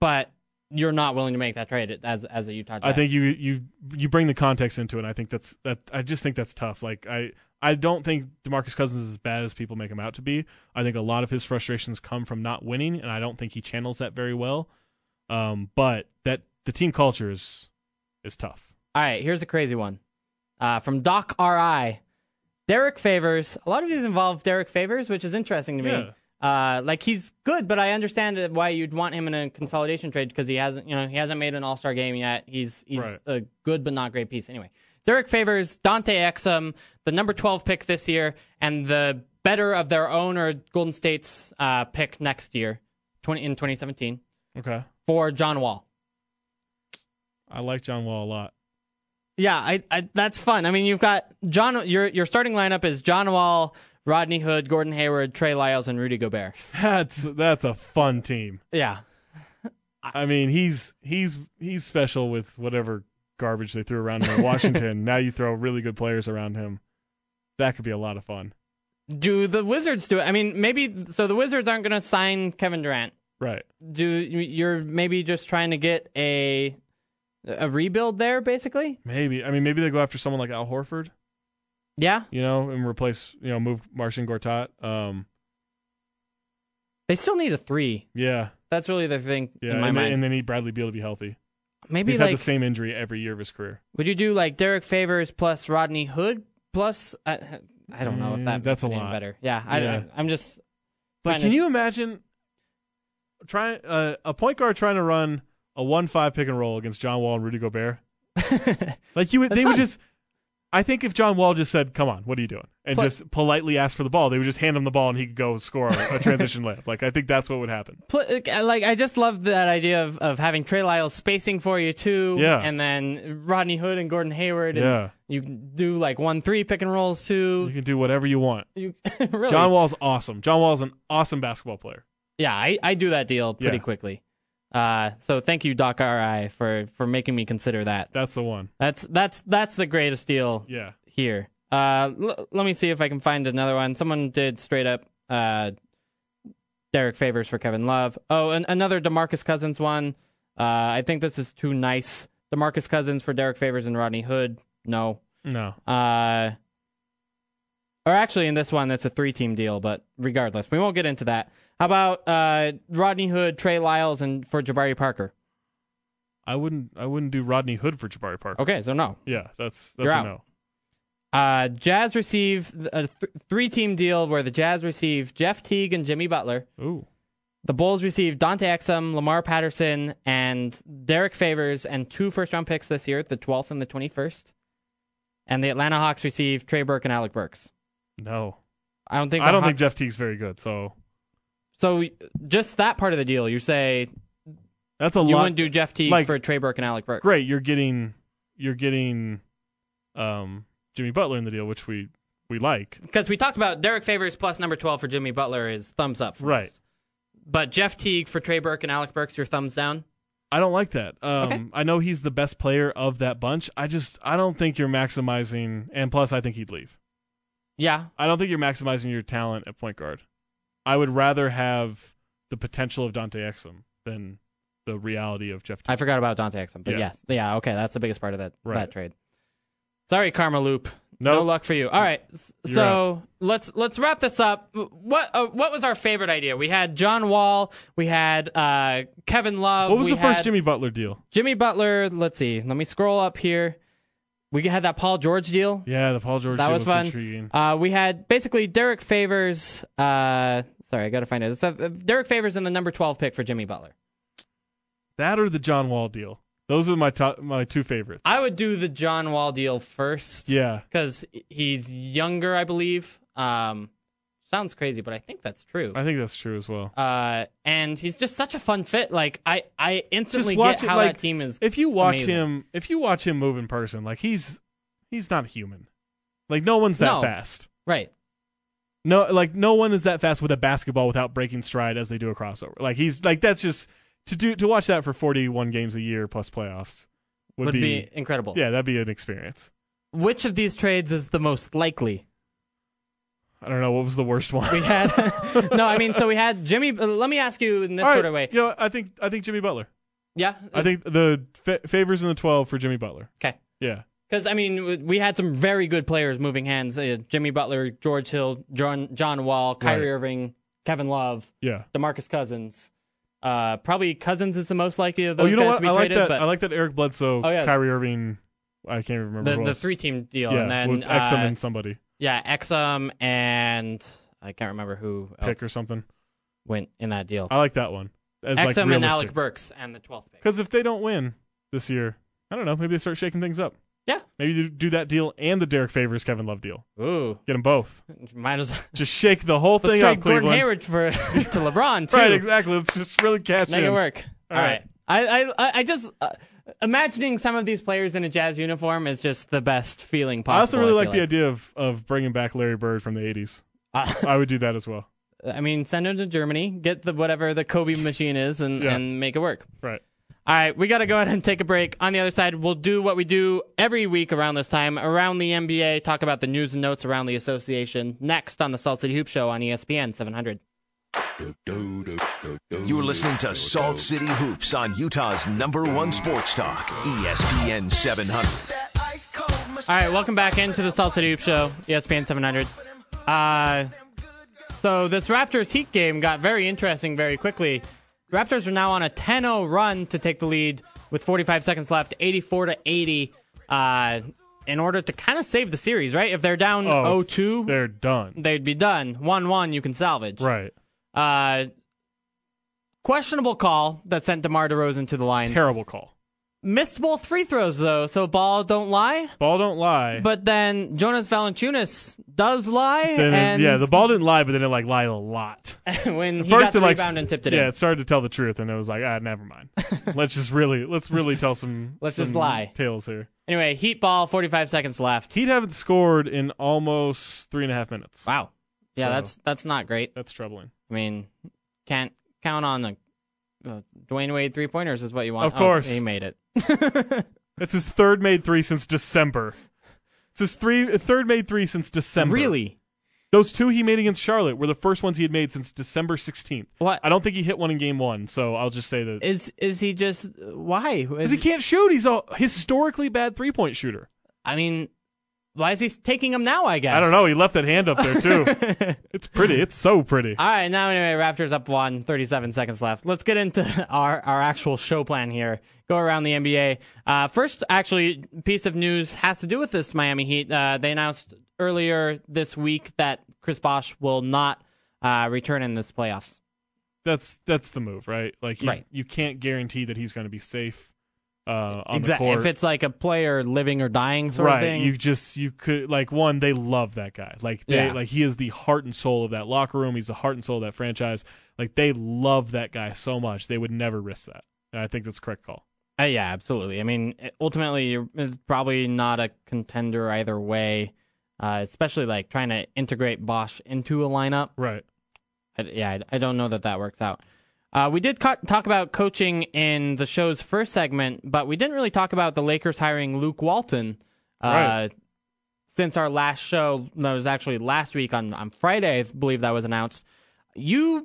Speaker 2: but you're not willing to make that trade as as a Utah. Jazz.
Speaker 3: I think you you you bring the context into it. And I think that's that I just think that's tough. Like I I don't think DeMarcus Cousins is as bad as people make him out to be. I think a lot of his frustrations come from not winning and I don't think he channels that very well. Um but that the team culture is is tough.
Speaker 2: All right, here's a crazy one uh, from Doc RI. Derek Favors. A lot of these involve Derek Favors, which is interesting to me. Uh, like he's good, but I understand it- why you'd want him in a consolidation trade because he hasn't, you know, he hasn't made an All Star game yet. He's he's
Speaker 3: Right.
Speaker 2: a good but not great piece anyway. Derek Favors, Dante Exum, the number twelve pick this year, and the better of their own or Golden State's uh, pick next year, twenty in twenty seventeen
Speaker 3: Okay.
Speaker 2: for John Wall.
Speaker 3: I like John Wall a lot.
Speaker 2: Yeah, I, I that's fun. I mean, you've got John. Your your starting lineup is John Wall, Rodney Hood, Gordon Hayward, Trey Lyles, and Rudy Gobert.
Speaker 3: That's that's a fun team.
Speaker 2: Yeah,
Speaker 3: I mean, he's he's he's special with whatever garbage they threw around him
Speaker 2: *laughs*
Speaker 3: in Washington. now you throw really good players around him. That could be a lot of fun.
Speaker 2: do the Wizards do it? I mean, maybe so. The Wizards aren't going to sign Kevin Durant.
Speaker 3: Right.
Speaker 2: Do you're maybe just trying to get a a rebuild there, basically?
Speaker 3: Maybe. I mean, maybe they go after someone like Al Horford,
Speaker 2: Yeah,
Speaker 3: you know, and replace, you know, move Martian Gortat. Um,
Speaker 2: they still need a three.
Speaker 3: yeah.
Speaker 2: That's really the thing
Speaker 3: Yeah.
Speaker 2: in my
Speaker 3: and, they,
Speaker 2: mind.
Speaker 3: and they need Bradley Beal to be healthy.
Speaker 2: maybe
Speaker 3: he's
Speaker 2: like
Speaker 3: had the same injury every year of his career.
Speaker 2: would you do like Derek Favors plus Rodney Hood plus? uh, I, I don't know if
Speaker 3: Mm,
Speaker 2: that
Speaker 3: that's a
Speaker 2: makes it any
Speaker 3: lot.
Speaker 2: better. Yeah, I
Speaker 3: Yeah.
Speaker 2: I'm just
Speaker 3: But
Speaker 2: Kinda-
Speaker 3: can you imagine trying uh, a point guard trying to run a one-five pick and roll against John Wall and Rudy Gobert?
Speaker 2: *laughs*
Speaker 3: like you would,
Speaker 2: That's
Speaker 3: they would
Speaker 2: fine.
Speaker 3: just. I think if John Wall just said, "Come on, what are you doing?" and
Speaker 2: Play-
Speaker 3: just politely asked for the ball, they would just hand him the ball and he could go score a, a transition *laughs* layup. Like I think that's what would happen.
Speaker 2: Pl- like I just love that idea of, of having Trey Lyles spacing for you too,
Speaker 3: Yeah.
Speaker 2: and then Rodney Hood and Gordon Hayward, and
Speaker 3: Yeah.
Speaker 2: you can do like one three pick and rolls
Speaker 3: You
Speaker 2: too.
Speaker 3: can do whatever you want.
Speaker 2: You *laughs* really,
Speaker 3: John Wall's awesome. John Wall's an awesome basketball player.
Speaker 2: yeah, I, I do that deal pretty
Speaker 3: Yeah.
Speaker 2: quickly. Uh, so thank you, Doc Ri, for for making me consider that.
Speaker 3: That's the one.
Speaker 2: That's that's that's the greatest deal
Speaker 3: Yeah.
Speaker 2: here. Uh, l- let me see if I can find another one. Someone did straight up uh, Derek Favors for Kevin Love. Oh, and another Demarcus Cousins one. Uh, I think this is too nice. Demarcus Cousins for Derek Favors and Rodney Hood. No.
Speaker 3: No.
Speaker 2: Uh, or actually, in this one, that's a three team deal, but regardless, we won't get into that. How about uh, Rodney Hood, Trey Lyles, and for Jabari Parker?
Speaker 3: I wouldn't. I wouldn't do Rodney Hood for Jabari Parker.
Speaker 2: Okay, so no.
Speaker 3: Yeah, that's that's
Speaker 2: You're
Speaker 3: a
Speaker 2: out.
Speaker 3: no.
Speaker 2: Uh, Jazz receive a th- three-team deal where the Jazz receive Jeff Teague and Jimmy Butler.
Speaker 3: Ooh,
Speaker 2: The Bulls receive Dante Exum, Lamar Patterson, and Derek Favors, and two first-round picks this year, the 12th and the 21st. And the Atlanta Hawks receive Trey Burke and Alec Burks.
Speaker 3: no.
Speaker 2: I don't think.
Speaker 3: I
Speaker 2: the
Speaker 3: don't think
Speaker 2: Hawks-
Speaker 3: Jeff Teague's very good. So
Speaker 2: So just that part of the deal, you say
Speaker 3: that's a
Speaker 2: you
Speaker 3: lot.
Speaker 2: wouldn't do Jeff Teague
Speaker 3: like-
Speaker 2: for Trey Burke and Alec Burks.
Speaker 3: Great, you're getting you're getting um Jimmy Butler in the deal, which we we like.
Speaker 2: because we talked about Derek Favors plus number 12 for Jimmy Butler is thumbs up. For
Speaker 3: Right.
Speaker 2: us. But Jeff Teague for Trey Burke and Alec Burks, your thumbs down.
Speaker 3: I don't like that. Um,
Speaker 2: Okay.
Speaker 3: I know he's the best player of that bunch. I just I don't think you're maximizing. And plus, I think he'd leave.
Speaker 2: Yeah,
Speaker 3: I don't think you're maximizing your talent at point guard. I would rather have the potential of Dante Exum than the reality of Jeff. Teague.
Speaker 2: I forgot about Dante Exum, but
Speaker 3: Yeah.
Speaker 2: yes, yeah, okay, that's the biggest part of that
Speaker 3: Right.
Speaker 2: that trade. Sorry, Karma Loop, no
Speaker 3: Nope.
Speaker 2: luck for you. All right, s-
Speaker 3: You're
Speaker 2: so let's let's wrap this up. What uh, what was our favorite idea? We had John Wall, we had uh, Kevin Love.
Speaker 3: what was
Speaker 2: we
Speaker 3: the first
Speaker 2: had
Speaker 3: Jimmy Butler deal?
Speaker 2: Jimmy Butler? Let's see. Let me scroll up here. We had that Paul George deal.
Speaker 3: Yeah, the Paul George
Speaker 2: That
Speaker 3: deal
Speaker 2: was fun.
Speaker 3: intriguing.
Speaker 2: Uh, we had basically Derek Favors. Uh, sorry, I got to find it. It's, uh, Derek Favors and the number twelve pick for Jimmy Butler.
Speaker 3: that or the John Wall deal. Those are my top, my two favorites.
Speaker 2: I would do the John Wall deal first.
Speaker 3: yeah,
Speaker 2: because he's younger, I believe. Um, sounds crazy, but I think that's true.
Speaker 3: I think that's true as well.
Speaker 2: Uh, and he's just such a fun fit. Like I, I instantly get how that team is.
Speaker 3: If you watch
Speaker 2: amazing.
Speaker 3: him, if you watch him move in person, like he's he's not human. Like no one's that
Speaker 2: No.
Speaker 3: fast.
Speaker 2: right,
Speaker 3: No, like no one is that fast with a basketball without breaking stride as they do a crossover. Like he's like that's just to do to watch that for 41 games a year plus playoffs would,
Speaker 2: would, be, incredible.
Speaker 3: yeah, that'd be an experience.
Speaker 2: Which of these trades is the most likely?
Speaker 3: I don't know what was the worst one. *laughs*
Speaker 2: We had *laughs* no, I mean, so we had Jimmy. uh, let me ask you in this
Speaker 3: All right,
Speaker 2: sort of way.
Speaker 3: You know, I think I think Jimmy Butler.
Speaker 2: Yeah,
Speaker 3: I think the fa- favors in the 12 for Jimmy Butler.
Speaker 2: okay.
Speaker 3: Yeah.
Speaker 2: Because I mean, w- we had some very good players moving hands: uh, Jimmy Butler, George Hill, John John Wall, Kyrie
Speaker 3: Right.
Speaker 2: Irving, Kevin Love.
Speaker 3: Yeah.
Speaker 2: DeMarcus Cousins. Uh, probably Cousins is the most likely of
Speaker 3: Oh,
Speaker 2: those
Speaker 3: you know
Speaker 2: guys
Speaker 3: what?
Speaker 2: to be
Speaker 3: I like
Speaker 2: traded.
Speaker 3: that.
Speaker 2: But
Speaker 3: I like that Eric Bledsoe,
Speaker 2: Oh, yeah.
Speaker 3: Kyrie Irving. I can't remember
Speaker 2: the,
Speaker 3: who
Speaker 2: the
Speaker 3: else.
Speaker 2: three team deal,
Speaker 3: Yeah,
Speaker 2: and then
Speaker 3: with Exum
Speaker 2: uh,
Speaker 3: and somebody
Speaker 2: yeah, Exum and I can't remember who else
Speaker 3: pick or something.
Speaker 2: went in that deal.
Speaker 3: I like that one. As like
Speaker 2: Exum and Alec
Speaker 3: realistic.
Speaker 2: Burks and the twelfth pick.
Speaker 3: Because if they don't win this year, I don't know. Maybe they start shaking things up.
Speaker 2: Yeah.
Speaker 3: Maybe you do that deal and the Derek Favors Kevin Love deal.
Speaker 2: Ooh,
Speaker 3: Get
Speaker 2: *laughs*
Speaker 3: them both.
Speaker 2: might as well
Speaker 3: Just shake the whole
Speaker 2: let's
Speaker 3: *laughs* thing up,
Speaker 2: trade
Speaker 3: Cleveland.
Speaker 2: Gordon Hayward for *laughs* to LeBron too.
Speaker 3: Right, exactly. Let's just really catch
Speaker 2: Make
Speaker 3: in.
Speaker 2: it work.
Speaker 3: All
Speaker 2: All
Speaker 3: right.
Speaker 2: right. I I I- I just uh, imagining some of these players in a Jazz uniform is just the best feeling possible.
Speaker 3: I also really
Speaker 2: feel
Speaker 3: like, the idea of, of bringing back Larry Bird from the 80s.
Speaker 2: Uh,
Speaker 3: I would do that as well.
Speaker 2: I mean, send him to Germany, get the whatever the Kobe machine is, and,
Speaker 3: Yeah.
Speaker 2: and make it work. *laughs*
Speaker 3: Right.
Speaker 2: All right, we got to go ahead and take a break. On the other side, we'll do what we do every week around this time, around the NBA, talk about the news and notes around the association. Next on the Salt City Hoop Show on E ESPN 700.
Speaker 1: You're listening to Salt City Hoops on Utah's number one sports talk, E ESPN 700.
Speaker 2: All right, welcome back into the Salt City Hoop Show, E ESPN 700. Uh, so this Raptors Heat game got very interesting very quickly. Raptors are now on a 10-0 run to take the lead with 45 seconds left, 84 to 80. Uh, in order to kind of save the series, right? If they're down
Speaker 3: Oh,
Speaker 2: 0-2, *laughs*
Speaker 3: They're done.
Speaker 2: they'd be done. 1-1, you can salvage.
Speaker 3: Right.
Speaker 2: Uh, questionable call that sent DeMar DeRozan to the line.
Speaker 3: Terrible call.
Speaker 2: Missed both free throws though, so ball don't lie.
Speaker 3: Ball don't lie.
Speaker 2: But then Jonas Valanchunas does lie,
Speaker 3: Then it-
Speaker 2: and
Speaker 3: yeah, the ball didn't lie, but then it like lied a lot.
Speaker 2: when *laughs* he got
Speaker 3: First,
Speaker 2: the
Speaker 3: it like
Speaker 2: rebound and tipped it
Speaker 3: yeah,
Speaker 2: in.
Speaker 3: it started to tell the truth, and it was like, ah, never mind.
Speaker 2: *laughs*
Speaker 3: let's just really, let's really tell some,
Speaker 2: let's just
Speaker 3: some
Speaker 2: lie.
Speaker 3: tales here.
Speaker 2: Anyway, heat ball, 45 seconds left.
Speaker 3: Heat haven't scored in almost three and a half minutes.
Speaker 2: Wow. Yeah,
Speaker 3: So-
Speaker 2: that's that's not great.
Speaker 3: That's troubling.
Speaker 2: I mean, can't count on the uh, Dwayne Wade three pointers is what you want.
Speaker 3: Of course.
Speaker 2: oh, he made it.
Speaker 3: That's his third made three since December. It's his three third made three since December.
Speaker 2: *laughs* Really?
Speaker 3: Those two he made against Charlotte were the first ones he had made since December 16th.
Speaker 2: What
Speaker 3: I don't think he hit one in game one, so I'll just say that.
Speaker 2: is is he just why? Is
Speaker 3: Because he can't shoot. He's a historically bad three point shooter.
Speaker 2: I mean, why is he taking them now? I guess
Speaker 3: I don't know. He left that hand up
Speaker 2: *laughs*
Speaker 3: there, too. it's pretty. It's so pretty.
Speaker 2: All right, now anyway, Raptors up one, 37 seconds left. Let's get into *laughs* our, our actual show plan here. Go around the NBA. Uh, first, actually, piece of news has to do with this Miami Heat. Uh, they announced earlier this week that Chris Bosh will not uh, return in this playoffs.
Speaker 3: That's that's the move, right? Like, you,
Speaker 2: Right.
Speaker 3: you can't guarantee that he's going to be safe uh, on
Speaker 2: Exact-
Speaker 3: the court.
Speaker 2: If it's like a player living or dying sort of
Speaker 3: right.
Speaker 2: thing.
Speaker 3: You just you could like one. They love that guy. Like they
Speaker 2: Yeah.
Speaker 3: like he is the heart and soul of that locker room. He's the heart and soul of that franchise. Like they love that guy so much. They would never risk that. And I think that's a correct call.
Speaker 2: Uh, yeah, absolutely. I mean, ultimately, you're it's probably not a contender either way, uh, especially like trying to integrate Bosh into a lineup.
Speaker 3: Right.
Speaker 2: I, yeah, I, I don't know that that works out. Uh, we did co- talk about coaching in the show's first segment, but we didn't really talk about the Lakers hiring Luke Walton. Uh,
Speaker 3: Right.
Speaker 2: Since our last show, that was actually last week on, on Friday, I believe that was announced. You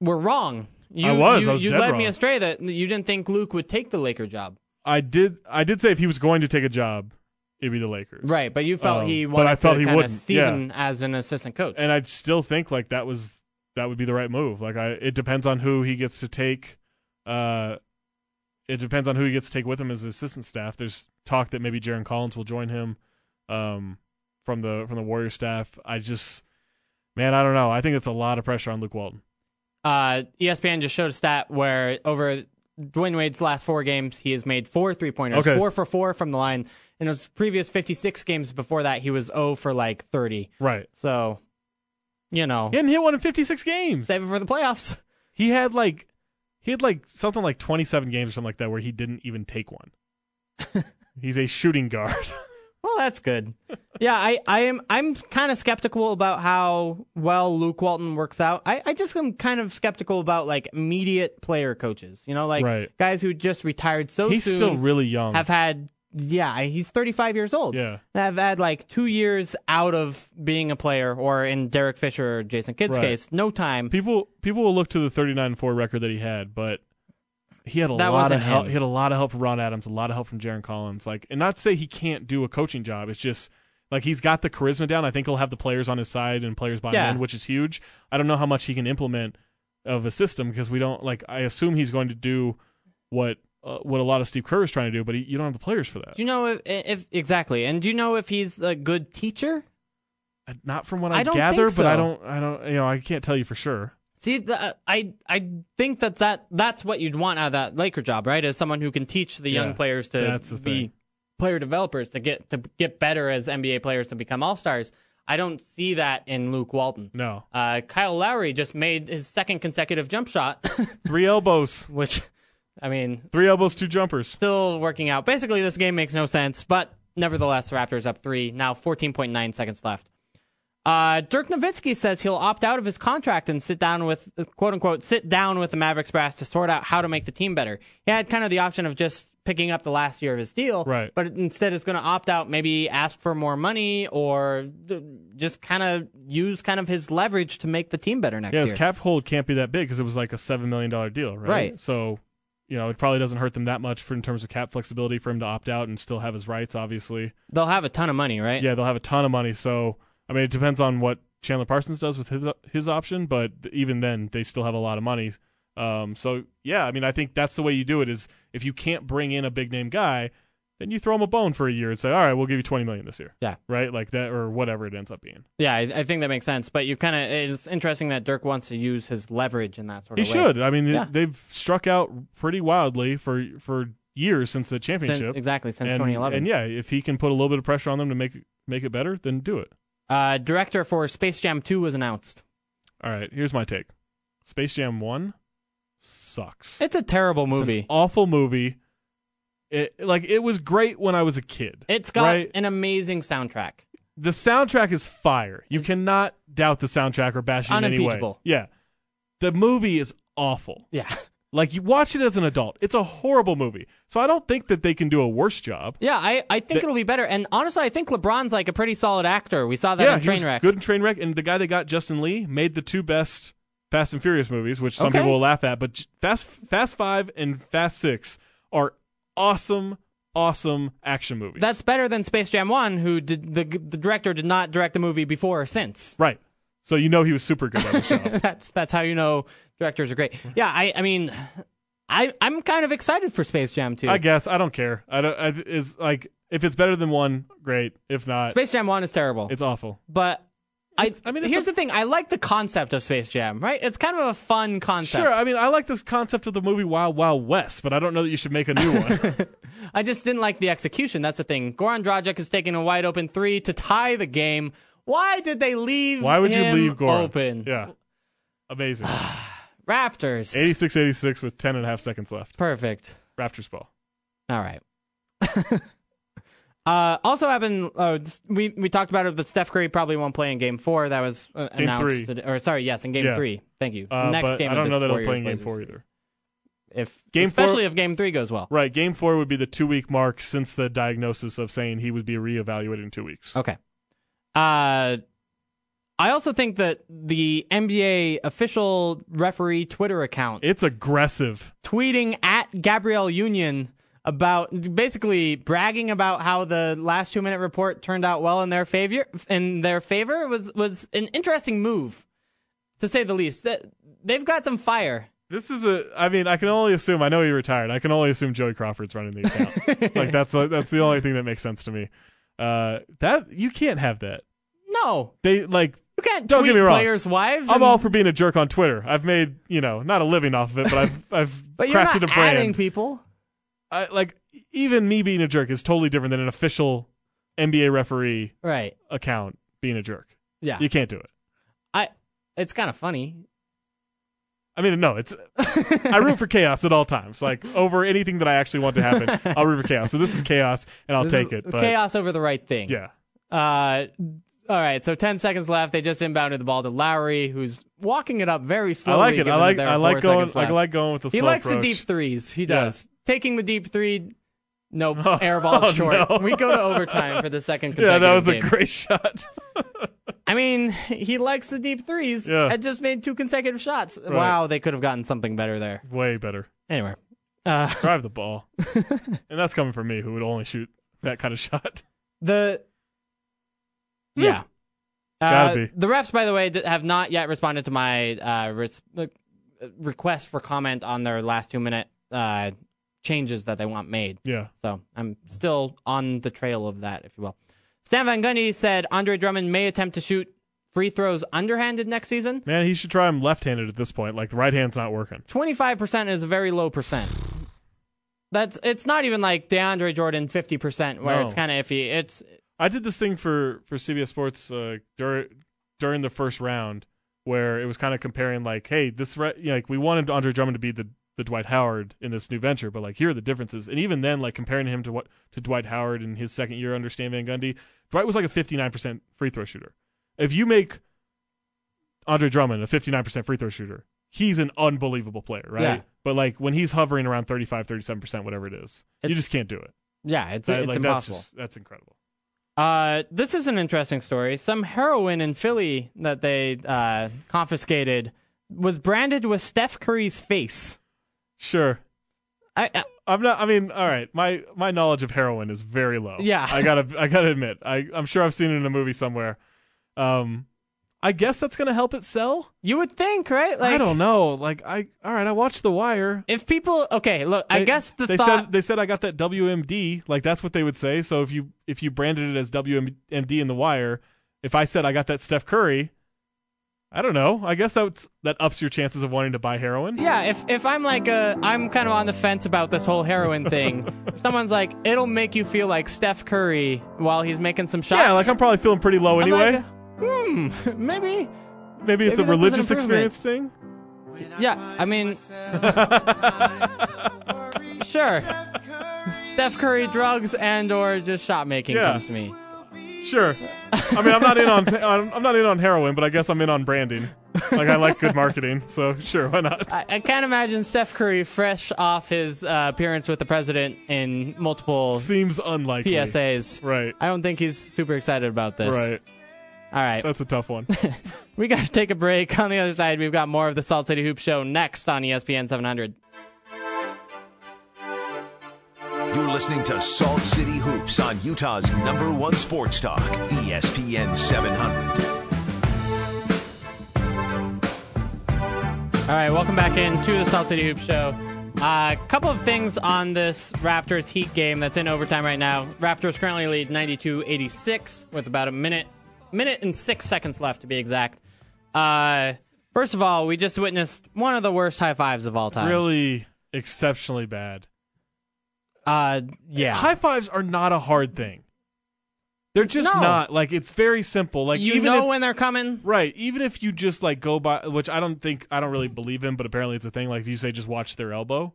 Speaker 2: were wrong. You,
Speaker 3: I was.
Speaker 2: You,
Speaker 3: I was
Speaker 2: you
Speaker 3: dead
Speaker 2: led me
Speaker 3: wrong.
Speaker 2: astray that you didn't think Luke would take the Laker job.
Speaker 3: I did. I did say if he was going to take a job, it'd be the Lakers.
Speaker 2: Right, but you felt
Speaker 3: Um,
Speaker 2: he
Speaker 3: but
Speaker 2: wanted
Speaker 3: I felt
Speaker 2: to
Speaker 3: he
Speaker 2: kind of
Speaker 3: wouldn't, yeah.
Speaker 2: season as an assistant coach.
Speaker 3: And I still think like that was that would be the right move. Like I, it depends on who he gets to take. Uh, it depends on who he gets to take with him as his assistant staff. There's talk that maybe Jaron Collins will join him, um, from the from the Warrior staff. I just, man, I don't know. I think it's a lot of pressure on Luke Walton.
Speaker 2: uh, ESPN just showed a stat where over Dwayne Wade's last four games, he has made four three pointers,
Speaker 3: Okay.
Speaker 2: four for four from the line. In his previous 56 games before that, he was 0 for like 30.
Speaker 3: Right.
Speaker 2: So, you know,
Speaker 3: He hadn't hit one in 56 games.
Speaker 2: save it for the playoffs. *laughs*
Speaker 3: He had like, he had like something like 27 games or something like that where he didn't even take one.
Speaker 2: *laughs*
Speaker 3: He's a shooting guard.
Speaker 2: Well, that's good. yeah, I, I am. I'm kind of skeptical about how well Luke Walton works out. I, I just am kind of skeptical about like immediate player coaches. You know, like
Speaker 3: Right.
Speaker 2: guys who just retired so
Speaker 3: He's
Speaker 2: soon.
Speaker 3: still really young.
Speaker 2: have had yeah he's 35 years old
Speaker 3: Yeah.
Speaker 2: And i've had like two years out of being a player or in derek fisher or jason kidd's
Speaker 3: Right.
Speaker 2: case no time
Speaker 3: people people will look to the 39-4 record that he had, but he had a
Speaker 2: That
Speaker 3: lot of
Speaker 2: wasn't
Speaker 3: help.
Speaker 2: him.
Speaker 3: He had a lot of help from Ron Adams, a lot of help from Jaron Collins. Like, and not to say he can't do a coaching job. It's just like he's got the charisma down. I think he'll have the players on his side and players buy
Speaker 2: Yeah.
Speaker 3: in, which is huge. I don't know how much he can implement of a system because we don't like. I assume he's going to do what uh, what a lot of Steve Kerr is trying to do, but he, you don't have the players for that.
Speaker 2: do you know if, if exactly and do you know if he's a good teacher
Speaker 3: Uh, not from what
Speaker 2: I
Speaker 3: I,
Speaker 2: don't
Speaker 3: gather,
Speaker 2: think
Speaker 3: but I
Speaker 2: so.
Speaker 3: don't. I don't. You know, I can't tell you for sure.
Speaker 2: see the, i i think that, that that's what you'd want out of that laker job right as someone who can teach the
Speaker 3: Yeah,
Speaker 2: young players to
Speaker 3: that's the
Speaker 2: be
Speaker 3: thing.
Speaker 2: player developers to get to get better as nba players to become all-stars i don't see that in luke walton
Speaker 3: No,
Speaker 2: uh, kyle lowry just made his second consecutive jump shot *laughs*
Speaker 3: three elbows,
Speaker 2: which I mean,
Speaker 3: three elbows, two jumpers.
Speaker 2: still working out. Basically, this game makes no sense, but nevertheless, Raptors up three. Now 14.9 seconds left. Uh, Dirk Nowitzki says he'll opt out of his contract and sit down with quote unquote sit down with the Mavericks brass to sort out how to make the team better. He had kind of the option of just picking up the last year of his deal,
Speaker 3: Right.
Speaker 2: But instead, it's going to opt out, maybe ask for more money or d- just kind of use kind of his leverage to make the team better next
Speaker 3: Yeah,
Speaker 2: year.
Speaker 3: his cap hold can't be that big because it was like a seven million dollar deal, right?
Speaker 2: Right.
Speaker 3: So, you know, it probably doesn't hurt them that much for in terms of cap flexibility for him to opt out and still have his rights. Obviously,
Speaker 2: They'll have a ton of money, right?
Speaker 3: yeah, they'll have a ton of money. So, I mean, it depends on what Chandler Parsons does with his his option, but even then, they still have a lot of money. Um, so yeah, I mean, I think that's the way you do it is if you can't bring in a big name guy, then you throw him a bone for a year and say, all right, we'll give you 20 million this year.
Speaker 2: Yeah.
Speaker 3: Right? Like that or whatever it ends up being.
Speaker 2: Yeah, I, I think that makes sense. But you kind of it's interesting that Dirk wants to use his leverage in that sort of
Speaker 3: He
Speaker 2: way.
Speaker 3: should. I mean,
Speaker 2: Yeah.
Speaker 3: they, they've struck out pretty wildly for for years since the
Speaker 2: Since-
Speaker 3: championship.
Speaker 2: exactly since
Speaker 3: and,
Speaker 2: 2011.
Speaker 3: And yeah, if he can put a little bit of pressure on them to make make it better, then do it.
Speaker 2: Uh, director for Space Jam 2 was announced.
Speaker 3: All right, here's my take. Space Jam 1 sucks.
Speaker 2: It's a terrible movie.
Speaker 3: Awful movie. It like it was great when I was a kid.
Speaker 2: It's got
Speaker 3: right?
Speaker 2: an amazing soundtrack.
Speaker 3: the soundtrack is fire. You
Speaker 2: It's-
Speaker 3: cannot doubt the soundtrack or bash it in any way.
Speaker 2: Unimpeachable.
Speaker 3: Yeah. The movie is awful.
Speaker 2: Yeah,
Speaker 3: Like you watch it as an adult. It's a horrible movie. So I don't think that they can do a worse job.
Speaker 2: *laughs* yeah. I, I think
Speaker 3: The-
Speaker 2: it'll be better. And honestly, I think LeBron's like a pretty solid actor. We saw that
Speaker 3: yeah,
Speaker 2: in
Speaker 3: he was
Speaker 2: Trainwreck.
Speaker 3: good in Trainwreck and the guy they got Justin Lee made the two best Fast and Furious movies, which some
Speaker 2: Okay.
Speaker 3: people will laugh at, but J- Fast Fast 5 and Fast 6 are awesome awesome action movies.
Speaker 2: That's better than Space Jam 1, who did the the director did not direct the movie before or since. *laughs*
Speaker 3: right. So you know he was super good at his job.
Speaker 2: That's that's how you know directors are great. Yeah, I I mean, I I'm kind of excited for Space Jam 2.
Speaker 3: I guess I don't care. I don't. I, it's like if it's better than one, great. If not,
Speaker 2: Space Jam 1 is terrible.
Speaker 3: it's awful.
Speaker 2: but I,
Speaker 3: I mean, it's
Speaker 2: here's
Speaker 3: a-
Speaker 2: the thing. I like the concept of Space Jam, right? It's kind of a fun concept.
Speaker 3: Sure. I mean, I like this concept of the movie Wild Wild West, but I don't know that you should make a new one.
Speaker 2: I just didn't like the execution. That's the thing. Goran Dragic is taking a wide open three to tie the game. Why did they leave?
Speaker 3: Why would you
Speaker 2: him
Speaker 3: leave Goran?
Speaker 2: open?
Speaker 3: Yeah.
Speaker 2: *sighs*
Speaker 3: Amazing.
Speaker 2: Raptors.
Speaker 3: 86-86 with 10 and a half seconds left.
Speaker 2: Perfect.
Speaker 3: Raptors ball.
Speaker 2: All right. *laughs* uh, also happened. Uh, we we talked about it, but Steph Curry probably won't play in Game Four. That was uh,
Speaker 3: Game
Speaker 2: announced.
Speaker 3: three.
Speaker 2: today- Or sorry, yes, in Game
Speaker 3: Yeah.
Speaker 2: Three. Thank you.
Speaker 3: Uh,
Speaker 2: Next
Speaker 3: but
Speaker 2: game.
Speaker 3: I
Speaker 2: of
Speaker 3: don't know
Speaker 2: this
Speaker 3: that I'm playing game
Speaker 2: Warriors-Blazers
Speaker 3: four
Speaker 2: series.
Speaker 3: either.
Speaker 2: If
Speaker 3: Game four-
Speaker 2: especially if Game Three goes well.
Speaker 3: Right. Game four would be the two week mark since the diagnosis of saying he would be reevaluated in two weeks.
Speaker 2: Okay. Uh, I also think that the NBA official referee Twitter account
Speaker 3: It's aggressive.
Speaker 2: tweeting at Gabrielle Union about basically bragging about how the last two minute report turned out well in their favor in their favor was was an interesting move, to say the least. That they've got some fire.
Speaker 3: This is a. I mean, I can only assume. I know he retired. I can only assume Joey Crawford's running the
Speaker 2: *laughs*
Speaker 3: account. like that's that's the only thing that makes sense to me. Uh, that you can't have that.
Speaker 2: No,
Speaker 3: They like.
Speaker 2: you can't
Speaker 3: Don't get
Speaker 2: tweet
Speaker 3: me wrong.
Speaker 2: players' wives.
Speaker 3: I'm
Speaker 2: and-
Speaker 3: all for being a jerk on Twitter. I've made you know not a living off of it, but I've I've
Speaker 2: *laughs* but you're
Speaker 3: crafted
Speaker 2: not
Speaker 3: a brand.
Speaker 2: adding people.
Speaker 3: I, like even me being a jerk is totally different than an official NBA referee
Speaker 2: Right.
Speaker 3: account being a jerk.
Speaker 2: Yeah.
Speaker 3: You can't do it.
Speaker 2: I. It's kind of funny.
Speaker 3: I mean,
Speaker 2: *laughs*
Speaker 3: no, it's. I root for chaos at all times. Like over anything that I actually want to happen,
Speaker 2: *laughs*
Speaker 3: I'll root for chaos. So this is chaos, and I'll
Speaker 2: This
Speaker 3: take
Speaker 2: is
Speaker 3: it. But,
Speaker 2: Chaos over the right thing.
Speaker 3: Yeah.
Speaker 2: Uh, all right. So ten seconds left. They just inbounded the ball to Lowry, who's walking it up very slowly.
Speaker 3: I like it.
Speaker 2: given
Speaker 3: I like.
Speaker 2: that there are
Speaker 3: I like
Speaker 2: four
Speaker 3: going.
Speaker 2: seconds
Speaker 3: I
Speaker 2: left.
Speaker 3: like going with the.
Speaker 2: He
Speaker 3: slow
Speaker 2: likes
Speaker 3: approach.
Speaker 2: the deep threes. He
Speaker 3: Yeah.
Speaker 2: does. Taking the deep three. Nope.
Speaker 3: Oh, *laughs*
Speaker 2: air ball
Speaker 3: oh,
Speaker 2: short.
Speaker 3: no.
Speaker 2: We go
Speaker 3: *laughs*
Speaker 2: to overtime for the second
Speaker 3: *laughs* Yeah,
Speaker 2: consecutive
Speaker 3: that was a
Speaker 2: game.
Speaker 3: great *laughs* shot.
Speaker 2: I mean, he likes the deep threes.
Speaker 3: Yeah.
Speaker 2: I just made two consecutive shots. Wow, they could have gotten something better there.
Speaker 3: Way better.
Speaker 2: Anyway. Uh,
Speaker 3: Drive
Speaker 2: *laughs*
Speaker 3: the ball, and that's coming from me, who would only shoot that kind of *laughs* shot.
Speaker 2: The yeah, uh,
Speaker 3: Hmm. Gotta be.
Speaker 2: the refs. By the way, d- have not yet responded to my uh, res- uh, request for comment on their last two minute uh, changes that they want made.
Speaker 3: Yeah.
Speaker 2: So I'm still on the trail of that, if you will. Stan Van Gundy said Andre Drummond may attempt to shoot free throws underhanded next season.
Speaker 3: Man, he should try him left-handed at this point. Like the right hand's not working.
Speaker 2: Twenty five percent is a very low percent. That's it's not even like DeAndre Jordan fifty percent where
Speaker 3: No.
Speaker 2: it's kind of iffy. It's
Speaker 3: I did this thing for for CBS Sports uh, dur- during the first round where it was kind of comparing like, hey, this re- you know, like we wanted Andre Drummond to be the the Dwight Howard in this new venture, but like here are the differences. And even then, like comparing him to what to Dwight Howard in his second year under Stan Van Gundy, Dwight was like a fifty nine percent free throw shooter. If you make Andre Drummond a fifty nine percent free throw shooter, he's an unbelievable player, right?
Speaker 2: Yeah.
Speaker 3: But like when he's hovering around 35, 37 percent, whatever it is, you
Speaker 2: It's-
Speaker 3: just can't do it.
Speaker 2: yeah, it's
Speaker 3: That-
Speaker 2: it's
Speaker 3: like, that's
Speaker 2: impossible.
Speaker 3: just- that's incredible.
Speaker 2: Uh, this is an interesting story. Some heroin in Philly that they uh, confiscated was branded with Steph Curry's face.
Speaker 3: Sure.
Speaker 2: I, I,
Speaker 3: I'm not. I uh, mean, all right. My my knowledge of heroin is very low.
Speaker 2: Yeah.
Speaker 3: I gotta I gotta admit. I I'm sure I've seen it in a movie somewhere. Um, I guess that's going to help it sell.
Speaker 2: You would think, right? Like
Speaker 3: I don't know. Like I, all right, I watched The Wire.
Speaker 2: If people, okay, look, I
Speaker 3: They-
Speaker 2: guess the
Speaker 3: they
Speaker 2: thought
Speaker 3: said they said I got that WMD. Like that's what they would say. So if you if you branded it as WMD in The Wire, if I said I got that Steph Curry, I don't know. I guess that's that ups your chances of wanting to buy heroin.
Speaker 2: Yeah, if if I'm like a I'm kind of on the fence about this whole heroin
Speaker 3: *laughs*
Speaker 2: thing. if someone's like, it'll make you feel like Steph Curry while he's making some shots.
Speaker 3: Yeah, like I'm probably feeling pretty low
Speaker 2: I'm
Speaker 3: anyway.
Speaker 2: like, hmm, *laughs* maybe.
Speaker 3: maybe it's
Speaker 2: maybe
Speaker 3: a
Speaker 2: this is an
Speaker 3: religious
Speaker 2: improvement.
Speaker 3: experience thing.
Speaker 2: Yeah, I mean, *laughs* sure. Steph Curry drugs and or just shot making
Speaker 3: Yeah.
Speaker 2: comes to me.
Speaker 3: Sure. I mean, I'm not in on *laughs* I'm I'm not in on heroin, but I guess I'm in on branding. Like I like good marketing, so sure, why not?
Speaker 2: I, I can't imagine Steph Curry fresh off his uh, appearance with the president in multiple
Speaker 3: Seems unlikely.
Speaker 2: PSAs.
Speaker 3: Right.
Speaker 2: I don't think he's super excited about this.
Speaker 3: Right.
Speaker 2: All right.
Speaker 3: That's a tough one.
Speaker 2: We got to take a break. *laughs* On the other side, we've got more of the Salt City Hoop Show next on E ESPN 700.
Speaker 1: You're listening to Salt City Hoops on Utah's number one sports talk, E ESPN 700.
Speaker 2: All right, welcome back in to the Salt City Hoop Show. A uh, couple of things on this Raptors Heat game that's in overtime right now. Raptors currently lead 92-86 with about a minute, minute and six seconds left to be exact. Uh, first of all, we just witnessed one of the worst high fives of all *laughs* time.
Speaker 3: really exceptionally bad.
Speaker 2: Uh, yeah.
Speaker 3: High fives are not a hard thing. They're just
Speaker 2: No.
Speaker 3: not. Like it's very simple. Like
Speaker 2: you
Speaker 3: even
Speaker 2: know
Speaker 3: if,
Speaker 2: when they're coming.
Speaker 3: Right. Even if you just like go by, which I don't think I don't really believe in, but apparently it's a thing. Like if you say just watch their elbow,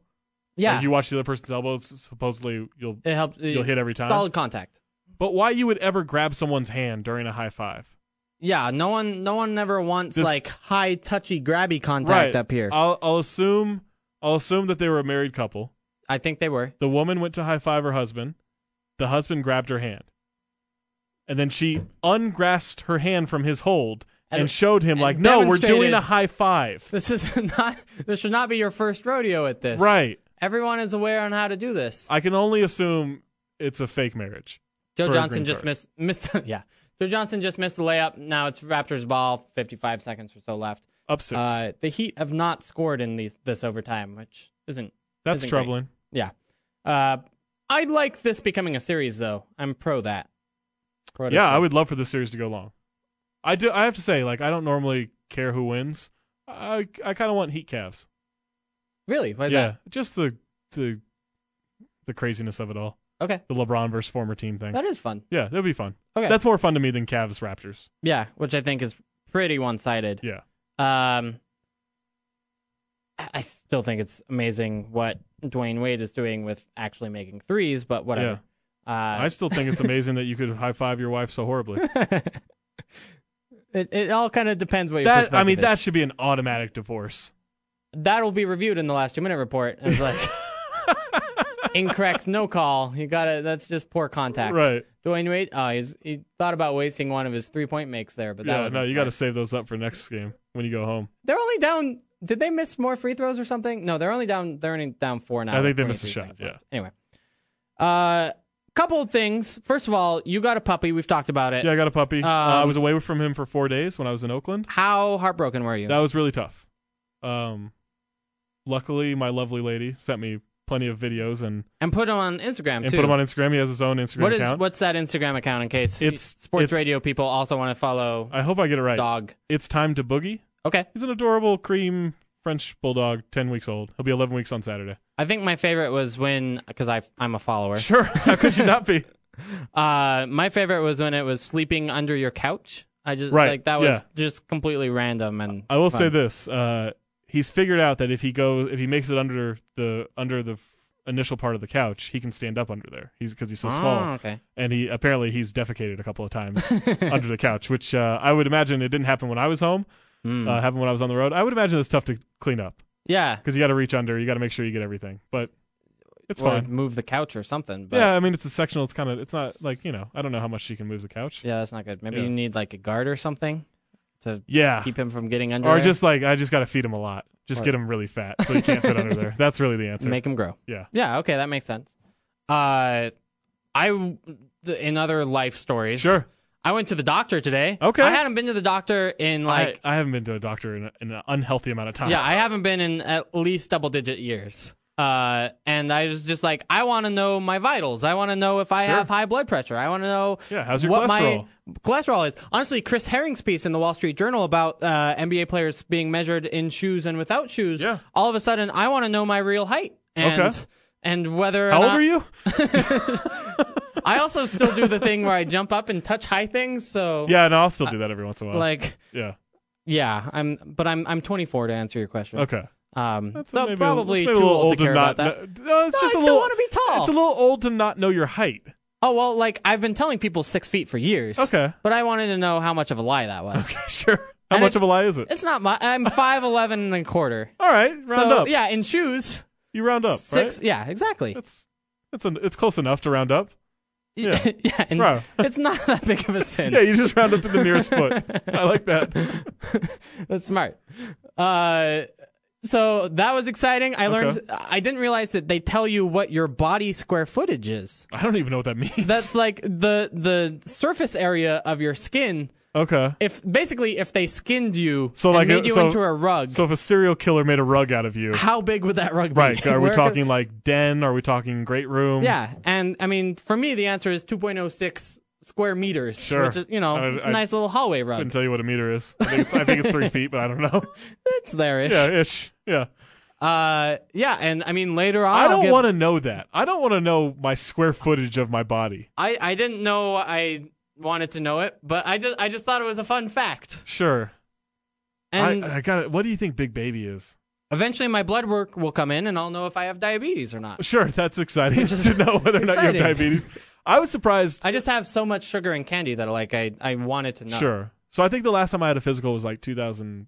Speaker 2: Yeah.
Speaker 3: like you watch the other person's elbow, s- supposedly you'll.
Speaker 2: it helps.
Speaker 3: You'll hit every time.
Speaker 2: Solid contact.
Speaker 3: But why you would ever grab someone's hand during a high five?
Speaker 2: Yeah, no one, no one ever wants
Speaker 3: This-
Speaker 2: like high touchy grabby contact up here.
Speaker 3: I'll, I'll assume I'll assume that they were a married couple.
Speaker 2: I think they were.
Speaker 3: The woman went to high five her husband. The husband grabbed her hand, and then she ungrasped her hand from his hold and,
Speaker 2: And-
Speaker 3: showed him
Speaker 2: and
Speaker 3: like, "No, we're doing
Speaker 2: demonstrated-
Speaker 3: a high five.
Speaker 2: This is *laughs* not. This should not be your first rodeo at this.
Speaker 3: Right.
Speaker 2: Everyone is aware on how to do this.
Speaker 3: I can only assume it's a fake marriage.
Speaker 2: Joe
Speaker 3: for a
Speaker 2: Johnson
Speaker 3: green
Speaker 2: just
Speaker 3: card.
Speaker 2: missed. Missed. *laughs* Yeah. Joe Johnson just missed the layup. Now it's Raptors ball. Fifty-five seconds or so left.
Speaker 3: Up six.
Speaker 2: Uh, the Heat have not scored in these this overtime, which isn't.
Speaker 3: That's
Speaker 2: isn't great.
Speaker 3: troubling.
Speaker 2: Yeah. Uh, I like this becoming a series though. I'm pro that. Pro to
Speaker 3: Yeah, I
Speaker 2: score.
Speaker 3: would love for the series to go long. I do. I have to say, like, I don't normally care who wins. I I kind of want Heat Cavs.
Speaker 2: Really? Why is
Speaker 3: yeah, just the the the craziness of it all.
Speaker 2: that? Okay.
Speaker 3: The LeBron versus former team thing.
Speaker 2: That is fun.
Speaker 3: yeah, that'd be fun.
Speaker 2: Okay.
Speaker 3: That's more fun to me than Cavs Raptors.
Speaker 2: Yeah, which I think is pretty one-sided.
Speaker 3: Yeah.
Speaker 2: Um, I I still think it's amazing what Dwayne Wade is doing with actually making threes, but whatever.
Speaker 3: I
Speaker 2: Uh,
Speaker 3: still
Speaker 2: *laughs*
Speaker 3: think it's amazing that you could high five your wife so horribly.
Speaker 2: it, it all kind of depends what your
Speaker 3: that I
Speaker 2: perspective
Speaker 3: mean,
Speaker 2: is.
Speaker 3: that should be an automatic divorce.
Speaker 2: that'll be reviewed in the last two minute report. It's
Speaker 3: *laughs*
Speaker 2: like incorrect, no call. You got to That's just poor contact.
Speaker 3: Right.
Speaker 2: Dwayne Wade. Oh, he's, he thought about wasting one of his three point makes there, but that
Speaker 3: Yeah,
Speaker 2: was
Speaker 3: no, you got to save those up for next game when you go home.
Speaker 2: They're only down. Did they miss more free throws or something? No, they're only down. They're only down four now.
Speaker 3: I think
Speaker 2: with
Speaker 3: they missed
Speaker 2: 23
Speaker 3: a shot,
Speaker 2: seconds left. Anyway, uh, couple of things. First of all, you got a puppy. We've talked about it.
Speaker 3: Yeah, I got a puppy. uh,
Speaker 2: Um,
Speaker 3: I was away from him for four days when I was in Oakland.
Speaker 2: How heartbroken were you?
Speaker 3: That was really tough. Um, luckily, my lovely lady sent me plenty of videos and,
Speaker 2: and put him on Instagram
Speaker 3: and
Speaker 2: too.
Speaker 3: put them on Instagram. He has his own Instagram
Speaker 2: What is
Speaker 3: account.
Speaker 2: what's that Instagram account in case
Speaker 3: It's-
Speaker 2: sports
Speaker 3: it's-
Speaker 2: radio people also want to follow
Speaker 3: I hope I get it right.
Speaker 2: dog?
Speaker 3: It's time to boogie.
Speaker 2: Okay,
Speaker 3: He's an adorable cream French bulldog, ten weeks old. He'll be eleven weeks on Saturday.
Speaker 2: I think my favorite was when because I I'm a follower.
Speaker 3: Sure. *laughs* How could you not be?
Speaker 2: Uh, my favorite was when it was sleeping under your couch. I just
Speaker 3: Right,
Speaker 2: like that was
Speaker 3: yeah.
Speaker 2: just completely random and
Speaker 3: I will
Speaker 2: fun.
Speaker 3: say this: uh, he's figured out that if he go, if he makes it under the under the f- initial part of the couch, he can stand up under there. He's because he's so
Speaker 2: Oh,
Speaker 3: small.
Speaker 2: okay.
Speaker 3: And he apparently he's defecated a couple of times under the couch, which uh, I would imagine it didn't happen when I was home. Uh, happened when I was on the road. I would imagine it's tough to clean up
Speaker 2: Hmm. Yeah,
Speaker 3: because you got to reach under. You got to make sure you get everything, but it's
Speaker 2: or
Speaker 3: fine.
Speaker 2: move the couch or something. But
Speaker 3: yeah, I mean it's a sectional. It's kind of it's not like you know I don't know how much she can move the couch.
Speaker 2: yeah, that's not good. Maybe
Speaker 3: Yeah.
Speaker 2: you need like a guard or something to
Speaker 3: Yeah.
Speaker 2: keep him from getting under.
Speaker 3: or
Speaker 2: there.
Speaker 3: just like I just got to feed him a lot. Just get him really fat so he can't fit
Speaker 2: *laughs*
Speaker 3: under there. That's really the answer.
Speaker 2: make him grow.
Speaker 3: yeah.
Speaker 2: Yeah, okay, that makes sense. Uh, I the- in other life stories,
Speaker 3: Sure.
Speaker 2: I went to the doctor today.
Speaker 3: Okay.
Speaker 2: I hadn't been to the doctor in like
Speaker 3: I, I haven't been to a doctor in, a, in an unhealthy amount of time.
Speaker 2: yeah, I haven't been in at least double digit years. Uh, and I was just like, I want to know my vitals. I want to know if I have high blood pressure. I want to know
Speaker 3: Yeah, how's your
Speaker 2: what
Speaker 3: cholesterol?
Speaker 2: my cholesterol is. Honestly, Chris Herring's piece in the Wall Street Journal about uh, NBA players being measured in shoes and without shoes.
Speaker 3: Yeah.
Speaker 2: All of a sudden, I want to know my real height. And,
Speaker 3: Okay.
Speaker 2: And whether or
Speaker 3: How old
Speaker 2: not-
Speaker 3: are you?
Speaker 2: I also still do the thing where
Speaker 3: *laughs*
Speaker 2: I jump up and touch high things. So
Speaker 3: Yeah, no, I'll still do that every once in a while.
Speaker 2: like
Speaker 3: yeah,
Speaker 2: yeah, I'm but I'm I'm 24 to answer your question.
Speaker 3: okay.
Speaker 2: Um,
Speaker 3: That's
Speaker 2: so
Speaker 3: maybe a-
Speaker 2: probably
Speaker 3: that's maybe
Speaker 2: too
Speaker 3: a
Speaker 2: old,
Speaker 3: little
Speaker 2: to care
Speaker 3: not
Speaker 2: about that.
Speaker 3: kn- No,
Speaker 2: No,
Speaker 3: it's just
Speaker 2: I
Speaker 3: a
Speaker 2: still
Speaker 3: little-
Speaker 2: wanna be tall.
Speaker 3: It's a little old to not know your height.
Speaker 2: *laughs* Oh well, like I've been telling people six feet for years.
Speaker 3: Okay.
Speaker 2: but I wanted to know how much of a lie that was.
Speaker 3: sure. How
Speaker 2: And
Speaker 3: much
Speaker 2: it's-
Speaker 3: of a lie is it?
Speaker 2: It's not my.
Speaker 3: *laughs*
Speaker 2: I'm five eleven and a quarter.
Speaker 3: All right, round
Speaker 2: so
Speaker 3: up.
Speaker 2: yeah, in shoes,
Speaker 3: you round up.
Speaker 2: six.
Speaker 3: Right?
Speaker 2: Yeah, exactly.
Speaker 3: That's that's an, it's close enough to round up.
Speaker 2: *laughs* Yeah, and
Speaker 3: Right.
Speaker 2: it's not that big of a sin.
Speaker 3: Yeah, you just round up to the nearest foot. I
Speaker 2: *laughs*
Speaker 3: like that.
Speaker 2: That's smart. Uh, so that was exciting. I learned. I didn't realize that they tell you what your body square footage is.
Speaker 3: I don't even know what that means. *laughs*
Speaker 2: That's like the the surface area of your skin.
Speaker 3: okay.
Speaker 2: If basically if they skinned you,
Speaker 3: So
Speaker 2: and
Speaker 3: like
Speaker 2: made
Speaker 3: a-
Speaker 2: you
Speaker 3: so-
Speaker 2: into a rug.
Speaker 3: So if a serial killer made a rug out of you,
Speaker 2: how big would that rug be?
Speaker 3: right? Are we
Speaker 2: *laughs* Where-
Speaker 3: talking like den? Are we talking great room?
Speaker 2: Yeah, and I mean, for me, the answer is 2.06 square meters,
Speaker 3: Sure.
Speaker 2: which is you know,
Speaker 3: I-
Speaker 2: it's a
Speaker 3: I-
Speaker 2: nice little hallway rug.
Speaker 3: couldn't tell you what a meter is. I think it's, I think
Speaker 2: *laughs*
Speaker 3: it's three feet, but I don't know.
Speaker 2: It's there-ish.
Speaker 3: Yeah, ish. Yeah.
Speaker 2: Uh, yeah, and I mean, later on,
Speaker 3: I
Speaker 2: I'll
Speaker 3: don't
Speaker 2: give-
Speaker 3: want to know that. I don't want to know my square footage of my body.
Speaker 2: I I didn't know I wanted to know it, but I just I just thought it was a fun fact.
Speaker 3: Sure.
Speaker 2: And
Speaker 3: I, I got it. What do you think Big Baby is?
Speaker 2: eventually, my blood work will come in, and I'll know if I have diabetes or not.
Speaker 3: Sure, that's exciting
Speaker 2: Just
Speaker 3: *laughs* to know whether or not you have
Speaker 2: exciting.
Speaker 3: diabetes. I was surprised.
Speaker 2: I just have so much sugar and candy that like I I wanted to know.
Speaker 3: Sure. So I think the last time I had a physical was like 2013,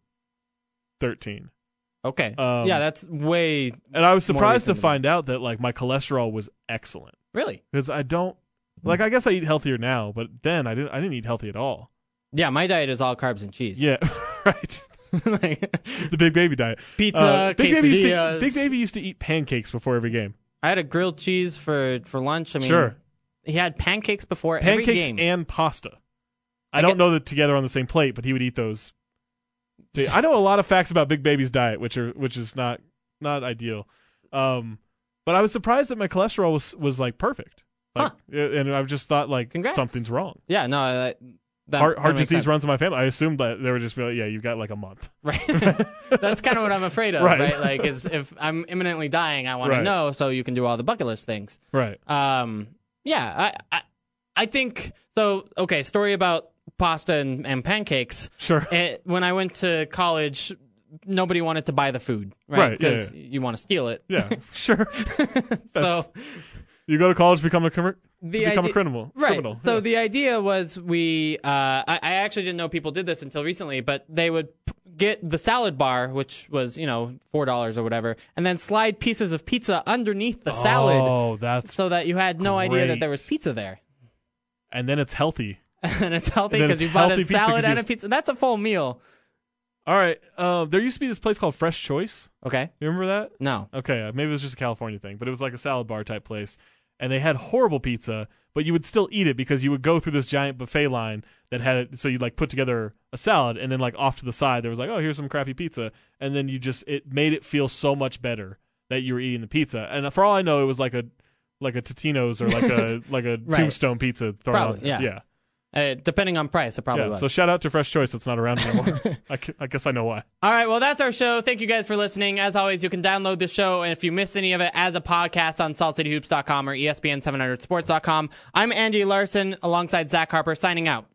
Speaker 2: Okay.
Speaker 3: Um,
Speaker 2: yeah, that's way
Speaker 3: and I was
Speaker 2: More
Speaker 3: surprised to
Speaker 2: reasonable.
Speaker 3: find out that like my cholesterol was excellent
Speaker 2: really.
Speaker 3: because I don't like. I guess I eat healthier now, but then I didn't. I didn't eat healthy at all.
Speaker 2: Yeah, my diet is all carbs and cheese.
Speaker 3: Yeah, *laughs* right.
Speaker 2: *laughs* like,
Speaker 3: The Big Baby diet. Uh,
Speaker 2: Pizza,
Speaker 3: Big Baby, used to,
Speaker 2: quesadillas.
Speaker 3: Big Baby used to eat pancakes before every game.
Speaker 2: I had a grilled cheese for for lunch. I mean,
Speaker 3: sure.
Speaker 2: He had pancakes before every
Speaker 3: pancakes
Speaker 2: game.
Speaker 3: and pasta. I,
Speaker 2: I
Speaker 3: don't
Speaker 2: get-
Speaker 3: know that together on the same plate, but he would eat those. See, I know a lot of facts about Big Baby's diet, which are which is not not ideal. Um, but I was surprised that my cholesterol was was like perfect. Like, uh, and I just thought like
Speaker 2: Congrats.
Speaker 3: something's wrong.
Speaker 2: yeah, no, that, that
Speaker 3: Heart,
Speaker 2: that
Speaker 3: heart
Speaker 2: makes
Speaker 3: disease
Speaker 2: sense.
Speaker 3: runs in my family. I assumed that they would just be like, yeah, you got like a month. *laughs*
Speaker 2: Right, that's kind of what I'm afraid of.
Speaker 3: Right.
Speaker 2: Right, like is if I'm imminently dying, I want
Speaker 3: Right.
Speaker 2: to know so you can do all the bucket list things.
Speaker 3: Right.
Speaker 2: Um, yeah, I, I, I think so. Okay, story about pasta and, and pancakes.
Speaker 3: Sure.
Speaker 2: It, when I went to college, nobody wanted to buy the food, right?
Speaker 3: Right, yeah,
Speaker 2: Because you want to steal it.
Speaker 3: *laughs* yeah. Sure.
Speaker 2: *laughs* so
Speaker 3: You go to college, become a criminal.
Speaker 2: The
Speaker 3: become
Speaker 2: idea-
Speaker 3: a criminal.
Speaker 2: Right.
Speaker 3: Criminal.
Speaker 2: So
Speaker 3: Yeah.
Speaker 2: the idea was we. Uh, I, I actually didn't know people did this until recently, but they would p- get the salad bar, which was you know four dollars or whatever, and then slide pieces of pizza underneath the salad,
Speaker 3: Oh, that's
Speaker 2: so that you had no idea that
Speaker 3: great.
Speaker 2: there was pizza there. *laughs*
Speaker 3: and then it's healthy.
Speaker 2: and it's healthy
Speaker 3: And then
Speaker 2: because
Speaker 3: it's
Speaker 2: you bought
Speaker 3: healthy
Speaker 2: a
Speaker 3: pizza
Speaker 2: salad
Speaker 3: 'cause
Speaker 2: and
Speaker 3: you-
Speaker 2: a pizza. That's a full meal.
Speaker 3: All right. Uh, there used to be this place called Fresh Choice.
Speaker 2: Okay.
Speaker 3: You remember that?
Speaker 2: No.
Speaker 3: Okay, uh, maybe it was just a California thing, but it was like a salad bar type place, and they had horrible pizza, but you would still eat it because you would go through this giant buffet line that had it. So you'd like put together a salad, and then like off to the side there was like, oh, here's some crappy pizza, and then you just it made it feel so much better that you were eating the pizza. And for all I know, it was like a like a Totino's or
Speaker 2: *laughs*
Speaker 3: like a like a
Speaker 2: Right.
Speaker 3: Tombstone pizza. Thrown
Speaker 2: Probably,
Speaker 3: on.
Speaker 2: yeah.
Speaker 3: yeah,
Speaker 2: Uh, depending on price, it probably
Speaker 3: yeah.
Speaker 2: was.
Speaker 3: So shout out to Fresh Choice that's not around
Speaker 2: *laughs*
Speaker 3: anymore. I, cu- I guess I know why.
Speaker 2: All right, well, that's our show. Thank you guys for listening. As always, you can download the show, and if you miss any of it as a podcast on E saltcityhoops.com or ESPN700sports.com, I'm Andy Larson alongside Zach Harper signing out.